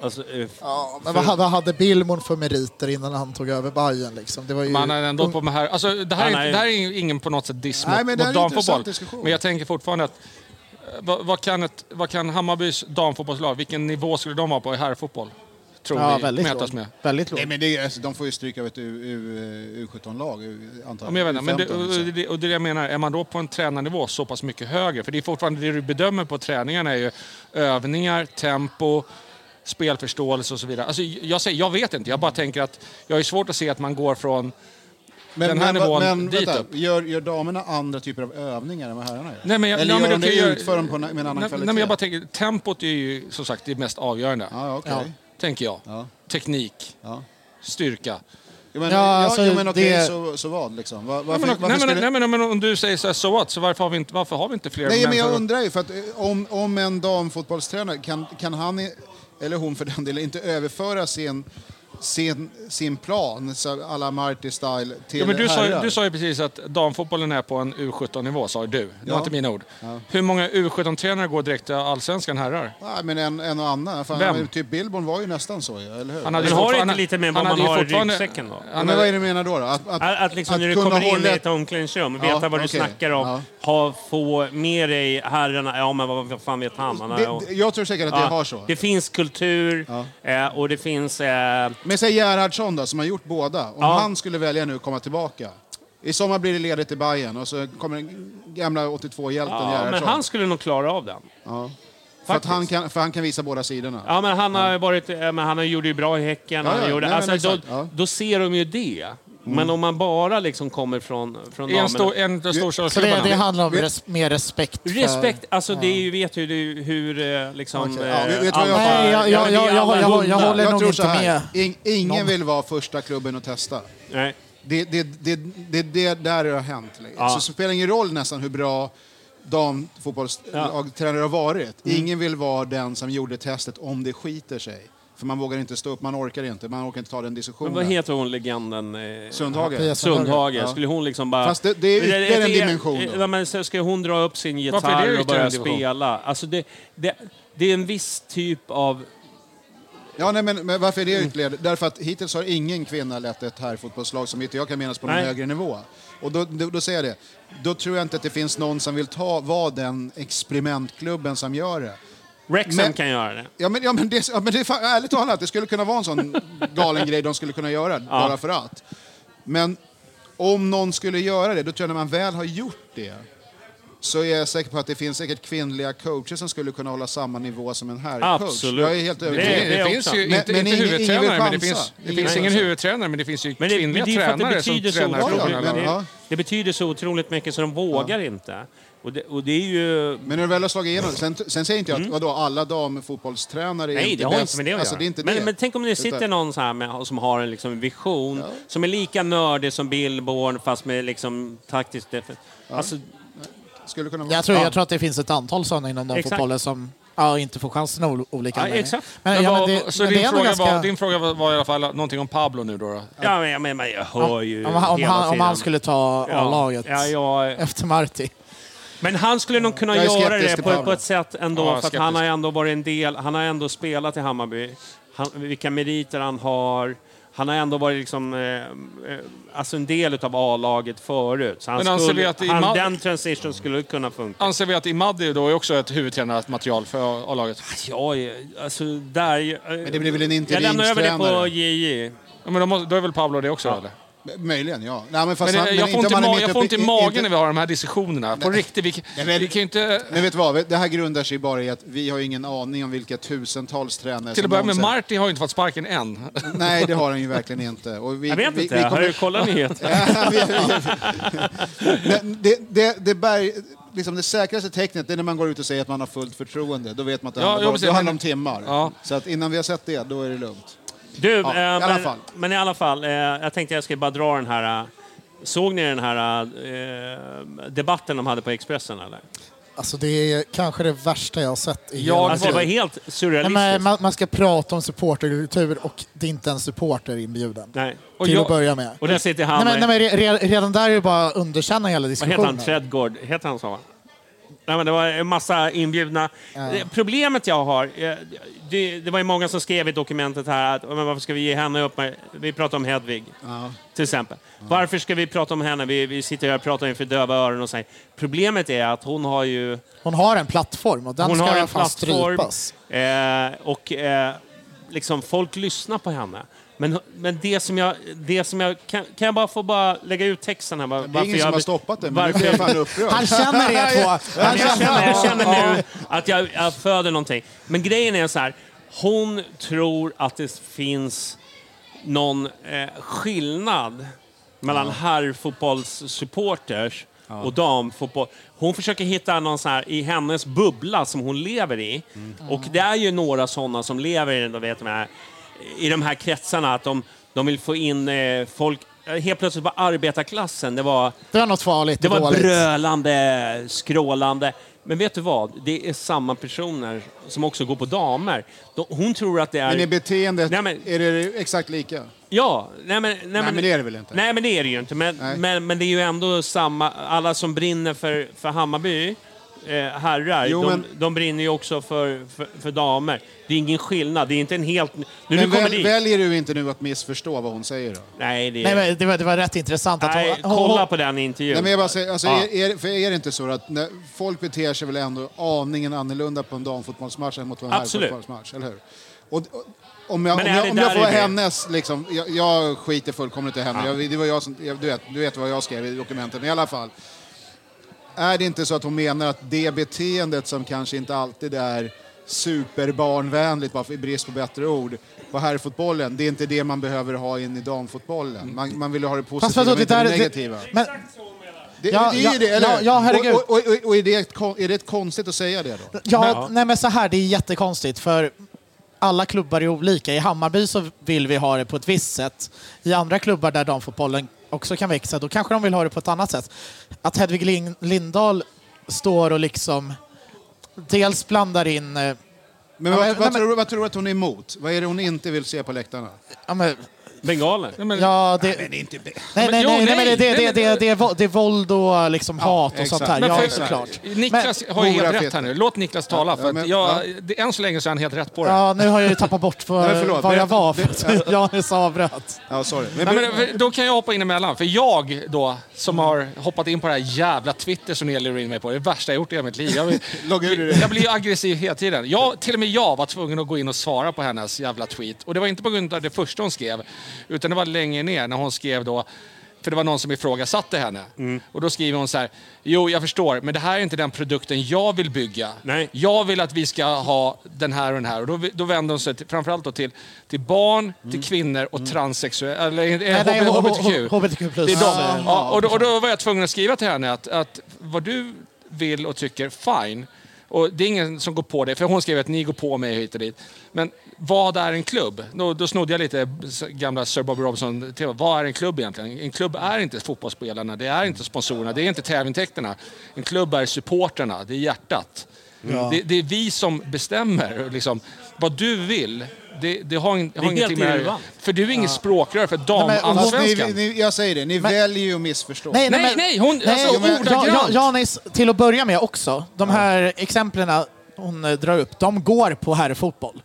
Alltså, eh, Ja, men vad hade, vad hade Billmon för meriter innan han tog över Bayern liksom? Det var ju... Man är ändå på med här. Alltså, det, här är, Han inte- är- det här är ingen på något sätt diss Nej, mot, men mot det är en damfotboll. intressant diskussion. Men jag tänker fortfarande att eh, vad, vad, kan ett, vad kan Hammarbys damfotbollslag, vilken nivå skulle de vara på i herrfotboll? Tror ja, vi väldigt mätas låg. med. Väldigt låg. Nej, men det, är- alltså, de får ju stryka av ett U- U- eh, U17-lag, U- Ja, antagligen. men jag vet inte, U15, men det, eh, och, alltså. liksom. det, och det är det jag menar, är man då på en tränarnivå så pass mycket högre? För det är fortfarande det du bedömer på träningarna är ju övningar, tempo, spelförståelse och så vidare. Alltså, jag, säger, jag vet inte, jag bara tänker att jag är svårt att se att man går från... Men- den här men- nivån men, dit vänta, upp. Gör, gör damerna andra typer av övningar än vad herrarna gör? Nej, men jag- Eller nej, men gör du de kan det ju- utför de på en, med en annan Nej, nej, kvalitet? men jag bara tänker, tempot är ju som sagt det mest avgörande. Ja, ja, okej. Ja. tänker jag. Teknik, Ja. styrka. Jo, men, Ja, ja, alltså, jo, men okej, det- så, så vad liksom? Var, Nej, varför, men, varför nej, skulle... men, nej, men, men om du säger så här, so what, så varför har vi inte, varför har vi inte fler Nej, men män jag som- undrar ju, för att eh, om, om en damfotbollstränare, kan, kan han, i- eller hon för den delen, inte överföra sin, sin, sin plan, så alla Marty-style, till Ja, men du, sa, ju- herrar? du sa ju precis att damfotbollen är på en U17-nivå, sa du. Det var Ja. inte mina ord. Hur många U17-tränare går direkt till allsvenskan herrar? Nej, men en, en och annan. Fan, Vem? men Typ Billborn var ju nästan så, ja, eller hur? hade Men ju har det fortfarande- inte lite med vad han man hade ju har i fortfarande- ryggsäcken då? han ja, men hade- vad är det du menar då? då? Att, Att, att liksom när du kunna kommer in i hålla ett omklädningsrum, veta Ja, vad du okej. snackar om, Ja. ha, få med dig herrarna. Ja, men vad vad fan vet han? han har- det, det- jag tror säkert att ja, det har så. det finns kultur eh, och det finns... Eh, Men säg Gerhardsson då, som har gjort båda. Om Ja. han skulle välja nu att komma tillbaka. I sommar blir det ledigt i Bayern och så kommer den gamla 82-hjälten ja, men Gerhardsson. han skulle nog klara av den. för, att faktiskt. han kan, för han kan visa båda sidorna. Ja, men han, har ju varit, eh, men han har- gjorde ju bra i Häcken. Ja, han ja, gjorde, nej, men alltså, då, exakt, ja. Mm. då ser de ju det. Men om man bara liksom kommer från, från I en, damerna- stor, en av Så det, det storstadsklubbarna. handlar om res, mer respekt för... Respekt, alltså det är ju, vet ju hur, hur eh, liksom... Okej, ja, eh, vet- vet du vad jag- alfa- Nej, jag- men jag- vi är jag- jag- alla jag- jag hundar. håller- Jag nog tror inte så här. med In, ingen någon. vill vara första klubben att testa. Nej. Det, det, det, det, det är där det har hänt. Ja. Så, så spelar det ingen roll nästan hur bra damfotbollstränare har varit. Mm. Ingen vill vara den som gjorde testet om det skiter sig. För man vågar inte stå upp, man orkar inte, man orkar inte ta den Men vad diskussionen. heter hon, legenden? eh, Sundhage. Pia Sundhage. Ja. Skulle hon liksom bara... Fast det- det är Men eh, ytterligare en dimension då. Ja, men så ska hon dra upp sin Varför är det gitarr och ytterligare en börja dimension? spela? Alltså det, det, det är en viss typ av... Ja, nej, men, men varför är det Mm. ytterligare? Därför att hittills har ingen kvinna lett ett herrfotbollslag som inte jag kan minnas på någon Nej. högre nivå. Och då, då, då säger jag det. Då tror jag inte att det finns någon som vill ta, vara den experimentklubben som gör det. Rexham Men- kan göra det. Ja men, ja, men, det, ja, men det är fan, ärligt talat, det skulle kunna vara en sån galen grej de skulle kunna göra, bara för att. Men om någon skulle göra det, då tror jag när man väl har gjort det er- så är jag säker på att det finns säkert kvinnliga coacher som skulle kunna hålla samma nivå som en herrcoach. Absolut. Jag är helt Det- övertygad. Det, det det också. finns ju, Men- inte, men inte ingen- ingen vill huvudtränare, men det chansa. finns, det Ingen finns vill ingen chansa. huvudtränare, men det finns ju Men det, kvinnliga det är ju för att det tränare som betyder så tränar otroligt otroligt, klubbarna. klubbarna. det, Ja. det betyder så otroligt mycket så de vågar inte. Och det, och det är ju... Men när du väl har slagit igenom, sen, sen säger inte jag att vadå, alla damfotbollstränare är Nej, inte det har bäst. inte med det att alltså, göra. det är inte men, det. men tänk om det sitter Utan- någon så här med, som har en liksom vision, som är lika nördig som Billborn fast med liksom taktiskt... def- Alltså, Skulle kunna vara. Jag tror, ja. jag tror att det finns ett antal sådana inom Exakt. damfotbollen som ja, inte får chansen av ol- olika Ja, anledningar. exakt. Men, Men ja, men vad- det, Så men det din är ändå fråga ganska... var- din fråga var- var i alla fall någonting om Pablo nu då? då. ja, men, jag menar, jag hör ju om, han, om, hela han, om tiden. han skulle ta Ja, A-laget Ja, jag- efter Marti. Men han skulle nog kunna Jag är göra skeptisk det till på, Paolo. på ett sätt ändå, Ja, för att skeptisk. han har ändå varit en del, han har ändå spelat i Hammarby, han, vilka meriter han har. Han har ändå varit liksom, eh, eh, alltså en del av A-laget förut. Så han Men alltså, anser vi skulle, att i han, Ma- den transition skulle kunna funka. Anser vi att Imadi då är också ett huvudtränarmaterial material för A-laget? Ja, alltså där... Men det blir väl en Jag lämnar över det på interimstränare. JJ. Ja, men då, måste, då är väl Pablo det också eller? Möjligen, ja. Nej, men fast Men, det- han, men jag, får inte inte om han är ma- mitt jag får uppe inte i- magen inte- när vi har de här diskussionerna. På riktigt, vi, Nej, men- vi kan ju inte... Men vet du vad? Det här grundar sig bara i att vi har ju ingen aning om vilka tusentals tränare Till som att börja med, någonsin- Marti har ju inte fått sparken än. Nej, det har han ju verkligen inte. Och vi, Jag vet vi, inte, vi har kommer- du kollat nyheter? Men det, det, det berg, liksom det säkraste tecknet det är när man går ut och säger att man har fullt förtroende. Då vet man att det Ja, handlar, ja, bara- precis. då handlar det om timmar. Ja. Så att innan vi har sett det, då är det lugnt. Du, Ja, eh, i alla men, fall. men i alla fall, eh, jag tänkte jag skulle bara dra den här... eh, Såg ni den här eh, debatten de hade på Expressen? Eller? Alltså det är kanske det värsta jag har sett i Jag hela Alltså, det mitt var liv. helt Nej, surrealistiskt. men man, man ska prata om supporterkultur och det är inte en supporter inbjuden. Nej. Och till jag- att börja med. Och där sitter Nej, han... men, nej, men re, re, redan där är det bara att underkänna hela Vad heter han? diskussionen. Trädgård? Heter han så? va? Nej, men det var en massa inbjudna. Det- Problemet jag har... eh, Det, det var ju många som skrev i dokumentet här att men varför ska vi ge henne upp? Vi pratar om Hedvig, till exempel. Varför ska vi prata om henne? Vi, vi sitter här och pratar inför döva öron och säger... Problemet är att hon har ju... Hon har en plattform och den Hon ska har en fast plattform. strypas. Eh, och eh, liksom folk lyssnar på henne. Men, men det som jag... Det som jag kan, kan jag bara få bara lägga ut texten här? Det är ingen som har stoppat det, men nu blir jag fan upprörd. Han känner er två. Ja, men jag, känner, jag känner Ja. nu att jag, jag föder någonting. Men grejen är så här. Hon tror att det finns någon eh, skillnad mellan herrfotbollssupporters och damfotboll. Hon försöker hitta någon så här i hennes bubbla som hon lever i. Mm. Och det är ju några sådana som lever i, den, då vet de här, i de här kretsarna. Att de, de vill få in eh, folk... Helt plötsligt var arbetarklassen, det var Det var något farligt det var dåligt. brölande, skrålande. Men vet du vad? Det är samma personer som också går på damer. De- Hon tror att det är... Men i beteendet, Nej, men- är det exakt lika? Ja, nej men, nej, men det är det väl inte? Nej men det är det ju inte. Men, Nej. men, men det är ju ändå samma, alla som brinner för, för Hammarby, eh, herrar, Jo, de, men- de brinner ju också för, för, för damer. Det är ingen skillnad, det är inte en helt... Nu, nu Men kommer väl, dit. väljer du inte nu att missförstå vad hon säger då? Nej, det Nej, är... men det, var, det var rätt intressant att Nej, hon, hon, kolla hon, på den intervjun. Nej, men jag bara säger, alltså, Ja. är, är, för är det inte så att när, folk beter sig väl ändå aningen annorlunda på en damfotbollsmatch än mot en Absolut. herrfotbollsmatch, eller hur? Och, och, om jag, Men om är det jag, om där jag får det blir? hennes, liksom, jag, jag skiter fullkomligt i henne. Jag, det var jag som, jag, du, vet, du vet vad jag skrev i dokumenten, men i alla fall. Är det inte så att hon menar att det beteendet som kanske inte alltid är superbarnvänligt, bara för- i brist på bättre ord, på herrfotbollen, det är inte det man behöver ha in i Mm. damfotbollen. Man, man vill ju ha det Fast positiva vadå, och det inte där... det Det, negativa. men, Det, Ja, det är ju ja, det, eller ja, ja, herregud. Och, och, och, och är, det ett, kon- är det ett konstigt att säga det då? ja, nej men så här, det är jättekonstigt för alla klubbar är olika. I Hammarby så vill vi ha det på ett visst sätt. I andra klubbar där damfotbollen också kan växa, då kanske de vill ha det på ett annat sätt. Att Hedvig Lin- Lindahl står och liksom dels blandar in eh, Men Ja, vad, men- vad, nej, tror, du- vad tror du att hon är emot? Vad är det hon inte vill se på läktarna? ja, men, Bengalen. Nej, men, Ja, det... Nej, nej, Men- jo, nej, nej, men nej, det, det, nej, det, men- det, det, är vå- det är våld och liksom hat och sånt exakt. här. Men Ja, för- såklart. Niklas Men- har ju helt Horafete. rätt här nu. Låt Niklas tala. För ja, att men- jag, det, än så länge så är han helt rätt på det. Ja, nu har jag ju tappat bort Nej, för, förlåt. vad jag Berätta. var för att Janis avbröt. Ja, sorry. Men, Nej, men, för- då kan jag hoppa in emellan. För jag då, som har hoppat in på det här jävla Twitter som ni lurar in mig på. Det är det värsta jag gjort i hela mitt liv. Jag, Logga ur blir- det. jag blir ju aggressiv hela tiden. Jag, till och med jag var tvungen att gå in och svara på hennes jävla tweet. Och det var inte på grund av det första hon skrev, utan det var längre ner när hon skrev då för det var någon som ifrågasatte henne. Mm. Och då skriver hon så här. Jo, jag förstår, men det här är inte den produkten jag vill bygga. Nej. Jag vill att vi ska ha den här och den här. Och då, då vänder hon sig till, framförallt då till, till barn, till kvinnor och transsexuella. Eller, eh, Mm. Nej, nej, HB- H- HBTQ. H- HBTQ+. Det är de. Ja. Ja, och, då, och då var jag tvungen att skriva till henne att, att vad du vill och tycker, fine. Och det är ingen som går på det, för hon skrev att ni går på mig hit och dit. Men vad är en klubb? Då, då snodde jag lite s- gamla Sir Bobby Robson tema. Vad är en klubb egentligen? En klubb är inte fotbollsspelarna, det är inte sponsorerna, det är inte tävintäkterna. En klubb är supporterna, det är hjärtat. Det, det är vi som bestämmer. Liksom. Vad du vill, det, det har, in, är har ingenting helt med det här att göra. irrelevant. För du är inget språkrör för men- Fast damallsvenskan. ni, ni, jag säger det, ni väljer ju att missförstå. Nej, nej, hon- alltså, ordagrant. Ja, ja, Janis, till att börja med också, de här exemplen hon eh, drar upp, de går på herrfotboll.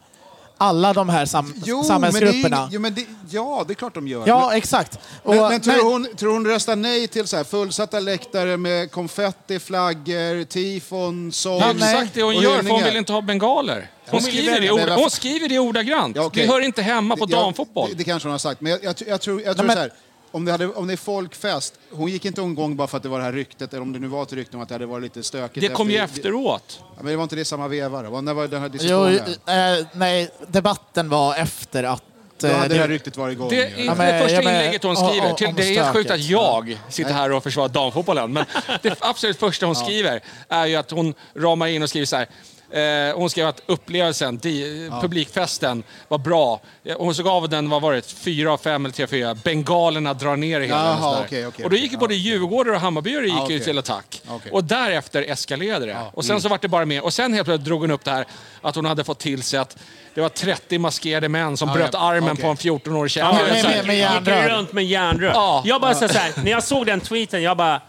Alla de här sam- Men det är, samhällsgrupperna. ju- jo, men det, ja, det är klart de gör. Ja, exakt. Och- men, men nej. tror, hon, tror hon röstar nej till så här fullsatta läktare med konfetti, flaggor, tifon, sång? Det är exakt det hon och gör, för hon hyllningar? vill inte ha bengaler. Hon men- skriver det, men ord, varför- hon skriver det ordagrant. Ja, okej. Det hör inte hemma på Det- ja, damfotboll. Det, det kanske hon har sagt, men jag, jag, tror- jag tror, jag tror men- så här. Om det, hade, om det är folkfest, hon gick inte omgång bara för att det var det här ryktet, eller om det nu var ett rykte om att det hade varit lite stökigt. Det kom ju efteråt. Ja, men det var inte det i samma veva då? När var den här Jo, diskussionen? eh, nej, debatten var efter att att... Då eh, hade det det- här ryktet varit igång. Det ju. är Ja, inte men- det första ja, men- inlägget hon ja, skriver. ja, Till, om det är helt sjukt att stöket. jag sitter här och försvarar damfotbollen. Men det absolut första hon skriver är ju att hon ramar in och skriver så här. Eh, hon skrev att upplevelsen, di, publikfesten, var bra. Eh, Hon så gav den, vad var det, fyra av fem eller tre av fyra. Bengalerna drar ner i hela Jaha, den och sådär. okej, okej, Och då okej. gick ju både Djurgårdar och Hammarbyare gick ju okej. till attack. Okej. Och därefter eskalerade det. Mm. Och sen så vart det bara mer. Och sen helt plötsligt drog hon upp det här att hon hade fått till sig att det var 30 maskerade män som bröt ja. armen Okej. på en 14-årig tjej. Alltså, Ja, Ja, men med- så här, med- med järnrör. Gick runt med järnrör. Ja. Jag bara så här, när jag såg den tweeten, jag bara...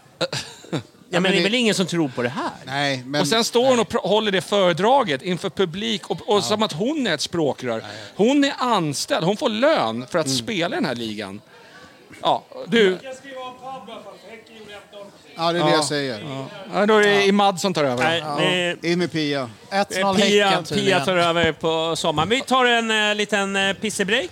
Ja, men det är det- väl ingen som tror på det här? Nej, men... Och sen står hon och pr- håller det föredraget inför publik och, och som att hon är ett språkrör. Hon är anställd, hon får lön för att Mm. spela i den här ligan. Ja, du, Ja, det är det jag säger. ja, då är det Imad som tar över. Nej, det- In med Pia. 1-0 Pia, Pia Häcken tydligen. tar över på sommaren. Vi tar en eh, liten eh, pissebreak.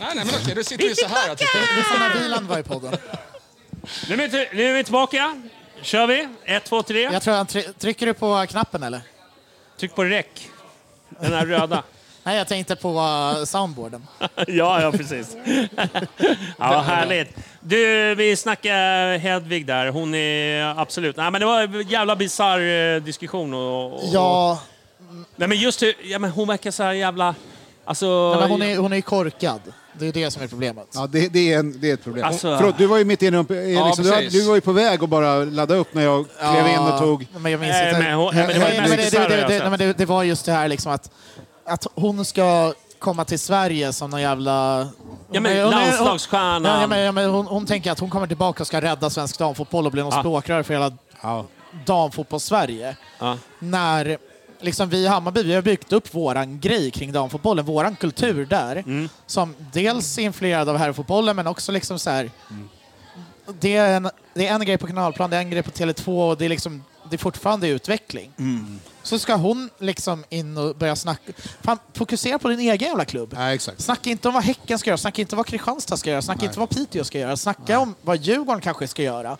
Nej, nej, men okej, då sitter vi så här. Att, När Wieland var i podden. Nu är vi, till- nu är vi tillbaka. Kör vi. Ett, två, tre. Jag tror han try- trycker du på knappen eller? Tryck på räck. Den här röda. Nej, jag tänkte på eh, soundboarden. ja, ja, precis. ja, vad härligt. Du, vi snackade Hedvig där. Hon är absolut... Nej, men det var en jävla bisarr eh, diskussion. Och, och, Ja, Nej, men just hur... Ja, men hon verkar så här jävla... Alltså... men hon är, hon är ju korkad. Det är det som är problemet. Ja, det, det, är en, det är ett problem. Alltså- Förlåt, du var ju mitt inne upp, liksom, du, hade- precis. du var ju på väg att bara ladda upp när jag klev in och tog... Men jag minns Nej, inte. men hon- nej, men det var alltså. ju Nej, men det- mest det- det- bisarra jag det- sett. nej, men det- Det var just det här liksom att, att hon ska komma till Sverige som någon jävla... Ja, men Hon är- hon- landslagsstjärnan. Ja, ja, men, ja, men hon, hon tänker att hon kommer tillbaka och ska rädda svensk damfotboll och bli någon språkrör för hela damfotboll-Sverige. Ja. När liksom, vi i Hammarby vi har byggt upp våran grej kring damfotbollen, våran kultur där. Mm. Som dels är influerad av herrfotbollen men också liksom så här... Det är, en, det är en grej på kanalplan, det är en grej på Tele2 och det är, liksom, det är fortfarande i utveckling. Så ska hon liksom in och börja snacka. Fan, fokusera på din egen jävla klubb. Nej, exakt. Snacka inte om vad Häcken ska göra, snacka inte om vad Kristianstad ska göra, snacka inte om vad Piteå ska göra, snacka om vad Djurgården kanske ska göra.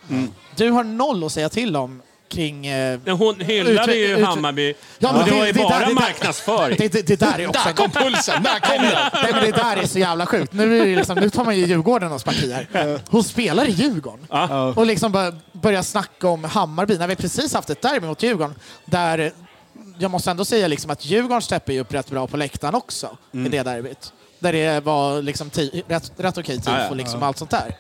Du har noll att säga till om kring... Eh, Men Hon hyllade Utve- ju utve- Hammarby. Ja, men och det, det- var ju det där- bara det där- marknadsföring. det, det, det där är också... där kom pulsen! Där kom den! Nej, men det där är så jävla sjukt. Nu, är det liksom, nu tar man ju Djurgårdens parti här. Hon spelar i Djurgården. Mm. Och liksom bara börjar snacka om Hammarby, när vi precis haft ett derby mot Djurgården, där jag måste ändå säga liksom att Djurgården steppar ju upp rätt bra på läktaren också Mm. i det derbyt. Där det var liksom ti- rätt, rätt okej tifo och liksom allt sånt där.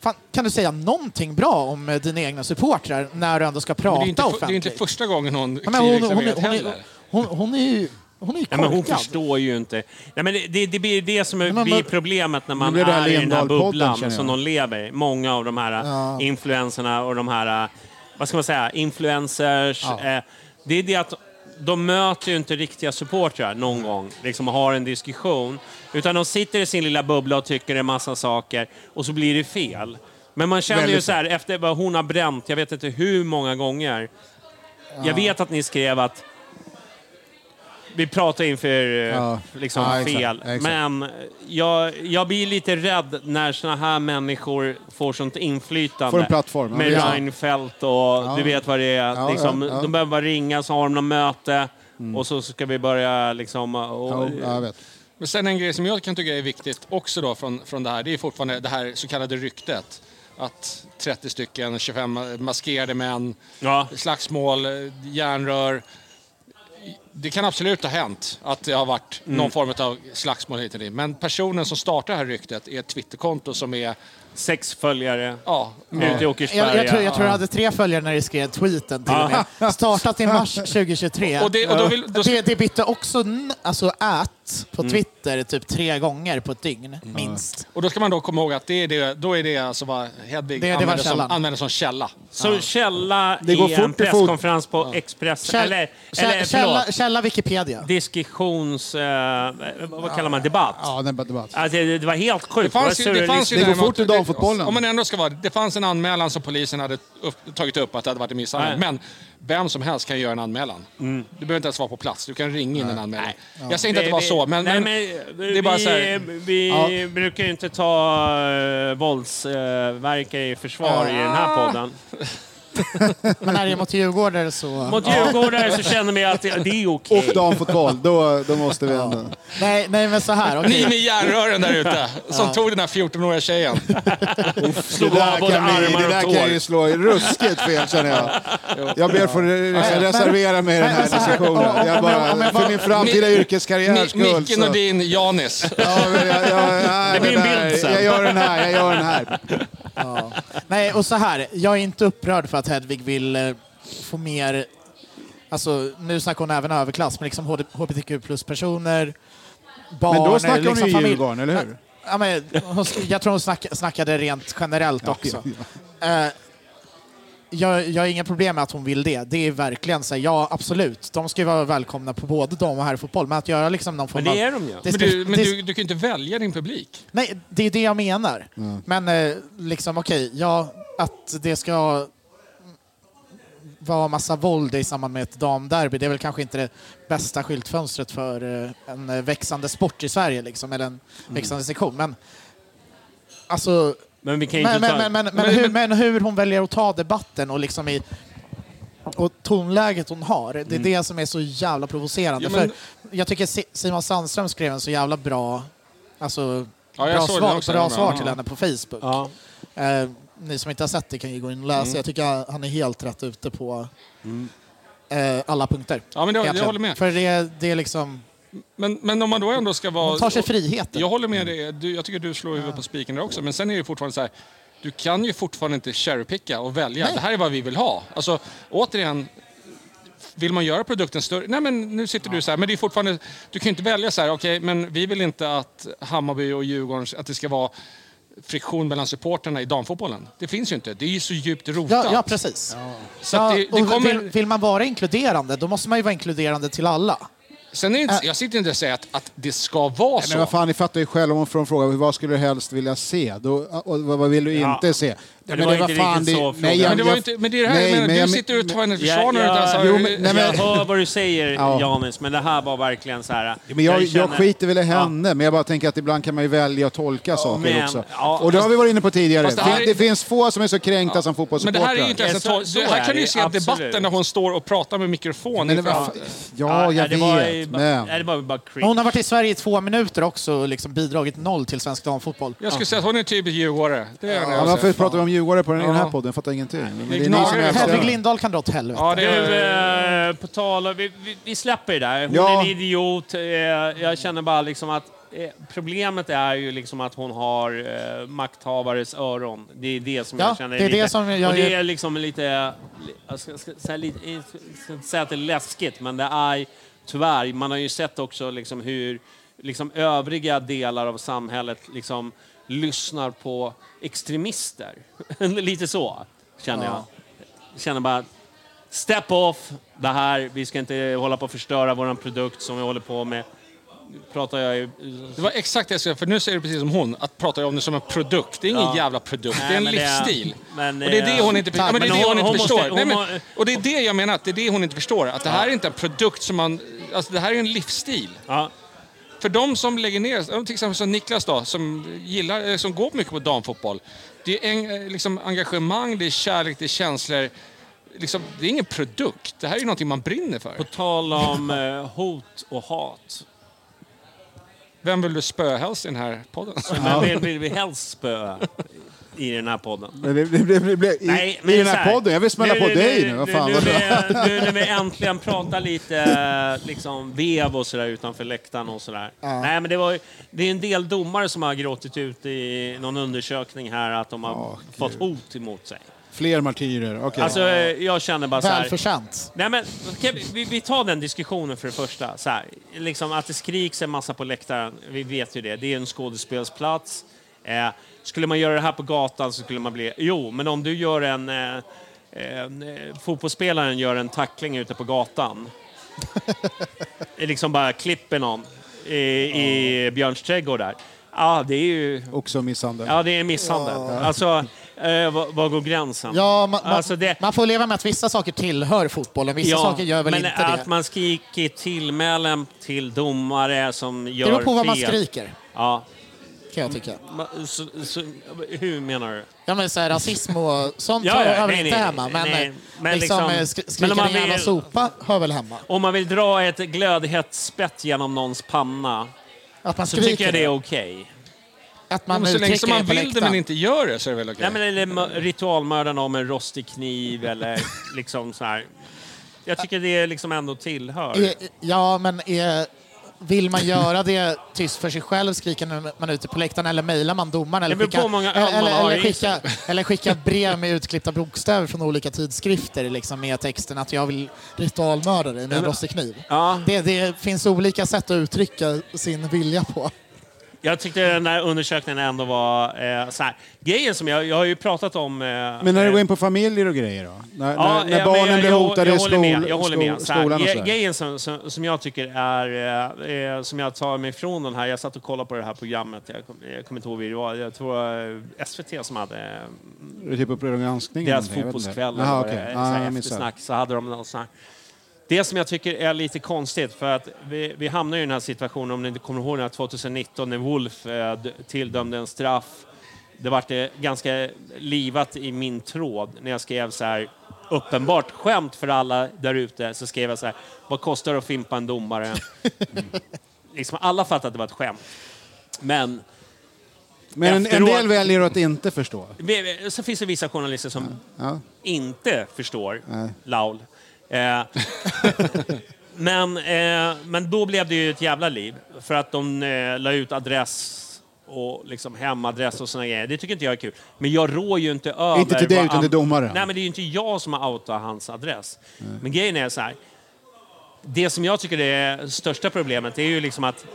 Fan, kan du säga någonting bra om eh, dina egna supportrar när du ändå ska Men prata Det är, inte, för- det är offentligt? inte första gången hon Nej, men kliver hon, hon, hon, är- hon, är- heller. hon, hon är ju hon är ju Nej, men hon korkad. förstår ju inte. Nej, men det, det, det blir det som är, men- blir problemet när man blir det här är i den här Lindahl-podden, bubblan känner jag. som de lever i. Många av de här ja. influenserna och de här, eh, vad ska man säga, influencers. Eh, det är det att de möter ju inte riktiga supportrar någon gång liksom, och har en diskussion. Utan de sitter i sin lilla bubbla och tycker en massa saker och så blir det fel. Men man känner ju Väldigt så här, efter vad hon har bränt, jag vet inte hur många gånger. Ja. Jag vet att ni skrev att vi pratar inför eh, Ja. liksom, Ja, exakt, fel. exakt. Men eh, jag, jag blir lite rädd när såna här människor får sånt inflytande. Får en plattform, ja, Med visst. Reinfeldt och Ja. du vet vad det är. Ja, liksom, ja, ja. Mm. De behöver bara ringa, så har de något möte och så ska vi börja liksom... Och, Men sen en grej som jag kan tycka är viktigt också då från, från det här, det är fortfarande det här så kallade ryktet. Att 30 stycken, 25 maskerade män, slagsmål, eh, järnrör. Det kan absolut ha hänt att det har varit Mm. någon form av slagsmål hit och dit. Men personen som startar det här ryktet är ett Twitterkonto som är... Sex följare ja, ute i Åkersberga. Jag, jag, tror, jag tror Ja. jag hade tre följare när jag skrev tweeten till Ja. och med. Startat i mars 2023. Och det- och då vill- då- det, det bytte också n- alltså at på Mm. Twitter typ tre gånger på ett dygn, Mm. minst. Och då ska man då komma ihåg att det är det, då är det alltså vad Hedvig Det- det var använder, som, källan. använder som källa. Så källa Det går i en fort i fot. presskonferens på Expressen, Käll- eller, käll- eller källa, förlåt, källa Wikipedia. diskussions... Eh, vad kallar man debatt? Ja, debatt. Alltså, det, det var helt sjukt. Det fanns ju, var det fanns ju surrealistiskt. däremot- Om man ändå ska vara, det fanns en anmälan som polisen hade upp, tagit upp att det hade varit en misshandel. Nej. Men vem som helst kan göra en anmälan. Du behöver inte ens vara på plats, du kan ringa in en anmälan. Ja. Jag säger inte att det var Vi- så, men... nej, men, men det är bara vi så här- vi Ja. brukar ju inte ta uh, våldsverkare i försvar i den Ah. här podden. Men när det är mot djurgårdare så... Mot djurgårdare så känner vi att det det är okej. Och damfotboll, då, då måste vi ändå... Nej, nej men så här. Ni med järnrören där ute, som Ja. tog den här 14-åriga tjejen. Det där, kan, vi, det där kan ju slå ruskigt fel känner jag. Jag ber för men- att reservera mig i den här diskussionen. Jag bara, för min framtida yrkeskarriärs skull. skull. Micken så- Nordin, Janis. nej, det där- Jag gör den här, jag gör den här. Nej, och så här. Jag är inte upprörd för att Hedvig vill eh, få mer... Alltså, nu snackar hon även överklass, men liksom HD- hbtq plus-personer, barn... Men då snackar hon eller liksom ju familj- Djurgården, eller hur? Ja, men, hon, sk- jag tror hon snack, snackade rent generellt också. Eh, jag, jag har inga problem med att hon vill det. Det är verkligen så här, ja absolut, de ska ju vara välkomna på både dam och herrfotboll, men att göra liksom någon form Men det av... är de ju. Det Men ska- du, men det- du, du kan ju inte välja din publik. Nej, det är det jag menar. Men eh, liksom okej, ja, att det ska vara massa våld i samband med ett damderby, det är väl kanske inte det bästa skyltfönstret för eh, en eh, växande sport i Sverige, liksom, eller en växande sektion. Men alltså... Men vi kan ju men, inte men, ta... men, men, men, hur, men hur hon väljer att ta debatten och liksom i och tonläget hon har, det är Mm. det som är så jävla provocerande. Ja, men- För jag tycker Si- Simon Sandström skrev en så jävla bra, alltså, Ja, jag bra, såg den också, svar, den var bra. bra svar Ja. till henne på Facebook. Ja. Eh, ni som inte har sett det kan ju gå in och läsa. Mm. Jag tycker han är helt rätt ute på eh, alla punkter. Ja, men det- jag egentligen. håller med. För det, det är liksom... Men, men om man då ändå ska vara... Man tar sig friheten. Jag håller med dig. Du, jag tycker du slår huvudet på spiken där också. Men sen är det fortfarande så här. Du kan ju fortfarande inte cherrypicka och välja. Det här är vad vi vill ha. Alltså, återigen. Vill man göra produkten större? Nej, men nu sitter du så här. Men det är fortfarande... Du kan ju inte välja så här. Okej, men vi vill inte att Hammarby och Djurgården... Att det ska vara friktion mellan supporterna i damfotbollen. Det finns ju inte. Det är ju så djupt rotat. Ja, ja precis. Så att det- det och kommer- vill, vill man vara inkluderande, då måste man ju vara inkluderande till alla. Sen är det inte, jag sitter inte och säger att, att det ska vara Nej, så. men vad fan, ni fattar ju själva om hon från frågan vad skulle du helst vilja se? Då, och vad vad vill du Ja. inte se? Men det var inte riktigt så nej, frågan. jag, Men det var ju inte- men det är det här jag menar, du sitter och tar henne till försvar när du inte ens har- jo, Jo, men, men- Jag hör vad du säger, Ja. Janis, men det här var verkligen så här... men jag, jag känner- skiter väl i henne, men jag bara tänker att ibland kan man ju välja att tolka saker men- också. ja, och det har vi varit inne på tidigare. fast det Det, här är- det finns få som är så kränkta som Men det fotbollssupportrar. här är ju inte ens en tol- det Här kan du ju se debatten när hon står och pratar med mikrofon. Men det inför- var- Ja, jag det var- vet, men... Nej, det var bara cringe. Hon har varit i Sverige i två minuter också och liksom bidragit noll till svensk damfotboll. Jag skulle säga att hon är typisk djurgårdare. Det är Ja, hon. men varför pratar vi om Djurgårdare på den, i den här Ja. podden? Jag fattar ingenting. Men det det är ni som gnagare. Hedvig älskar Lindahl kan dra åt helvete. Du, eh, på tal om- vi, vi, vi släpper det där. Hon Ja. är en idiot. Eh, jag känner bara liksom att eh, problemet är ju liksom att hon har eh, makthavares öron. Det är det som Ja, jag känner det är lite. det som jag- Och det är liksom lite... li- Jag ska, ska, säga lite, jag ska inte säga att det är läskigt, men det är tyvärr... Man har ju sett också liksom hur liksom övriga delar av samhället liksom lyssnar på extremister. lite så, känner Ja. jag känner bara att step off det här. Vi ska inte hålla på att förstöra vår produkt som vi håller på med. pratar jag ju... Det var exakt det jag skulle för nu säger du precis som hon, att pratar jag om det som en produkt. Det är ingen Ja. jävla produkt, Nej, det är en men det är- livsstil. men, och det är det hon inte, eh, ja, men det är men det hon hon- hon inte måste- förstår. Nej, hon men, har- och det är det jag menar, att det är det hon inte förstår. Att det här är inte en produkt som man... Alltså det här är en livsstil. För de som lägger ner, ja, till exempel som Niklas då, som, gillar, eh, som går mycket på damfotboll. Det är en, eh, liksom engagemang, det är kärlek, det är känslor. Liksom, det är ingen produkt, det här är ju någonting man brinner för. På tal om eh, hot och hat. Vem vill du spöa helst i den här podden? Men vill, vill vi helst spöa i den här podden? Men det, det, det, det, det, i, Nej, men I den så här podden? Jag vill smälla nu- på nu- dig nu. nu, Vad fan. nu, när- nu när vi äntligen pratar lite eh, liksom, vev och sådär utanför läktaren och sådär. Ja. Nej, men det, var, ju- det är en del domare som har gråtit ut i någon undersökning här att de har fått hot emot sig. Fler martyrer, okej. Alltså, eh, jag känner bara så här... Välförtjänt. Nej, men, okej, vi, vi tar den diskussionen för det första. Så här, liksom att det skriks en massa på läktaren, vi vet ju det. Det är en skådespelsplats. Eh, skulle man göra det här på gatan så skulle man bli... Jo, men om du gör en... Eh, en, eh, fotbollsspelaren gör en tackling ute på gatan. Eh, liksom bara klipper någon i, i Björns trädgård där. Ja, det är ju... Oh. Också misshandel. Ja, det är misshandel. Ja. Alltså, eh, var, var går gränsen? Ja, man, man- alltså, det, man får leva med att vissa saker tillhör fotbollen, vissa saker gör väl men äh, inte att det. man skriker tillmälen till domare som gör beror på vad man fel. skriker. Ja. Kan jag tycka. Ma- Så, så, hur menar du? Ja, men så här, rasism och sånt Ja, ja, hör väl nej, inte nej, hemma, men, nej, eh, men liksom, liksom- eh, skri- men om skrika man en jävla vill- sopa hör väl hemma. Om man vill dra ett glödhett spett genom någons panna Att man så skriker tycker jag det är det. okej. Att Ja, man men så länge uttrycker som man det på vill det men läktaren. inte gör det så är det väl okej? Nej, men eller mö- ritualmördaren av en rostig kniv eller liksom så här. Jag tycker det liksom ändå tillhör. Eh, Ja, men eh, vill man göra det tyst för sig själv, skriker när man är ute på läktaren, eller mejlar man domaren? Eller Det beror på skickar, hur många öl eller, man har eller, i skicka, eller skicka brev med utklippta bokstäver från olika tidskrifter liksom, med texten att jag vill ritualmörda dig med en Men- rostig kniv. Ja. Det, det finns olika sätt att uttrycka sin vilja på. Jag tyckte den där undersökningen ändå var eh, så här. Grejen som jag, jag har ju pratat om... Eh, Men när du går in på familjer och grejer då? När, när, när eh, barnen men jag- blir jag- hotade jag i skol, håller med, jag håller med. skol, Så här, skolan och gre- sådär? Grejen som, som, som jag tycker är, eh, eh, som jag tar mig ifrån den här, jag satt och kollade på det här programmet, jag, kom, jag kommer inte ihåg vilket det var, jag tror eh, SVT som hade eh, Är det Typ Uppdrag granskning? eller deras någonting? Jag vet inte. fotbollskväll, Jaha, eller vad det okej. är, Ja, så här jag missade. eftersnack, så hade de någon sån här. Det som jag tycker är lite konstigt, för att vi, vi hamnar ju i den här situationen, om ni inte kommer ihåg den här 2019 när Wolf eh, d- tilldömde en straff. Det vart eh, ganska livat i min tråd när jag skrev så här, uppenbart skämt för alla där ute, så skrev jag så här, vad kostar det att fimpa en domare? liksom, alla fattade att det var ett skämt. Men Men en, en efteråt- del väljer att inte förstå. vi- vi- eh, Så finns det vissa journalister som Ja. inte förstår Nej. Laul. Eh, men, eh, men då blev det ju ett jävla liv. För att de eh, la ut adress och liksom hemadress och såna grejer. Det tycker inte jag är kul. Men jag rår ju inte över... Inte till dig, vad utan an- till domaren. Nej, men det är ju inte jag som har outat hans adress. Nej. Men grejen är så här. Det som jag tycker är största problemet är ju liksom att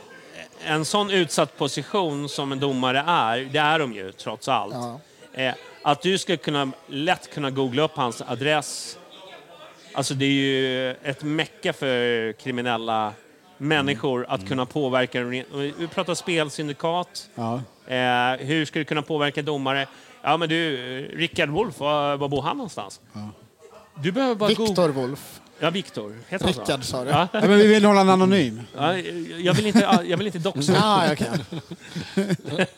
en sån utsatt position som en domare är, det är de ju trots allt. Eh, att du ska kunna, lätt kunna googla upp hans adress, alltså det är ju ett mecka för kriminella människor att kunna påverka. Vi pratar spelsyndikat. Ja. Eh, hur ska du kunna påverka domare? Ja men du, eh, Rickard Wolff, var, var bor han någonstans? Du behöver bara Viktor Wolf. Ja, Viktor. Heter han så? Rickard, sa du. Ja. Ja, men vi vill hålla en anonym. Ah, Ja, jag vill inte, jag vill inte doxa. Ah, Ja, jag kan.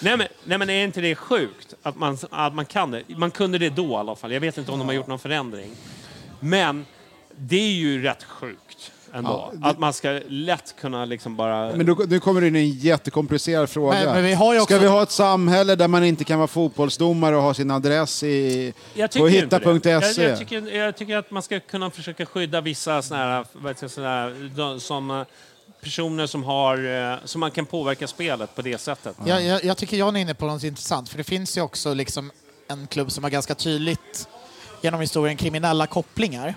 nej, men, nej, men är inte det sjukt att man, att man kan det? Man kunde det då i alla fall. Jag vet inte om de har gjort någon förändring. Men det är ju rätt sjukt ändå. Ja, det- Att man ska lätt kunna liksom bara... Men då, nu kommer det in en jättekomplicerad fråga. Men- men vi har ju också- Ska vi ha ett samhälle där man inte kan vara fotbollsdomare och ha sin adress i, jag tycker på ju inte det. Jag, hitta.se? jag, tycker, jag tycker att man ska kunna försöka skydda vissa såna här, vad heter det, såna här, de, som eh, personer som, har, eh, som man kan påverka spelet på det sättet. Jag, jag, jag tycker Jan är inne på något intressant, för det finns ju också liksom en klubb som har ganska tydligt genom historien kriminella kopplingar,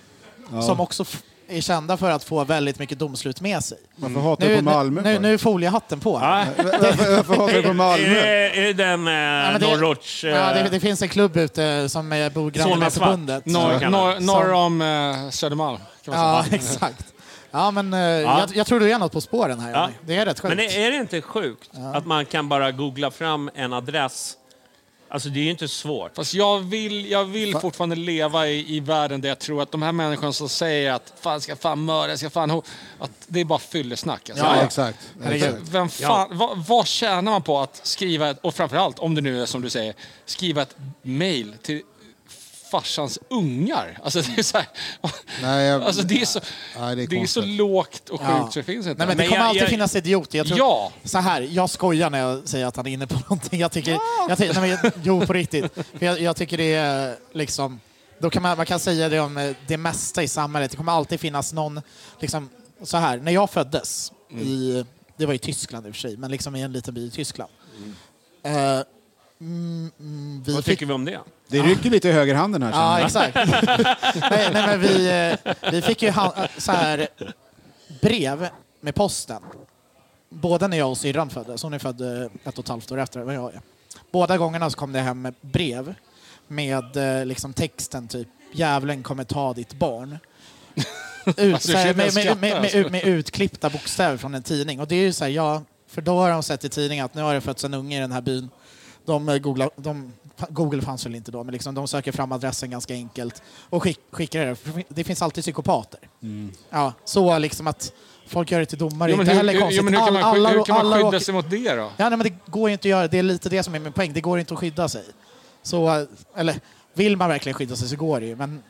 Ja. som också f- är kända för att få väldigt mycket domslut med sig. Mm. Varför hatar du Nu- på Malmö? Nu, nu, för? nu är foliehatten på. Varför, varför hatar du på Är Malmö? det, är det den eh, men det- Norrorts... eh, Ja, det, det finns en klubb ute som eh, bor granne Solna med Svart. förbundet. Norr- Som- Norr, norr om eh, Södermalm kan man Ja, säga. exakt. Ja, men eh, Ja. Jag, jag tror du är något på spåren här. Johnny. Det är rätt sjukt. Men är det inte sjukt att man kan bara googla fram en adress? Alltså det är ju inte svårt. Fast jag vill, jag vill fortfarande leva i, i världen där jag tror att de här människorna som säger att fan ska fan mörda, ska fan ho-" att det är bara fyllesnack. Alltså. Ja, exakt. Herregud. Exakt. Vem fan, vad, vad tjänar man på att skriva, ett, och framförallt om det nu är som du säger, skriva ett mail till farsans ungar? Alltså det är så, här, Nej, Ehm, jag- alltså, det är så, Nej, det är det är så konstigt. lågt och sjukt Ja. så det finns inte. Nej, men det kommer alltid finnas idioter. Jag tror, Ja. Så här, jag skojar när jag säger att han är inne på någonting. Jag tycker, jag tycker, nej, men, jag- jo, på riktigt. För jag, jag tycker det är liksom... Då kan man, man kan säga det om eh, det mesta i samhället. Det kommer alltid finnas någon... Liksom, så här, när jag föddes, i, det var i Tyskland i och för sig, men liksom i en liten by i Tyskland. Eh, mm, mm, vi Vad fick tycker vi om det? Det rycker lite i högerhanden här. känner Ja, jag. exakt. nej, nej, men vi, eh, vi fick ju ha- så här brev med posten. Både när jag och syrran föddes. Hon är född eh, ett och ett halvt år efter vad jag är. Båda gångerna så kom det hem brev med eh, liksom texten typ “Djävulen kommer ta ditt barn”. Ut, Alltså, så här, jag med, skrattar, med, med, med, alltså. ut- med utklippta bokstäver från en tidning. Och det är ju så här, ja, för då har de sett i tidningen att nu har det fötts en unge i den här byn. De eh, googlar, de, Google fanns väl inte då, men liksom, de söker fram adressen ganska enkelt och skick, skickar det. För Det finns alltid psykopater. Ja, så liksom att folk gör det till domare Mm. Jo, är men hur, inte heller hur, konstigt. jo, men hur kan man, Alla- alla, hur kan alla man skydda åker- sig mot det då? Ja, nej, men det går ju inte att göra. Det är lite det som är min poäng. Det går inte att skydda sig. Så, eh, eller vill man verkligen skydda sig så går det ju, men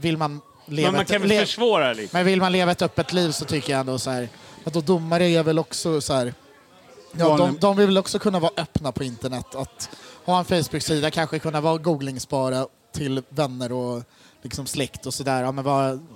vill man leva Men man ett- kan väl le- försvåra lite? men vill man leva ett öppet liv så tycker jag ändå så här, att då domare är väl också så här, ja, de, Vanlig- de vill väl också kunna vara öppna på internet, att ha en Facebook-sida, kanske kunna vara googlingsbara till vänner och liksom släkt och sådär. Ja, men vad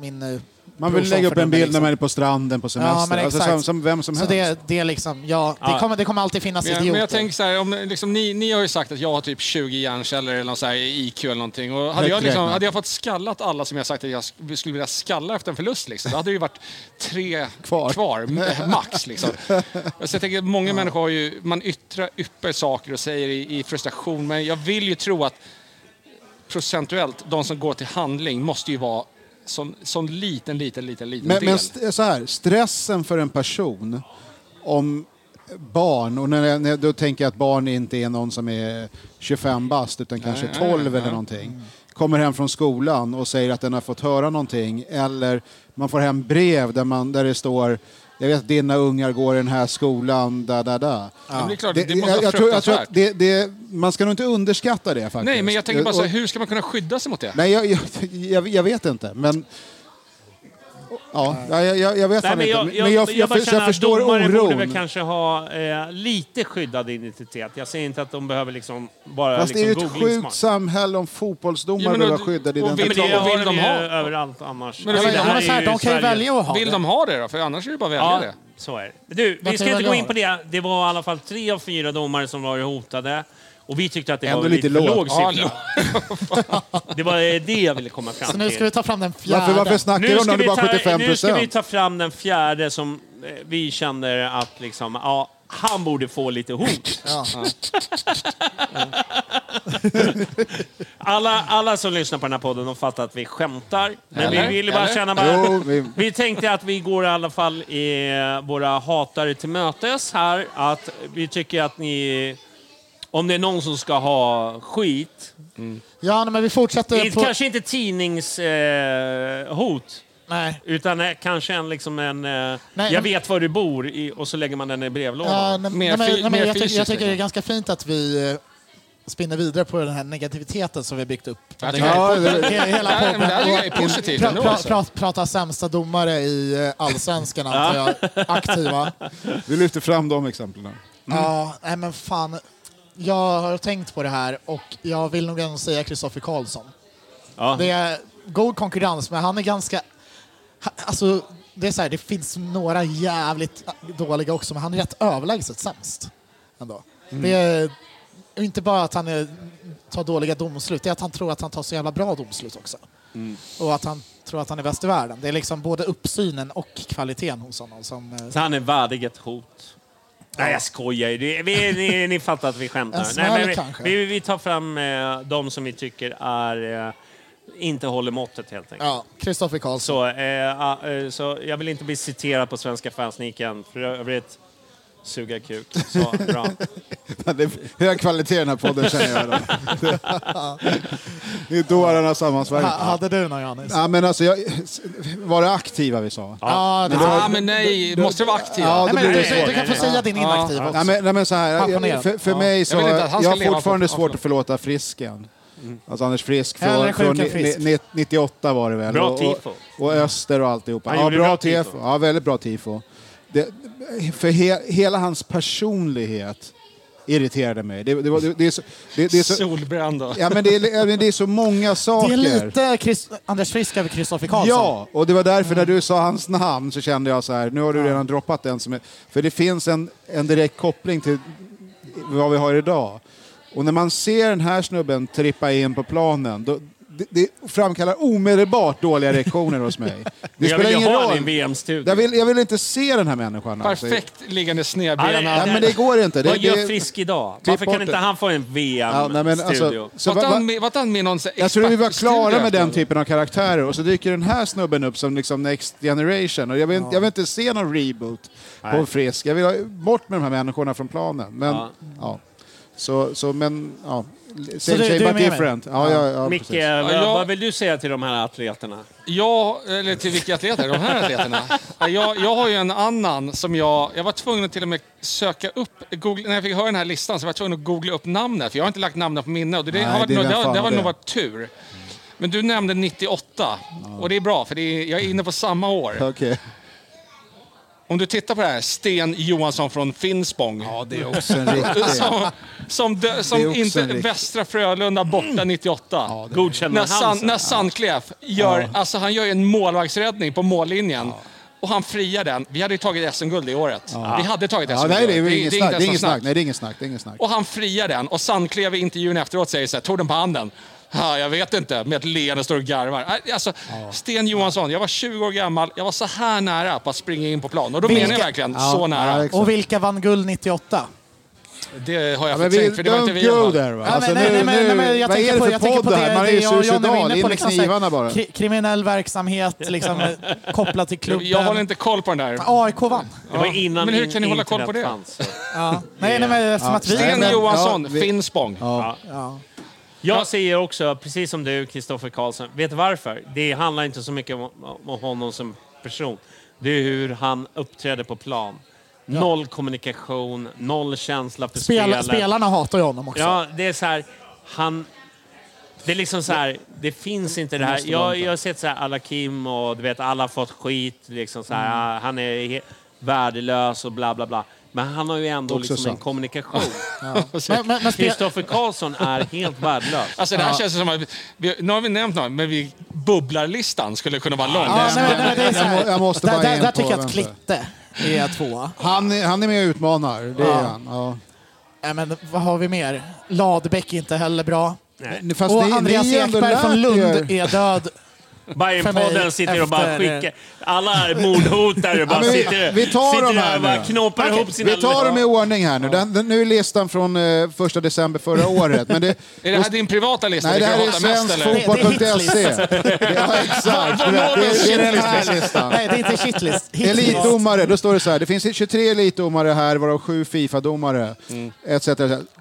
min eh, Man vill brorson lägga upp en fördömer bild när liksom. man är på stranden på Ja, semester. men alltså, exakt. som, som vem som så helst. Det, det, är liksom, ja, det, Ja. Kommer, det kommer alltid finnas Men, idioter. men jag tänker så här, om, liksom, ni, ni har ju sagt att jag har typ 20 hjärnceller eller någon så här IQ eller någonting. Och hade, Högt jag liksom, räknat. hade jag fått skallat alla som jag sagt att jag sk- skulle vilja skalla efter en förlust, liksom, då hade det ju varit tre kvar, m- max. Liksom. Så jag tänker, många människor har ju, man yttrar, yppar saker och säger i, i frustration, men jag vill ju tro att procentuellt, de som går till handling måste ju vara som, som liten, liten, liten, liten Men, del. men st- så här, stressen för en person om barn, och när, jag- när, jag- då tänker jag att barn inte är någon som är 25 bast utan kanske nej, 12 nej, eller nej. någonting, kommer hem från skolan och säger att den har fått höra någonting eller man får hem brev där, man, där det står jag vet att dina ungar går i den här skolan, da da da. men det är klart, det måste jag, vara jag tror, jag tror att det, fruktansvärt. det, Man ska nog inte underskatta det faktiskt. Nej, men jag tänker bara så här, Och- hur ska man kunna skydda sig mot det? Nej, jag, jag, jag, jag vet inte. Men... Ja, jag, jag, jag vet Nej, fan men inte. jag, men jag, jag, jag, jag, bara för- så känner jag att förstår domare borde väl oron. kanske ha eh, lite skyddad identitet. Jag säger inte att de behöver liksom bara Fast det är ju liksom ett googlingsmart. sjukt samhälle om Ja, fotbollsdomare men behöver och- skyddad och Ja, men identitet. det Vill har de de ju ha? överallt annars. Men Alltså, vill det de här ha? är Så här, ju de kan ju Sverige. välja att ha Vill det. de ha det då? För annars är det bara att välja Ja, det. så är det. Du, kan vi ska ju inte gå välja in på det. Det var i alla fall tre av fyra domare som var hotade. Och vi tyckte att det Ändå var lite lite för lågt. låg Ja, siffra. det var eh, det jag ville komma fram Så till. nu ska vi ta fram den fjärde. Varför, varför snackar Nu du om det ska om det vi bara ta- 75 Nu ska vi procent? ta fram den fjärde som eh, vi känner att liksom, ja, han borde få lite hot. alla, alla som lyssnar på den här podden de fattar att vi skämtar. Men Eller? vi ville bara Eller? känna... Bara, Jo, vi... vi- tänkte att vi går i alla fall eh, våra hatare till mötes här. Att vi tycker att ni... Om det är någon som ska ha skit, Ja, nej, men vi det fortsätter är på... kanske inte tidningshot, eh, hot, Nej. utan eh, kanske en, liksom en eh, “jag Nej, men- vet var du bor” i, och så lägger man den i brevlådan. Ja, nej, Mer nej, men- fy- nej, men mer jag, tycker- jag fysiskt, tycker det är liksom. ganska fint att vi eh, spinner vidare på den här negativiteten som vi har byggt upp. Jag under tycker- Ja, hela podden. det- He- hela Nej, men podden. det här tycker jag är Och positivt pra, ändå, pra, alltså. pra, prata sämsta domare i eh, allsvenskan, antar jag. Aktiva. Mm. Vi lyfter fram de exemplen. Ja, nej men fan. Jag har tänkt på det här och jag vill nog ändå säga Kristoffer Karlsson. Ja. Det är god konkurrens, men han är ganska... ha- Alltså, det är så här, det finns några jävligt dåliga också, men han är rätt överlägset sämst. Ändå. Mm. Det är inte bara att han är, tar dåliga domslut, det är att han tror att han tar så jävla bra domslut också. liksom. Och att han tror att han är bäst i världen. Det är liksom både uppsynen och kvaliteten hos honom som... eh, Så han är värdig ett hot. Nej, jag skojar ju. Det- Vi, ni, ni fattar att vi skämtar. En Nej, smäll vi, kanske. vi, vi tar fram eh, de som vi tycker är eh, inte håller måttet helt enkelt. Ja, Kristoffer alltså. Karlsson. Så, eh, ah, eh, så jag vill inte bli citerad på Svenska fansniken. För övrigt, suga kuk. Så, bra. Det är hög kvalitet i den här podden känner jag. idag. Det är dårarna sammansvärjda. Ha- Hade du någon Johannes? Ja, men alltså, jag, var det aktiva vi sa? Ja, Men det var- ah, men nej, måste vara aktiv. Ja, då nej, blir men det nej, svårt. nej, nej. Ja. Nej, men, nej, men så här, Pensionerad. jag, för, för Ja. mig Jag så, vill jag, inte att han ska har leva på- fortfarande Ja, svårt att förlåt. förlåta Frisken. Mm. Alltså Anders Frisk Hellre från, sjuk från än ni- frisk. ni- ni- 98 var det väl? Bra och, tifo. och, och Öster och alltihopa. Han Ja, gjorde bra bra tifo. tifo. Ja, väldigt bra tifo. Det, för he, hela hans personlighet irriterade mig. Det, det, var- det, det är så, det, det är så, Solbränd då. ja, men det, är, ja, men det är så många saker. Det är lite Chris, Anders Frisk över Kristoffer Karlsson. Ja, och det var därför Mm. när du sa hans namn så kände jag så här, nu har du redan droppat den som är... För det finns en, en direkt koppling till vad vi har idag. Och när man ser den här snubben trippa in på planen, då, det, det framkallar omedelbart dåliga reaktioner hos mig. Det Men jag vill spelar ju ingen ha han i roll. en VM-studio. Jag vill, jag vill inte se den här människan. alltså. Perfekt liggande Ja, snedbena. Nej, men det går inte. Det, Vad gör det- Frisk idag? Klipp Varför bort kan inte det. han få en Ja, nej, men alltså, VM-studio? så Var va- inte va- han med- var inte han med i någon sån här Jag trodde vi var klara expertstudie med den efteråt? typen av karaktärer och så dyker den här snubben upp som liksom next generation. Och jag, vill, inte- jag vill inte se någon reboot på Nej. Frisk. Jag vill ha bort med de här människorna från planen. Men, ja. Ja. Så, så, men, ja. Same du- shame du är but med mig? different. Ja, ja, ja, Micke, precis. vad, Ja, jag- vad vill du säga till de här atleterna? Ja, eller till vilka atleter? De här atleterna? Ja, Jag, jag har ju en annan som jag... Jag var tvungen att till och med söka upp... Google, när jag fick höra den här listan så var jag tvungen att googla upp namnet. För jag har inte lagt namnet på minne. Och det, Nej, har varit, det är nog- väl det, har- fan det har det. nog varit tur. Men du nämnde 98. Och det är bra, för det är, jag är inne på samma år. Okej. Om du tittar på det här, Sten Johansson från Finspång. Ja, det är också en riktig. Som, som, dö, Det är som också inte... en riktig. Västra Frölunda borta 98. Godkänner När, han San, sen? när Sandkläff gör, alltså han gör ju en målvaktsräddning på mållinjen. Och han friar den. Vi hade ju tagit SM-guld det året. Vi hade tagit SM-guld. Ja, nej, det är väl inget snack. Det ens är inget något snack. Nej, det är inget snack. Det är inget snack. Och han friar den. Och Sandklev i intervjun efteråt säger så här, tog den på handen. Ha, jag vet inte, med ett leende står och garvar. Nej, Alltså, Sten Johansson, jag var 20 år gammal, jag var så här nära på att springa in på plan. Och då Vilka- menar jag verkligen Ja, så ja, nära. exakt. Och vilka vann guld 98? det har Ja, Alltså, jag men vi, förträngt, för det var inte don't vi i alla go fall. there. Va? Ja, Alltså, men nej, nu, nej, men- nej, men nu, jag vad tänker är på- det jag för tänker på podd här? det- Man är det ju jag och John är suicidal. inne In på, med liksom, knivarna bara. Kri- kriminell verksamhet liksom, eh, kopplat till klubben. Jag håller inte koll på den där. AIK vann. Det var innan Men hur kan ni hålla internet koll på det? fanns, så. Ja. Nej, nej, men eftersom att vi... Sten men- Johansson, ja, vi- Finspång. Ja. Jag säger också, precis som du, Kristoffer Karlsson, vet du varför? Det handlar inte så mycket om, om honom som person. Det är hur han uppträder på plan. Noll kommunikation, noll känsla för Spel, spelet. spelarna hatar ju honom också. Ja, det är så här, han... Det är liksom så här, det finns inte det här. Jag, jag har sett så här alla Kim och du vet, alla har fått skit. Liksom så Mm. här, Han är he- värdelös och bla bla bla. Men han har ju ändå Också liksom en sant. kommunikation. Men, men, men spel, Kristoffer Karlsson är helt värdelös. Alltså det här känns som att, vi, nu har vi nämnt några, men vi, bubblarlistan skulle kunna vara lång. ja, nej, nej, nej, det är så Jag här. må- jag måste där, bara där, in där på tycker jag vem att det är. Klitte är tvåa. Han, är- han är med och utmanar. Det är han. Ja. Nej, men vad har vi mer? Ladbäck är inte heller bra. Fast och ni- ni Andreas är ändå Ekberg lärt från Lund er- är död. för mig Bajenpodden sitter och bara efter- skickar... Alla mordhotare bara Ja, men vi- sitter, vi tar sitter dem här där och bara nu. knåpar Okej, ihop sina... Vi tar dem i ordning här nu. Den, den, nu är listan från eh, första december förra året. Men det, Är det här din privata lista? nej, det du här kan är hata mest, eller? E. svenskfotboll.se. Ja, exakt. Det, det, det är den här listan. Nej, det är inte shitlist. Hitlist. Elitdomare, då står det så här. Det finns 23 elitdomare här, varav 7 Fifa-domare. Etc.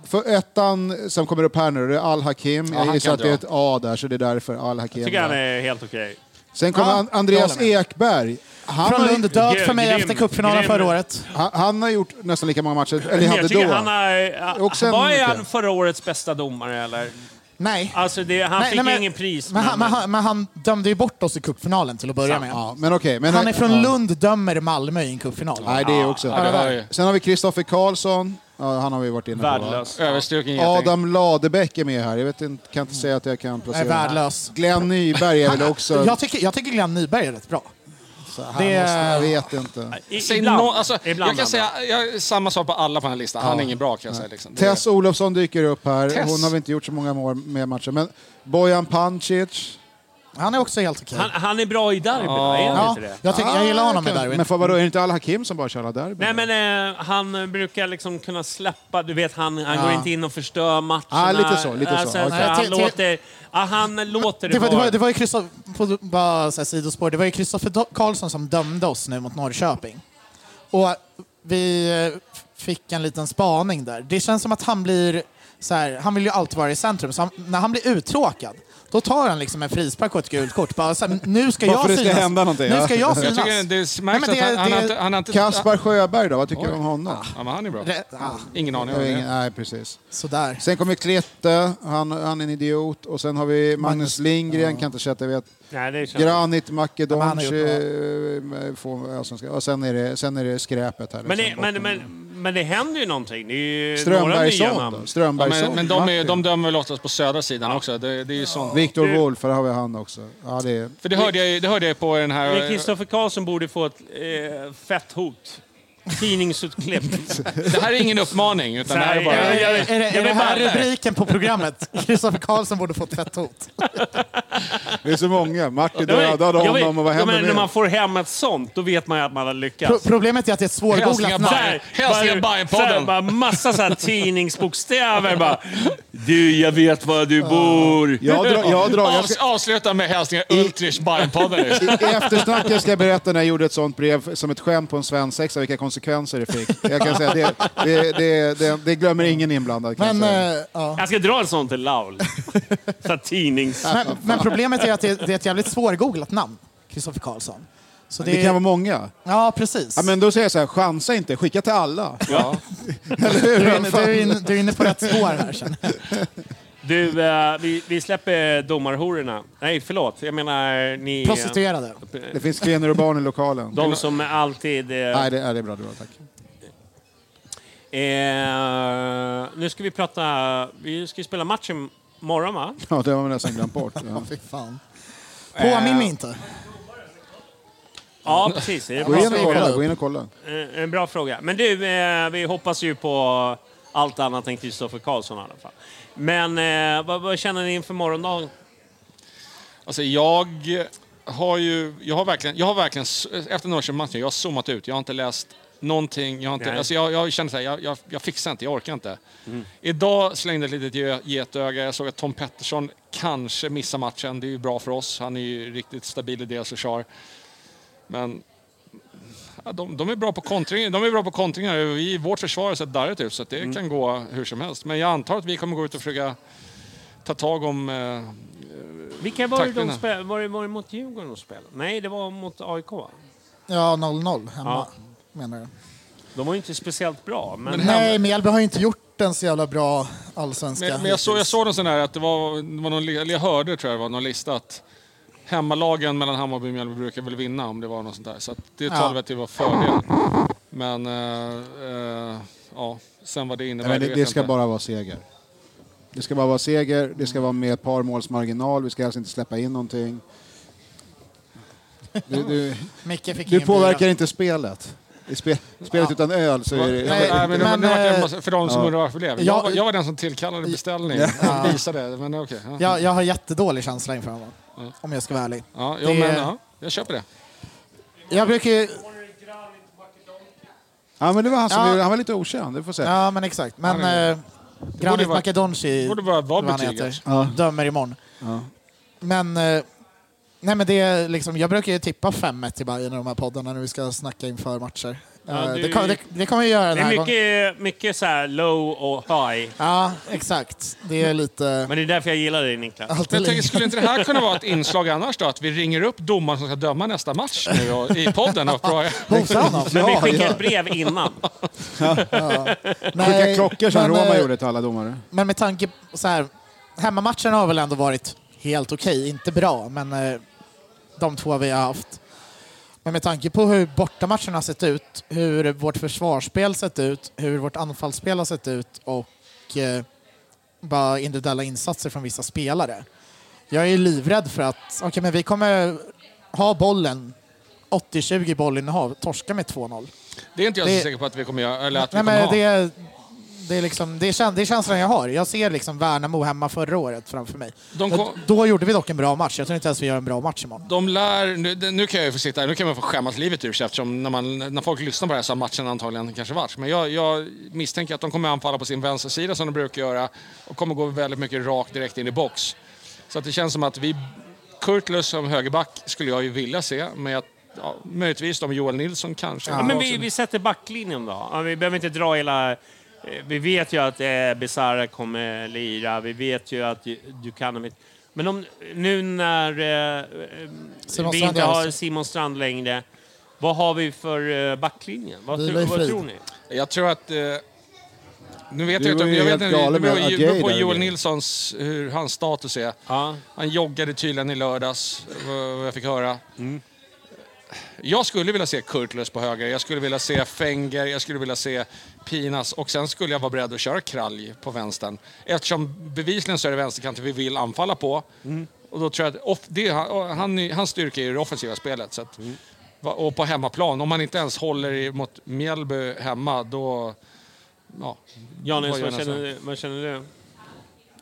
För ettan som kommer upp här nu, det är Al-Hakim. han Jag kan gissar att det är dra. ett A där, så det är därför Al-Hakim. tycker han är helt okej. Sen kommer Ja, An- Andreas jag håller Ekberg. Han Från har, Lund, död för mig Grym, efter cupfinalen grym. förra året. han, han har gjort nästan lika många matcher, eller hade Jag tycker då. han är... Också en- Var är okej. han förra årets bästa domare eller? Nej. Alltså det, han fick ju ingen pris. Men, han- men- men, han, men han dömde ju bort oss i cupfinalen till att börja med. Ja, men okej. men- Han är från ja. Lund, dömer Malmö i en cupfinal. Nej, det är också. Ja, det var ju- Sen har vi Kristoffer Karlsson. Ja, han har vi varit inne på. va? Värdelös. Överstruken geting. Adam Ladebäck är med här. Jag vet inte, kan inte säga att jag kan Nej, placera värdelös. Glenn Nyberg är väl också... Jag tycker, jag tycker Glenn Nyberg är rätt bra. så här det- måste, jag vet inte. I- Säg ibland. nå- alltså, ibland jag kan han säga jag, samma sak på alla på den här listan. Han är ingen bra kan jag säga. Liksom. Det är- Tess Olofsson dyker upp här. Tess. Hon har väl inte gjort så många mål med matcher. Men Bojan Pancic. Han är också helt okej. Han, han är bra i derby, va? är han inte det? jag, tycker, jag gillar honom med Darwin. Ah, Men för vadå, är det inte Al-Hakim som bara kör alla derby? Nej, men eh, han eh, brukar liksom kunna släppa. Du vet, han, han Ja. går inte in och förstör matcherna. Ah, lite så, lite så. Alltså, Okej. han, Till- till- låter, ah, han låter Det var, det var, vara. det var ju Christoph, på, bara så här sidospår, det var ju Kristoffer Do- Karlsson som dömde oss nu mot Norrköping. Och vi eh, fick en liten spaning där. Det känns som att han blir så här, han vill ju alltid vara i centrum, så han, när han blir uttråkad då tar han liksom en frispark och ett gult kort. Bara så här, nu ska Bara jag för det ska synas. hända någonting, Nu ja. ska jag Jag synas. tycker det märks Nej, men att han- han har inte- Kaspar Sjöberg då, vad tycker du om honom? Ja, men han är bra. Re- ah. Ingen aning om Jag har ingen- det. Nej, precis. Sådär. Sen kommer Klette, han, han är en idiot. Och sen har vi Magnus, Magnus- Lindgren, ja. kan inte säga att jag vet. Nej, det känns- Granit Ja, men han har Makedonci. gjort eh, får allsvenskan. Och sen är det, sen är det skräpet här. Men det, liksom, men, botten. men, men det händer ju någonting. Det är ju några nya Strömbergsson namn. då? Strömbergsson? men men de, är, Martin. de dömer väl oftast på södra sidan också. Det, det är ju sånt. Viktor Wolff, där har vi han också. Ja, det är... För det hörde, jag, ju- det hörde jag på den Men här... Kristoffer Karlsson borde få ett eh, fett hot. Tidningsutklipp. Det här är ingen uppmaning, utan det här är bara... Är, jag- är, det- är jag det vill här bara- rubriken på programmet? Kristoffer Karlsson borde fått fett hot. Det är så många. Martin Jag vet- dödade jag vet- honom och vad ja, händer men När med man får hem ett sånt, då vet man ju att man har Pro- lyckats. problemet är att det är ett svårgooglat Så här, namn. bara- så här, bara Massa så här tidningsbokstäver. Bara, du, jag vet var du bor. Jag drar- jag drar- jag Avs, avsluta med hälsningar Ultrich Bajenpodden. I eftersnacket ska jag berätta när jag gjorde ett sånt brev som ett skämt på en svensexa, vilka konsekvenser det fick. Jag kan säga, det, det, det, det, det glömmer ingen inblandad. Kan Men, jag säga. eh, ja. Jag ska dra en sån till Laul. Så här, tidnings... Alltså, Men, men problemet är att det, det är ett jävligt svårgooglat namn, Kristoffer Karlsson. Så det kan vara många. Ja, precis. Ja, men då säger jag så här, chansa inte, skicka till alla. Ja. Eller Du hur? är, inne, du, är inne, du är inne på rätt spår här. Sen. Du, eh, vi, vi släpper domarhororna. Nej, förlåt. Jag menar ni... eh, Prostituerade. Det finns kvinnor och barn i lokalen. De som alltid... eh, Nej, det, nej, det är bra. Det är bra tack. Eh, nu ska vi prata... Vi ska ju spela matchen imorgon, va? Ja, det har man nästan glömt bort. Ja. Fy fan. Eh, Påminn Eh. mig inte. Ja, precis. Det är en Gå bra in och fråga. kolla. Gå in och kolla. Eh, En bra fråga. Men du, eh, vi hoppas ju på allt annat än Kristoffer Karlsson i alla fall. Men eh, vad, vad känner ni inför morgondagen? Alltså jag har ju, jag har verkligen, jag har verkligen, s- efter Norrköping-matchen, jag har zoomat ut. Jag har inte läst någonting. Jag, har inte, Nej. Mm. alltså jag, jag känner så här, jag, jag, jag fixar inte, jag orkar inte. Idag slängde jag ett litet ge- getöga. Jag såg att Tom Pettersson kanske missar matchen. Det är ju bra för oss. Han är ju riktigt stabil i deras försvar. Men ja, de, de är bra på kontringar. De är bra på kontringar. Vi, vårt försvar har sett darrigt ut, så att det Mm. kan gå hur som helst. Men jag antar att vi kommer gå ut och försöka ta tag om... Eh, Vilka var det de Tacklingar. spelade? Var det, var det mot Djurgården de spelade? Nej, det var mot AIK, va? Ja, 0-0 hemma, menar du? De var ju inte speciellt bra, men... Nej, Mjällby har ju inte gjort en så jävla bra allsvenska Men, men jag, såg, jag hittills. såg någon sån här, att det var, det var någon, li- eller jag hörde tror jag det var någon lista att hemmalagen mellan Hammarby och Mjällby brukar väl vinna om det var något sånt där. Så att det Ja. talar väl till vår fördel. Men eh, eh, ja, sen vad det innebär Nej, men det det, vet det jag ska inte. bara vara seger. Det ska bara vara seger, det ska vara med ett par måls marginal, vi ska helst inte släppa in någonting. Du, du, Micke fick du ingen påverkar bira. inte spelet. I spe, spelet utan öl så är det... eh, Nej, men, det var- det var eh, en massa- för de som Ja. undrar varför det blev. Ja. Jag, var- jag var den som tillkallade beställning. Ja. Ja. Visade, men okej. ja. Jag, jag har jättedålig känsla inför honom, om jag ska vara ärlig. Ja, jo, Det- men, ja, jag köper det. Jag brukar ju... Ja, men det var han som Ja. gjorde- Han var lite okänd, det får jag säga. Ja, men exakt. Men Ja, men- eh, borde Granit vara- Makedonci, det borde vara- vara vad han betyget. heter, Ja. dömer imorgon. Ja. Men, eh, nej, men det är liksom, jag brukar ju tippa 5-1 till Bayern i de här poddarna när vi ska snacka inför matcher. Ja, Eh, du- det, kommer, det, det kommer vi göra den Det här är gången. mycket, mycket så här low och high. Ja, exakt. Det är lite... Men det är därför jag gillar dig, Niklas. Allt Men är jag tänker, skulle inte det här kunna vara ett inslag annars då? Att vi ringer upp domaren som ska döma nästa match nu och, i podden och frågar... Hosa honom. Men vi Ja, skickar ja. ett brev innan. Skicka klockor som men, Roma eh, gjorde till alla domare. Men med tanke på så här, hemmamatchen har väl ändå varit helt okej, inte bra, men eh, de två vi har haft. Men med tanke på hur bortamatcherna har sett ut, hur vårt försvarsspel sett ut, hur vårt anfallsspel har sett ut och eh, bara individuella insatser från vissa spelare. Jag är ju livrädd för att okay, men vi kommer ha bollen, 80-20 bollinnehav, torska med 2-0. Det är inte jag så Det- säker på att vi kommer göra. Eller att vi Nej, kommer men ha. det, Det är, liksom, det, är kän- det är känslan jag har. Jag ser liksom Värnamo hemma förra året framför mig. De Men kom- Då gjorde vi dock en bra match. Jag tror inte ens vi gör en bra match imorgon. De lär, nu, nu kan jag ju få sitta här, nu kan man få skämmas livet ur sig eftersom när, man, när folk lyssnar på det här så har matchen antagligen kanske varit. Men jag, jag misstänker att de kommer anfalla på sin vänstersida som de brukar göra och kommer gå väldigt mycket rakt direkt in i box. Så att det känns som att vi, Kurtlus som högerback skulle jag ju vilja se, men jag, ja, möjligtvis de Joel Nilsson kanske. Ja, men vi, vi sätter backlinjen då. Ja, vi behöver inte dra hela... eh, Vi vet ju att eh, Besara kommer lira, vi vet ju att du, du kan... om- Men om, nu när eh, eh, Simon vi Strand inte är har alltså- Simon Strand längre, vad har vi för eh, backlinjen? Vad, Vila tro, i vad frid. tror ni? Jag tror att... eh, Nu vet Du jag inte, var ju jag vet helt inte, det galen med beror ju- beror Ajay på där. Joel Nilssons, eh, hur hans status är. Han joggade tydligen i lördags, eh, vad vad jag fick höra. Mm. Jag skulle vilja se Kurtulus på höger, jag skulle vilja se Fenger, jag skulle vilja se Pinas och sen skulle jag vara beredd att köra Kralj på vänstern. Eftersom bevisligen så är det vänsterkanten vi vill anfalla på. Och då tror jag att off, det, är han, han, är- hans styrka är ju det offensiva spelet. Så att, va- Och på hemmaplan, om han inte ens håller i- mot Mjällby hemma, då... Ja, Janis, gör vad han känner, vad känner du?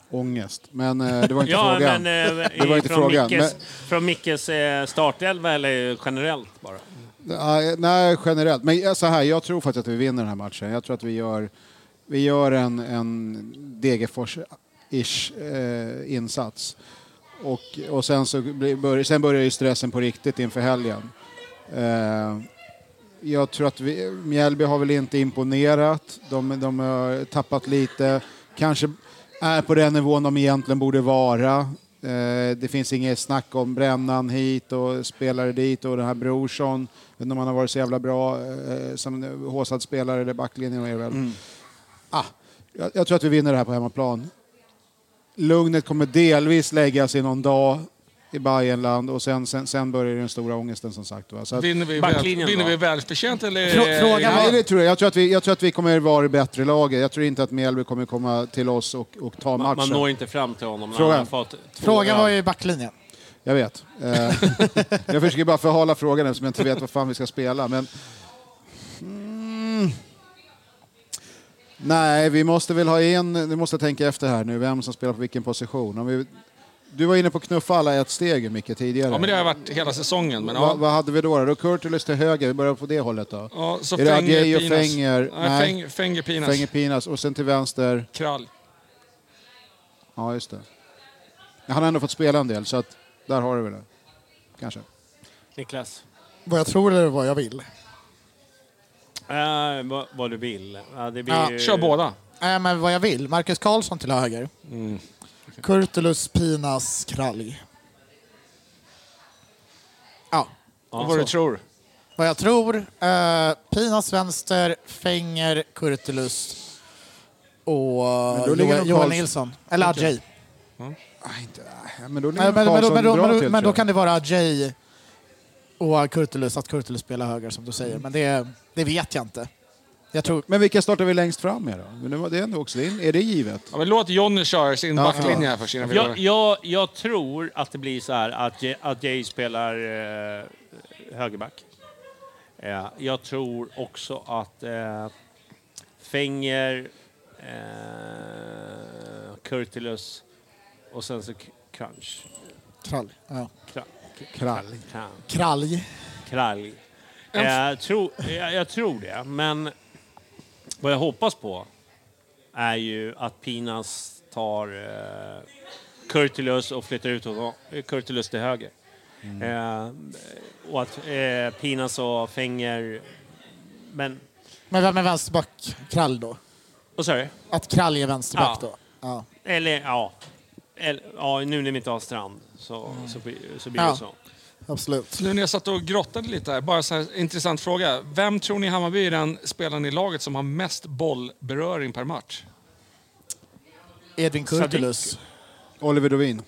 Ångest. Men eh, det var inte ja, frågan. Men, eh, det var i- inte från frågan. Mickes, från Mickes eh, startelva eller generellt bara? Men, nej, nej, generellt. Men eh, så här, jag tror faktiskt att vi vinner den här matchen. Jag tror att vi gör, vi gör en, en Degerfors-ish eh, insats. Och, och sen, så blir, bör, sen börjar ju stressen på riktigt inför helgen. Eh, jag tror att vi, Mjällby har väl inte imponerat. De, de har tappat lite. Kanske är på den nivån de egentligen borde vara. Eh, det finns inget snack om Brännan hit och spelare dit och den här Brorsson. Jag vet inte om han har varit så jävla bra eh, som håsad spelare eller backlinjen är det väl. Ah, jag, jag tror att vi vinner det här på hemmaplan. Lugnet kommer delvis läggas i någon dag i Bayernland och sen, sen, sen börjar den stora ångesten som sagt. Va? Så att- Vinner vi, väl, vinner vi välförtjänt eller? Nej, det tror jag. Jag tror, att vi, jag tror att vi kommer vara det bättre laget. Jag tror inte att Mjällby kommer komma till oss och, och ta Man, matchen. man når inte fram till honom. när Frågan. han har fått två Frågan öl. var ju backlinjen. Jag vet. Eh, jag försöker bara förhala frågan eftersom jag inte vet vad fan vi ska spela. Men... Mm. Nej, vi måste väl ha in... Vi måste tänka efter här nu, vem som spelar på vilken position. Om vi... Du var inne på att knuffa alla ett steg, Micke, tidigare. Ja, men det har jag varit hela säsongen. Men, Va, ja. vad hade vi då? då? Då Kurtulus till höger, vi börjar på det hållet då. Ja, så är det Fenger, Agey och Pinas. Fenger? Nej, Fenger- Fenger, Pinas. Fenger Pinas. Och sen till vänster? Krall. Ja, just det. Han har ändå fått spela en del, så att där har du väl det. Kanske. Niklas? Vad jag tror eller vad jag vill? Eh, vad, vad du vill. Ja, det blir ju... Nej, men vad jag vill. Marcus Karlsson till höger. Mm. Kurtulus, Pinas, Kralj. Ja. Och vad du tror? Vad jag tror? Eh, Pinas vänster, Fenger, Kurtulus och då ligger Joel- nog Johan Karls- Nilsson. Eller Okej. Ajay. Nej, Men då ligger Men, men, men, då- Karlsson men, då- bra men, till, då- men då tror jag. kan det vara Ajay och Kurtulus, att Kurtulus spelar höger som du säger. Men det, det vet jag inte. Jag tror... Men vilka startar vi längst fram med då? Men det var- Det är ändå också det. Är det givet? Ja, men låt Jonny köra sin Ja. backlinje här först innan vi Jag, går. jag, jag tror att det blir så här att, J- att Jay spelar eh, högerback. Eh, jag tror också att eh, Fenger, eh, Kurtulus och sen så K- Crunch. Krall. Ja. Kra- Krall. Kra- Kralj. Kralj. En Eh, tro, jag, jag tror det, men vad jag hoppas på är ju att Pinas tar eh, Kurtulus och flyttar ut honom, eh, Kurtulus till höger. Mm. Eh, och att eh, Pinas och Fenger... Men... Men vem är vänsterback? Krall då? Vad sa du? Att Kralj är vänsterback Ja. då? Ja. Eller ja. Eller, ja, nu när vi inte har Strand så, Mm. så, blir- så blir det Ja. så. Absolut. Nu när jag satt och grottade lite här, bara så här intressant fråga. Vem tror ni i Hammarby är den spelaren i laget som har mest bollberöring per match? Edvin Kurtulus. Oliver Dovin.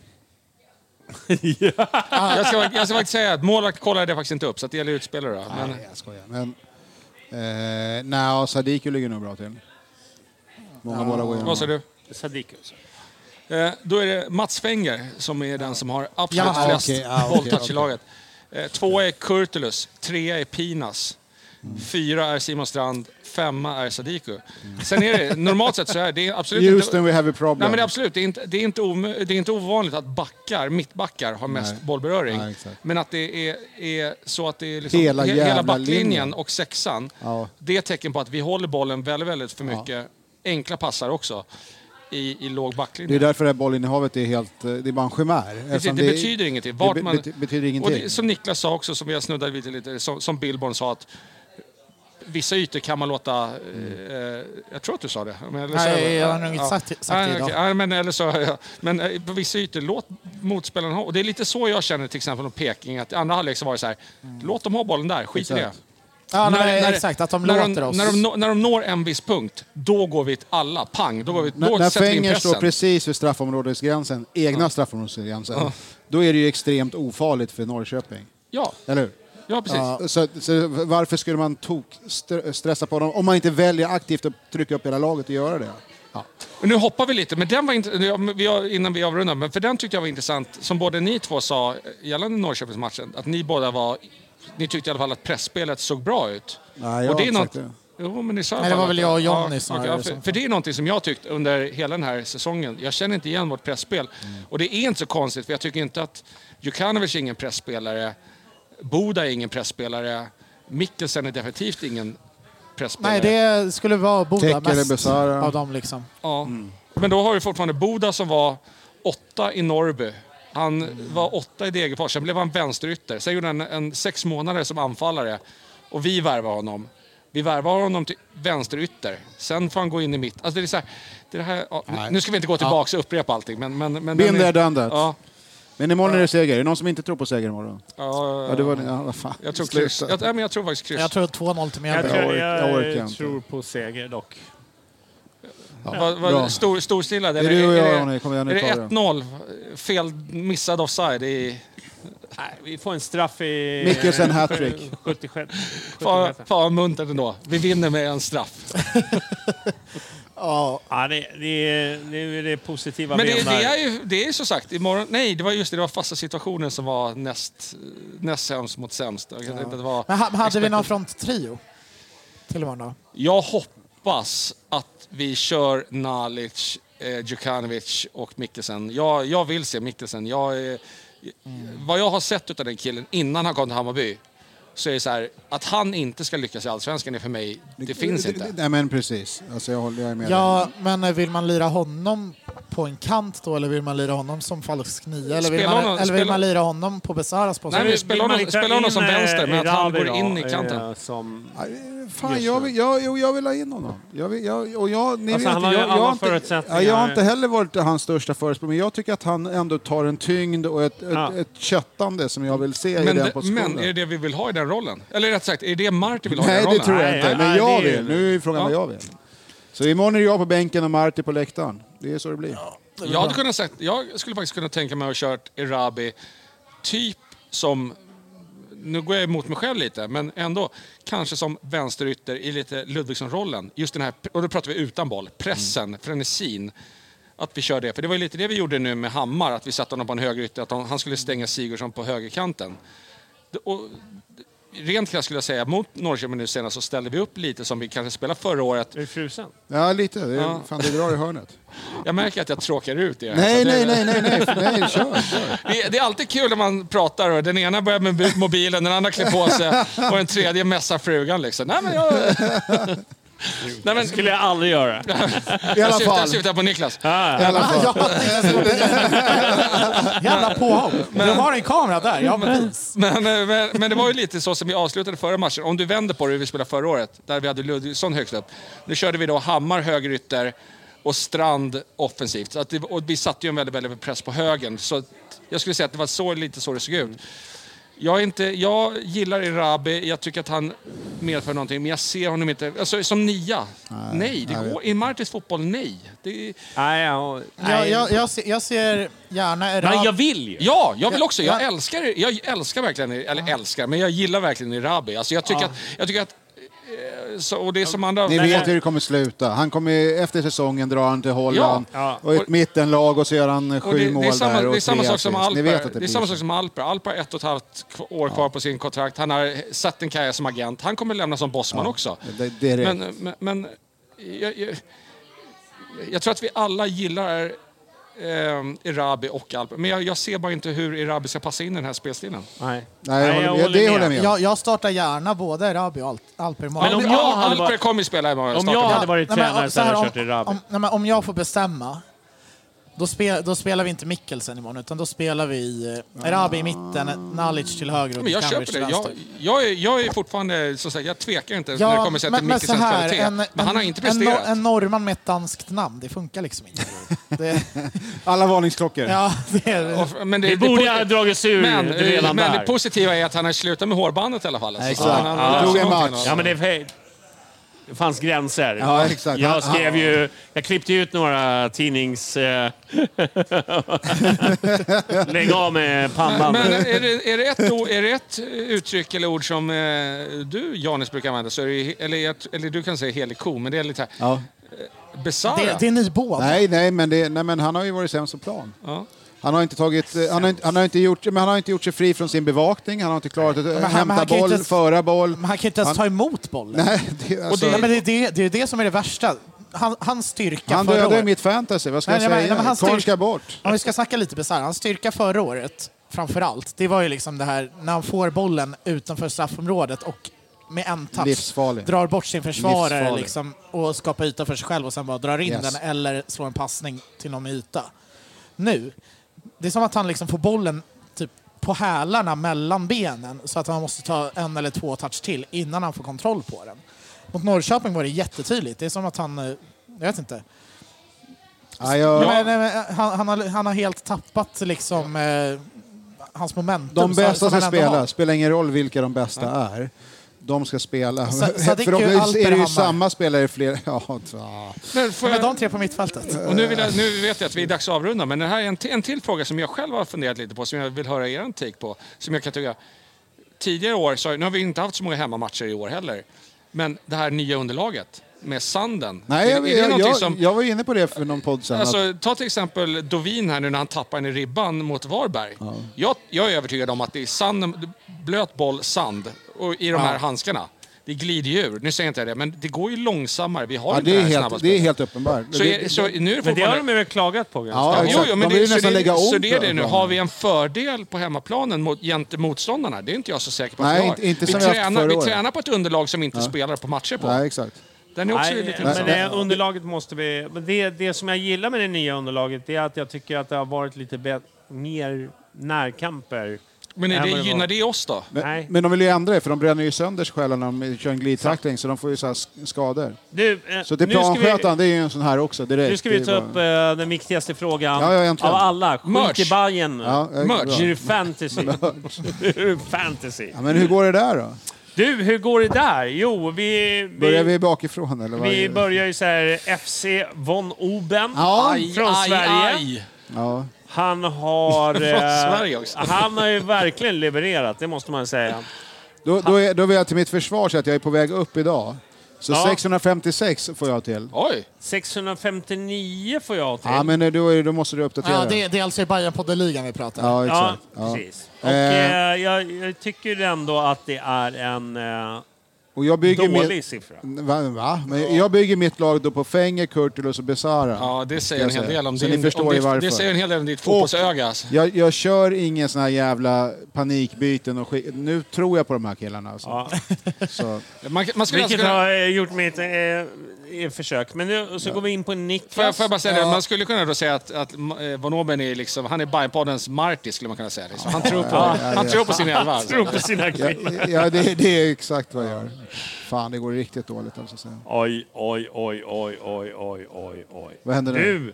Jag ska, jag ska faktiskt säga att målvakt kollade jag faktiskt inte upp, så att det gäller utspelare. då. Men, Nej, jag skojar. Men, eh, nej, Sadiku ligger nog bra till. Många bollar går igenom. Vad sa du? Sadikus. Eh, Då är det Mats Fenger som är den som har absolut Ja, flest okej, ja, okej, bolltouch i okej. laget. Eh, Tvåa är Kurtulus, trea är Pinas. Fyra är Simon Strand, femma är Sadiku. Sen är det, normalt sett så är det absolut Houston, we have a problem. Nej, men det är absolut, det är inte, det är inte, om, det är inte ovanligt att backar, mittbackar har mest Nej. bollberöring. Nej, exakt. men att det är, är så att det är liksom Hela he- jävla hela backlinjen linjen. och sexan. Ja. Det är ett tecken på att vi håller bollen väldigt, väldigt för mycket. Enkla passar också i, i låg backlinje. Det är därför det här bollinnehavet är helt... eh, Det är bara en chimär. Det, det, Eftersom betyder ingenting. Vart det be- man, bety- betyder Och ingenting. det, som Niklas sa också, som jag snuddade vid lite, som, som Billborn sa att vissa ytor kan man låta... Eh, jag tror att du sa det. Men, eller så- Nej, jag har nog inte sagt- sagt det Nej, idag. okej. Nej, men, eller så, ja. men eh, på vissa ytor, låt motspelaren ha. Och det är lite så jag känner till exempel om Peking, att i andra halvlek så var det så här, låt dem ha bollen där, skit i det. Exakt. Ja, nej, exakt, att de när låter oss. När de, nå- när de når en viss punkt, då går vi till alla, pang, då, går vi, När, då när sätter vi in Fenger pressen. står precis vid straffområdesgränsen, egna straffområdesgränsen, Ja. då är det ju extremt ofarligt för Norrköping. Ja. Eller hur? Ja, precis. Så, så varför skulle man tok str- stressa på dem om man inte väljer aktivt att trycka upp hela laget och göra det? Men Nu hoppar vi lite, men den var inte, ja, men vi har- innan vi avrundar, men för den tyckte jag var intressant, som både ni två sa gällande Norrköpingsmatchen, att ni båda var, ni tyckte i alla fall att pressspelet såg bra ut. Nej, jag Och det har är inte något- sagt det. Jo, men ni sa i Nej, alla det fall var att- väl jag och Johnny okej, snarare ja, för, som- för det är någonting som jag tyckt under hela den här säsongen. Jag känner inte igen vårt pressspel. Mm. Och det är inte så konstigt, för jag tycker inte att Jukanovic är ingen pressspelare, Boda är ingen pressspelare, Mikkelsen är definitivt ingen pressspelare. Nej, det skulle vara Boda Tekke eller mest Besara. av dem. Liksom. Ja. Mm. Men då har vi fortfarande Boda som var åtta i Norrby. Han var åtta i Degerfors, sen blev han vänsterytter. Sen gjorde han en sex månader som anfallare och vi värvade honom. Vi värvade honom till vänsterytter, sen får han gå in i mitt. Alltså det är så här, det är det här, ja, nu- nu ska vi inte gå tillbaka och upprepa allting. Men, men, men Been den there, är- done that. Ja, Men imorgon är det seger. Är det någon som inte tror på seger imorgon? ja, Ja, det var, ja, vad fan. Jag tror kryss. Jag, nej, men jag tror faktiskt kryss. Jag tror 2-0 till Jag Mjällby. tror- jag orkar Jag inte. tror på seger dock. Vad- vad- bra. stor, storstilad? Det är eller du och jag, det- Ronny. Kom igen, nu är det tar vi det. 1-0? Fel missad offside i... Nej, vi får en straff i... eh, Mikkelsen hattrick. 76. Fan fan vad muntert ändå. Vi vinner med en straff. Ja. Ja, det, det, nu är det positiva Men det, vindar. det är ju det är så sagt imorgon... Nej, det var just det. Det var fasta situationen som var näst, näst sämst mot sämst. Jag, kan Ja. tänka att det var Men ha- hade vi expected- någon fronttrio till imorgon då? Jag hoppas att vi kör Nalic, eh, Djukanovic och Mikkelsen. Jag, jag vill se Mikkelsen. Jag, är- Vad jag har sett utav den killen innan han kom till Hammarby så är det så här, att han inte ska lyckas i Allsvenskan är för mig, det finns inte. Nej, men precis. Alltså, jag håller jag är med. Ja, men eh, vill man lira honom på en kant då eller vill man lira honom som falsk nia? Eller vill, Spela man, honom- eller vill spela- man lira honom på Besaras position? Nej, men spela honom- spela honom eh, som vänster, men att han går in eh, i kanten. Som Fan, jag vill, jag, jo, jag vill ha in honom. Jag vill, jag, och jag, ni Alltså, vet, han har ju jag, jag, alla har inte, förutsättningar. ja, jag har inte heller varit hans största förespråkare, men jag tycker att han ändå tar en tyngd och ett, ett, ett köttande som jag vill se i Men, den det- positionen. men är det det vi vill ha i den rollen? Eller rätt sagt, är det det Marti vill ha i Nej, den rollen? det tror jag inte. Men jag vill. Nu är frågan Ja. vad jag vill. Så imorgon är jag på bänken och Marti på läktaren. Det är så det blir. Jag, hade kunnat sagt, jag skulle faktiskt kunna tänka mig att ha kört Erabi, typ som... Nu går jag emot mig själv lite, men ändå. Kanske som vänsterytter i lite Ludvigsson-rollen. Just den här, och då pratar vi utan boll, pressen, Mm. frenesin. Att vi kör det. För det var ju lite det vi gjorde nu med Hammar, att vi satte honom på en högerytter, att han han skulle stänga Sigurdsson på högerkanten. Det- Och rent krasst skulle jag säga, mot Norrköping nu senast så ställde vi upp lite som vi kanske spelade förra året. Är du frusen? Ja, lite. Det, är- Ja. Fan, det drar i hörnet. Jag märker att jag tråkar ut er. Nej, Så att nej, det- nej, nej, nej, nej, kör, Det, det är alltid kul när man pratar och den ena börjar med bu- mobilen, den andra klär på sig och den tredje messar frugan liksom. Nej, men jag... Nej, men... skulle jag aldrig göra. I alla fall. Jag syftar på Niklas. Ah, I alla fall. Jävla påhopp! Du har en kamera där, ja men Men, eh, men, men det var ju lite så som vi avslutade förra matchen. Om du vänder på det hur vi spelade förra året, där vi hade Ludvigsson högst upp. Nu körde vi då Hammar högerytter och Strand offensivt. Så att det, och vi satte ju en väldigt, väldigt press på högen. Så att jag skulle säga att det var så, lite så det såg ut. Jag, är inte, jag gillar Erabi, jag tycker att han medför någonting, men jag ser honom inte... Alltså, som nia? Nej, jag det vet. går, i Martins fotboll, nej. Det, Nej, ja, jag, jag, jag, ser, jag ser gärna Erabi. vill ju! Ja, jag vill också. Jag Ja. älskar, jag älskar verkligen, eller älskar, men jag gillar verkligen Erabi. Alltså jag tycker Ja. att, jag tycker att eh, så, och det är som andra... Ni Men- vet hur det kommer sluta. Han kommer ju- efter säsongen drar han till Holland Ja. Ja. och ett mittenlag och så gör han Och sju det, mål det är samma, där och det är samma tre sak som assist. Ni Alper. vet att Det, det, är blir samma så. sak som Alper. Alper har ett och ett halvt kv- år kvar på sin kontrakt. Han har satt en karriär som agent. Han kommer lämna som bossman Ja, också. det- det är men rätt. men, men jag, jag, jag tror att vi alla gillar eh, Erabi och Alper. Men jag, jag ser bara inte hur Erabi ska passa in i den här spelstilen. Nej, Nej, jag håller med. Det håller jag med om. Jag, jag startar gärna både Rabi och Al- Alper imorgon. Men om jag hade Alper varit- kommer ju spela imorgon, Om startar jag hade varit Nej, men, tränare så så här, hade jag om- kört i Rabi. Om, nej, men om jag får bestämma, då, spe, då spelar vi inte Mikkelsen imorgon, utan då spelar vi eh, Rabi i mitten, Nalic till höger och Men jag Kambic köper till det. Jag, vänster. jag, är, jag är fortfarande, så att säga, jag tvekar inte Ja, när det kommer sett till så Mikkelsens här, kvalitet. en- men han har en- inte en, presterat. nor- en norrman med ett danskt namn, det funkar liksom inte. Det, Alla varningsklockor. ja, det är det. Och- Men det, po- men, men det positiva är att han har slutat med hårbandet i alla fall. Alltså. Ja, Så han- han- ja. han- Ja, men det, det fanns gränser. Ja, exakt. Jag Han- skrev han- ju... Jag klippte ut några tidnings... eh, Lägg av Eh, med pannan. Men är det, är, det ett, o- är det ett uttryck eller ord som eh, du, Janis, brukar använda så är det, ju- eller, jag- eller du kan säga helig ko, men det är lite här... Eh, Ja. Besara. ni båda. Nej, nej men, det, nej, men han har ju varit sämst på plan. Han har, inte tagit, eh, han, har inte, han, har inte gjort, men han har inte gjort sig fri från sin bevakning, han har inte klarat att eh, Men han- men hämta han kan ju boll, inte ens- föra boll. Men han kan inte ens ta emot bollen. Nej, det, är alltså, Nej, men det, är det, det är det som är det värsta. Han, hans styrka han förra dödade ju året... mitt fantasy, vad ska jag säga? men hans Korn styrka- ska bort. Om vi ska snacka lite Besara, hans styrka förra året framför allt, det var ju liksom det här när han får bollen utanför straffområdet och med en touch Livsfarlig. drar bort sin försvarare Livsfarlig. liksom, och skapar yta för sig själv och sen bara drar in Yes. den eller slår en passning till någon med yta. Nu, det är som att han liksom får bollen typ på hälarna mellan benen så att han måste ta en eller två touch till innan han får kontroll på den. Mot Norrköping var det jättetydligt. Det är som att han, eh, jag vet inte, Ja, jag, Nej, men, nej, men, han, han, har, han har helt tappat liksom eh, hans momentum. De så- bästa ska han ändå spela, har. spelar ingen roll vilka de bästa är. De ska spela. Sa- Sadiku, För de är det ju Alperhammar. samma spelare i flera... Ja, ja. Men får Med jag- de tre på mittfältet. Eh, Och nu, vill jag, nu vet jag att vi är dags att avrunda, men det här är en, t- en till fråga som jag själv har funderat lite på, som jag vill höra er take på. Som jag kan tycka, tidigare år, så, nu har vi inte haft så många hemmamatcher i år heller, men det här nya underlaget med sanden. Nej, är, jag, är det jag, någonting jag, som... jag var ju inne på det för någon podd sen. att Alltså, ta till exempel Dovin här nu när han tappar den i ribban mot Varberg. Jag, jag är övertygad om att det är sand, blöt boll, sand och i de Ja. här handskarna. Det glider ju ur. Nu säger jag inte det, men det går ju långsammare. Vi har ja, inte det, är här snabba helt, det är spelet. helt uppenbart. Så är- så nu är det men det fortfarande- har de väl klagat på? ganska Ja, mycket. exakt. De vill ju så nästan det, lägga Så om det är det nu. planen. Har vi en fördel på hemmaplanen mot, gentemot motståndarna? Det är inte jag så säker på att Nej, vi har. inte- inte vi, som vi haft tränar, förra vi året. tränar på ett underlag som inte spelar på matcher på. Nej, exakt. Den är också Nej, lite men intressant. det underlaget måste vi... Men det, det som jag gillar med det nya underlaget det är att jag tycker att det har varit lite bet, mer närkamper. Men är än det, vad var. gynnar det oss då? Men, men de vill ju ändra det, för de bränner ju sönder sig själva när de kör en glidtackling, så de får ju så här sk- skador. Du, eh, Så det nu ska vi- planskötaren, det är ju en sån här också direkt. Nu ska vi Det är ta bara- upp eh, den viktigaste frågan Ja, ja, egentligen. av alla. Skit Merch. i Bajen nu. Ja, eh, Merch. bra. Hur är fantasy? Hur är fantasy? Ja, men hur går det där då? Du, hur går det där? Jo, vi... vi Börjar vi bakifrån eller? vad vi är det? börjar ju så här, FC von Oben Ja. Aj, från aj, Sverige. aj. Ja. Han har... Från eh, Sverige också. han har ju verkligen levererat, det måste man säga. Då, då, är, då vill jag till mitt försvar säga att jag är på väg upp idag. Så Ja. 656 får jag till. Oj! 659 får jag till. Ja, men eh, då, är, då måste du uppdatera. Ja, det, det är alltså i Bajen-poddeligan vi pratar Ja, om. exakt. Ja, Ja. precis. Och, Eh. eh, jag, jag tycker ändå att det är en eh, Och jag bygger dålig mitt- siffra. Va, va? Men Jag bygger mitt lag då på Fenger, Kurtulus och Besara. Ja, det säger Jag en hel säger. del om Så din- ni förstår om ju ditt- varför. det säger en hel del om ditt Och fotbollsöga, alltså. Jag, jag kör ingen sån här jävla panikbyten och skit. Nu tror jag på de här killarna alltså. Så. Vilket har eh, gjort mitt eh, eh, försök. Men nu så går vi in på Niklas. Får jag, får jag bara säga det? Man skulle kunna då säga att, att eh, Von Oben är liksom, han är Bajenpoddens Marty skulle man kunna säga. Liksom. Han, tror på, ja, ja, han ja. tror på sin elva. alltså. Han tror på sina killar. Ja, det, det är exakt vad jag gör. Fan, det går riktigt dåligt alltså. sen. Oj, oj, oj, oj, oj, oj, oj, oj. Vad händer nu? Du!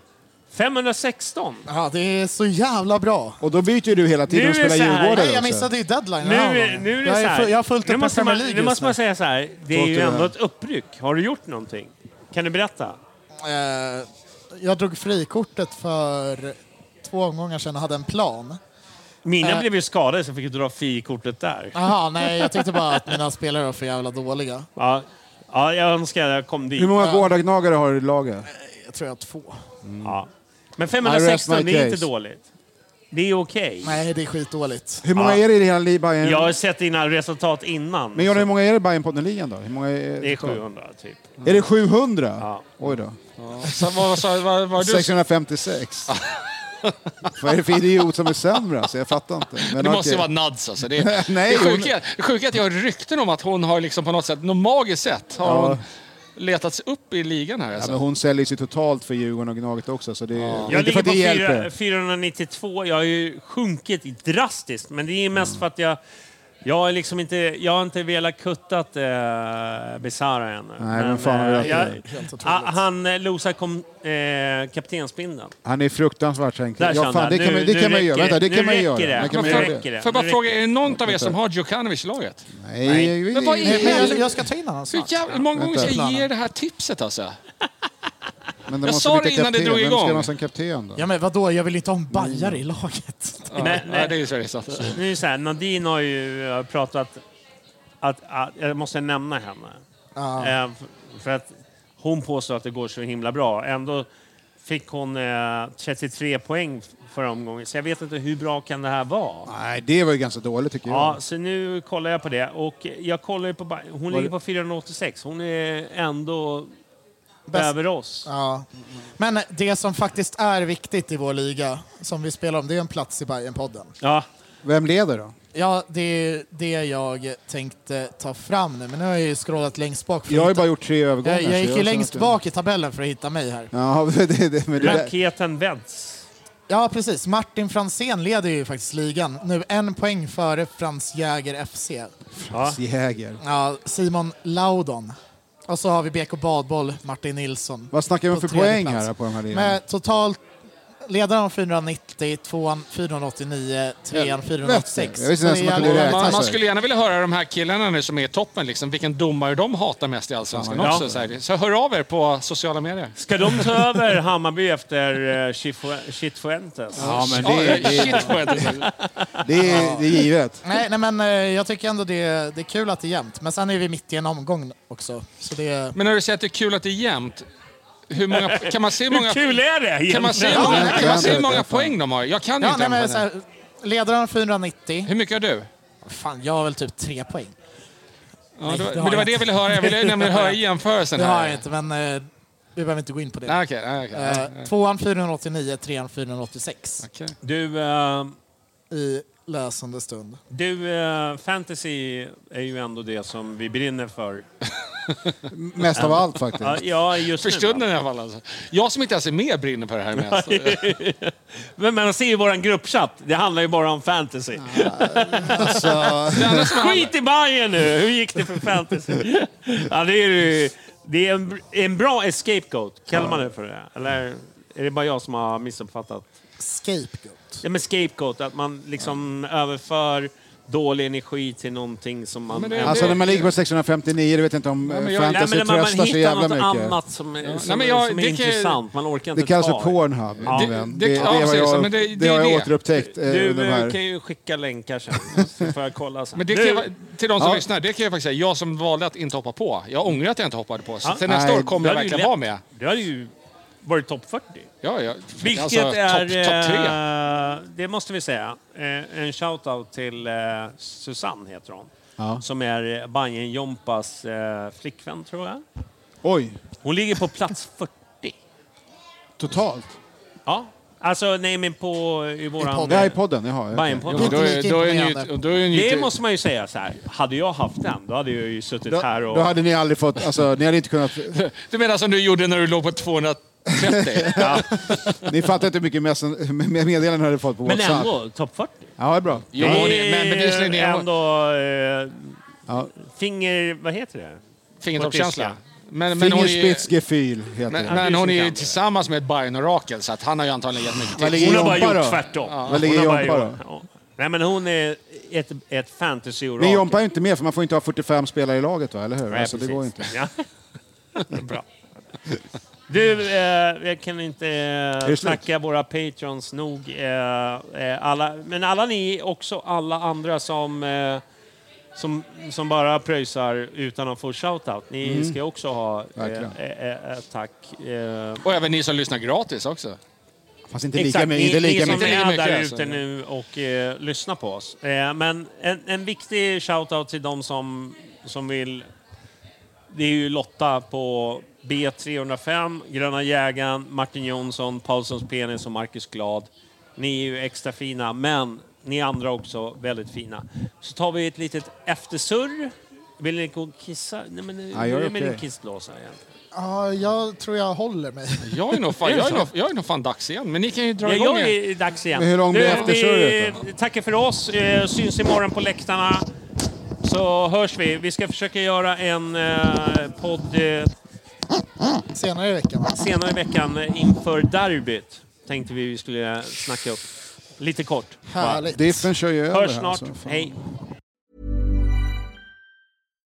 516. Ja, det är så jävla bra. Och då byter ju du hela tiden Nu och är spelar det så här. Djurgården Nej, jag också. missade ju deadline. Nu, den här är- gången. nu är jag, det så är här. full- jag har fullt nu upp med måste, Premier man, League nu just måste nu. man säga så här. Det är ju Tråkigt. ändå ett uppryck. Har du gjort någonting? Kan du berätta? Eh, jag drog frikortet för två omgångar sedan och hade en plan. Mina Eh. blev ju skadade så jag fick dra frikortet där. Jaha, nej, jag tyckte bara att mina spelare var för jävla dåliga. Ja. Ja, jag önskar jag kom dit. Hur många gårdagnagare har du i laget? Mm. Jag tror jag har två. Mm. Ja. I Men 516, rest my det är inte case. dåligt. Det är okej. Nej, det är skitdåligt. Hur många är det i hela li- Bayern? Jag har sett dina resultat innan. Men John, hur många är det i Bayernpodden-ligan då? Hur många är Det är 700, typ. Är det 700? Oj då. Så vad, vad, sa- vad, vad, du, 656. Vad är det för idiot som är sämre? Alltså, jag fattar inte. det måste ju okej. vara Nads alltså. Det är, Nej, det hon- är sjuka, det sjuka är att jag har rykten om att hon har liksom på något sätt, något magiskt sätt, har Ja. hon letats upp i ligan här. Ja, Alltså. men hon säljer sig totalt för Djurgården och Gnaget också, så det, det är Jag inte för ligger att det på hjälper. fyra, 492. Jag har ju sjunkit drastiskt, men det är mest för att jag... Jag har liksom inte, jag har inte velat kuttat eh, Besara ännu. Nej, men fan har du rätt i jag, det. Helt ah, Han eh, losar kom, eh, kaptensbindeln. Han är fruktansvärt trängd. Där Ja, kände fan, jag. det kan Nu- man, det nu kan man ju göra. räcker Vänta, det. det kan Nu man ju räcker göra. det. Man kan man Nu göra räcker det. det. Får jag bara Nu fråga, är det någon av er som har Djukanovic i laget? Nej, Nej. Men vad är Nej, men jag, det? jag ska ta in honom Hur snart. jävla hur många gånger ska Vänta. jag ge er det här tipset alltså? Men det Jag måste sa bli det innan det kapten. drog Vem ska igång. vara som kapten då? Ja, men vadå? Jag vill inte ha en bajare i laget. Ja, Nej, nej. ja, det är ju så det är sant. Nu är det så här, Nadine har ju eh, pratat... Att, att, jag måste nämna henne. Eh, f- för att hon påstår att det går så himla bra. Ändå fick hon eh, 33 poäng förra omgången. Så jag vet inte hur bra kan det här vara? Nej, det var ju ganska dåligt tycker Ja, jag. så nu kollar jag på det. Och jag kollar ju på... Ba- Hon ligger det- på 486. Hon är ändå Bäst. över oss. Ja. Men det som faktiskt är viktigt i vår liga, som vi spelar om, det är en plats i Bayern-podden. Ja. Vem leder då? Ja, det är det jag tänkte ta fram nu, men nu har jag ju scrollat längst bak. för Jag har ju att bara gjort tre hitta- övergångar. jag, jag så gick ju känner längst att- bak i tabellen för att hitta mig här. Ja, det, det, men det, där- Raketen vänds. Ja, precis. Martin Fransén leder ju faktiskt ligan. Nu en poäng före Frans Jäger FC. Ja. Jäger. Ja, Simon Laudon. Och så har vi BK Badboll, Martin Nilsson. Vad snackar vi om för På tredje poäng plats. här på de här linorna? Med totalt ledaren 490, tvåan 489, trean Helvete. 486. Jag visste inte ens Så att man är kunde jävla- Man, man Alltså. skulle gärna vilja höra de här killarna nu som är i toppen, liksom, vilken domare de hatar mest i Allsvenskan Ja. också. Så, här. så hör av er på sociala medier. Ska de ta över Hammarby efter eh, Chifo- Chitfuentes? Ja, men det, Ja, det, shit, får jag inte säga. det, är- det är givet. Nej, nej, men eh, jag tycker ändå det, det är kul att det är jämnt. Men sen är vi mitt i en omgång också. Så det, Men när du säger att det är kul att det är jämnt, hur många, kan man se hur många... Hur kul är det egentligen? Kan man se hur många, kan man se hur många Ja. poäng de har? Jag kan ju ja, inte. nej, dem på men, det. så här, ledaren 490. Hur mycket har du? Fan, jag har väl typ tre poäng. Ja, Nej, det, det var- har men det var jag det jag inte. ville höra. Jag ville nämligen höra jämförelsen Det här. har jag inte, men eh, vi behöver inte gå in på det. Nej, okej. nej, okej. Eh, tvåan 489, trean 486 Okej. Du, eh, i läsande stund. du eh, fantasy är ju ändå det som vi brinner för. Mest av allt faktiskt. Ja, Ja, just För nu, va? stunden i alla fall. Alltså. Jag som inte ens är med brinner för det här mest. Men man ser ju våran gruppchatt. Det handlar ju bara om fantasy. Alltså, Skit i Bayern nu! Hur gick det för fantasy? ja, det är ju... Det är en, en bra scapegoat. Kallar man det för det? Eller är det bara jag som har missuppfattat? Scapegoat. Ja, men scapegoat, att man liksom överför dålig energi till någonting som man... Men det- alltså när man ligger på 659, det vet jag inte om men eh, jag- Nej, fantasy men man tröstar så hittar jävla något mycket. annat som, är- som, Nej, men jag- som är det kan- intressant. Man orkar inte Det kallas ta för Pornhub, Ja. min vän. Det- Det, det, det- har ja, precis. jag, Men det- det, det är har jag det. återupptäckt. eh, Du under de eh, här. kan ju skicka länkar sen, så får jag kolla sen. Men det Nu- kan jag, till de som Ja. lyssnar, det kan jag faktiskt säga. Jag som valde att inte hoppa på. Jag ångrar att jag inte hoppade på. Så Ja. till nästa Nej, år kommer jag det hade ju verkligen lätt. vara med. Du hade ju varit topp 40. Ja, ja. Vilket alltså, är... Topp top tre. eh, det måste vi säga. Eh, en shout-out till eh, Susanne, heter hon. Ja. Som är eh, Bajen Jompas eh, flickvän, tror jag. Oj, Hon ligger på plats 40. totalt? Ja. Alltså, nej men på... I våran... Det här är podden, jaha. okej. Bajenpodden. Jo, Då är- då är ni Inte ju- imponerande. då är ni ju Det inte- måste man ju säga så här. Hade jag haft den, då hade jag ju suttit Då, här och... då hade ni aldrig fått, alltså ni hade inte kunnat, Du menar som du gjorde när du låg på 230? ni fattar inte hur mycket messen- meddelanden ni hade fått på Men WhatsApp. ändå, topp 40. Ja, det är bra. Jo, det- men bevisligen Det är är hon- ändå... Eh, Ja. finger... Vad heter det? Fingertoppskänsla. Men, men hon är, Fingerspitzgefühl heter men, det. men Ja, hon det är är ju som tillsammans med ett Bayern-orakel så att han har ju antagligen gett mycket Vad tips. ligger Hon har bara Jompa gjort då? tvärtom. Vad ligger Hon har bara Jompa gjort- då? Ja. Nej, men hon är ett, ett fantasy-orakel. Men Jompa är ju inte med för man får inte ha 45 spelare i laget va, eller hur? Nej, Alltså, det precis. går inte. Ja. Det är Bra. Du, eh, jag kan inte eh, det slut? tacka våra patrons nog. Eh, eh, alla, men alla ni, också alla andra som eh, som, som bara pröjsar utan att få shoutout. Ni Mm. ska också ha eh, Verkligen. eh, eh, ett tack. Eh, Och även ni som lyssnar gratis också. Fast Exakt, ni, ni som Inte lika är mycket, där alltså. ute nu och eh, lyssnar på oss. Eh, men en, en viktig shoutout till de som, som vill... Det är ju Lotta på B305, Gröna Jägaren, Martin Jonsson, Paulsons Penis och Marcus Glad. Ni är ju extra fina, men ni andra också väldigt fina. Så tar vi ett litet eftersurr. Vill ni gå och kissa? Nej, men, Ja, jag är hur är det med okej. din kissblåsa egentligen? Ja, jag tror jag håller mig. Jag är nog fan, Är det jag är så? nog, jag är nog fan dags igen, men ni kan ju dra Ja, igång jag igen. är dags igen. Men hur lång Nu, blir efterköret Vi tackar för oss. Eh, Syns imorgon på läktarna. Så hörs vi. Vi ska försöka göra en eh, podd eh, Senare i veckan. senare i veckan eh, inför derbyt. Tänkte vi vi skulle snacka upp. Lite kort. bara. Härligt. Diffen kör ju över Hörs här, snart. alltså. Fan. Hej.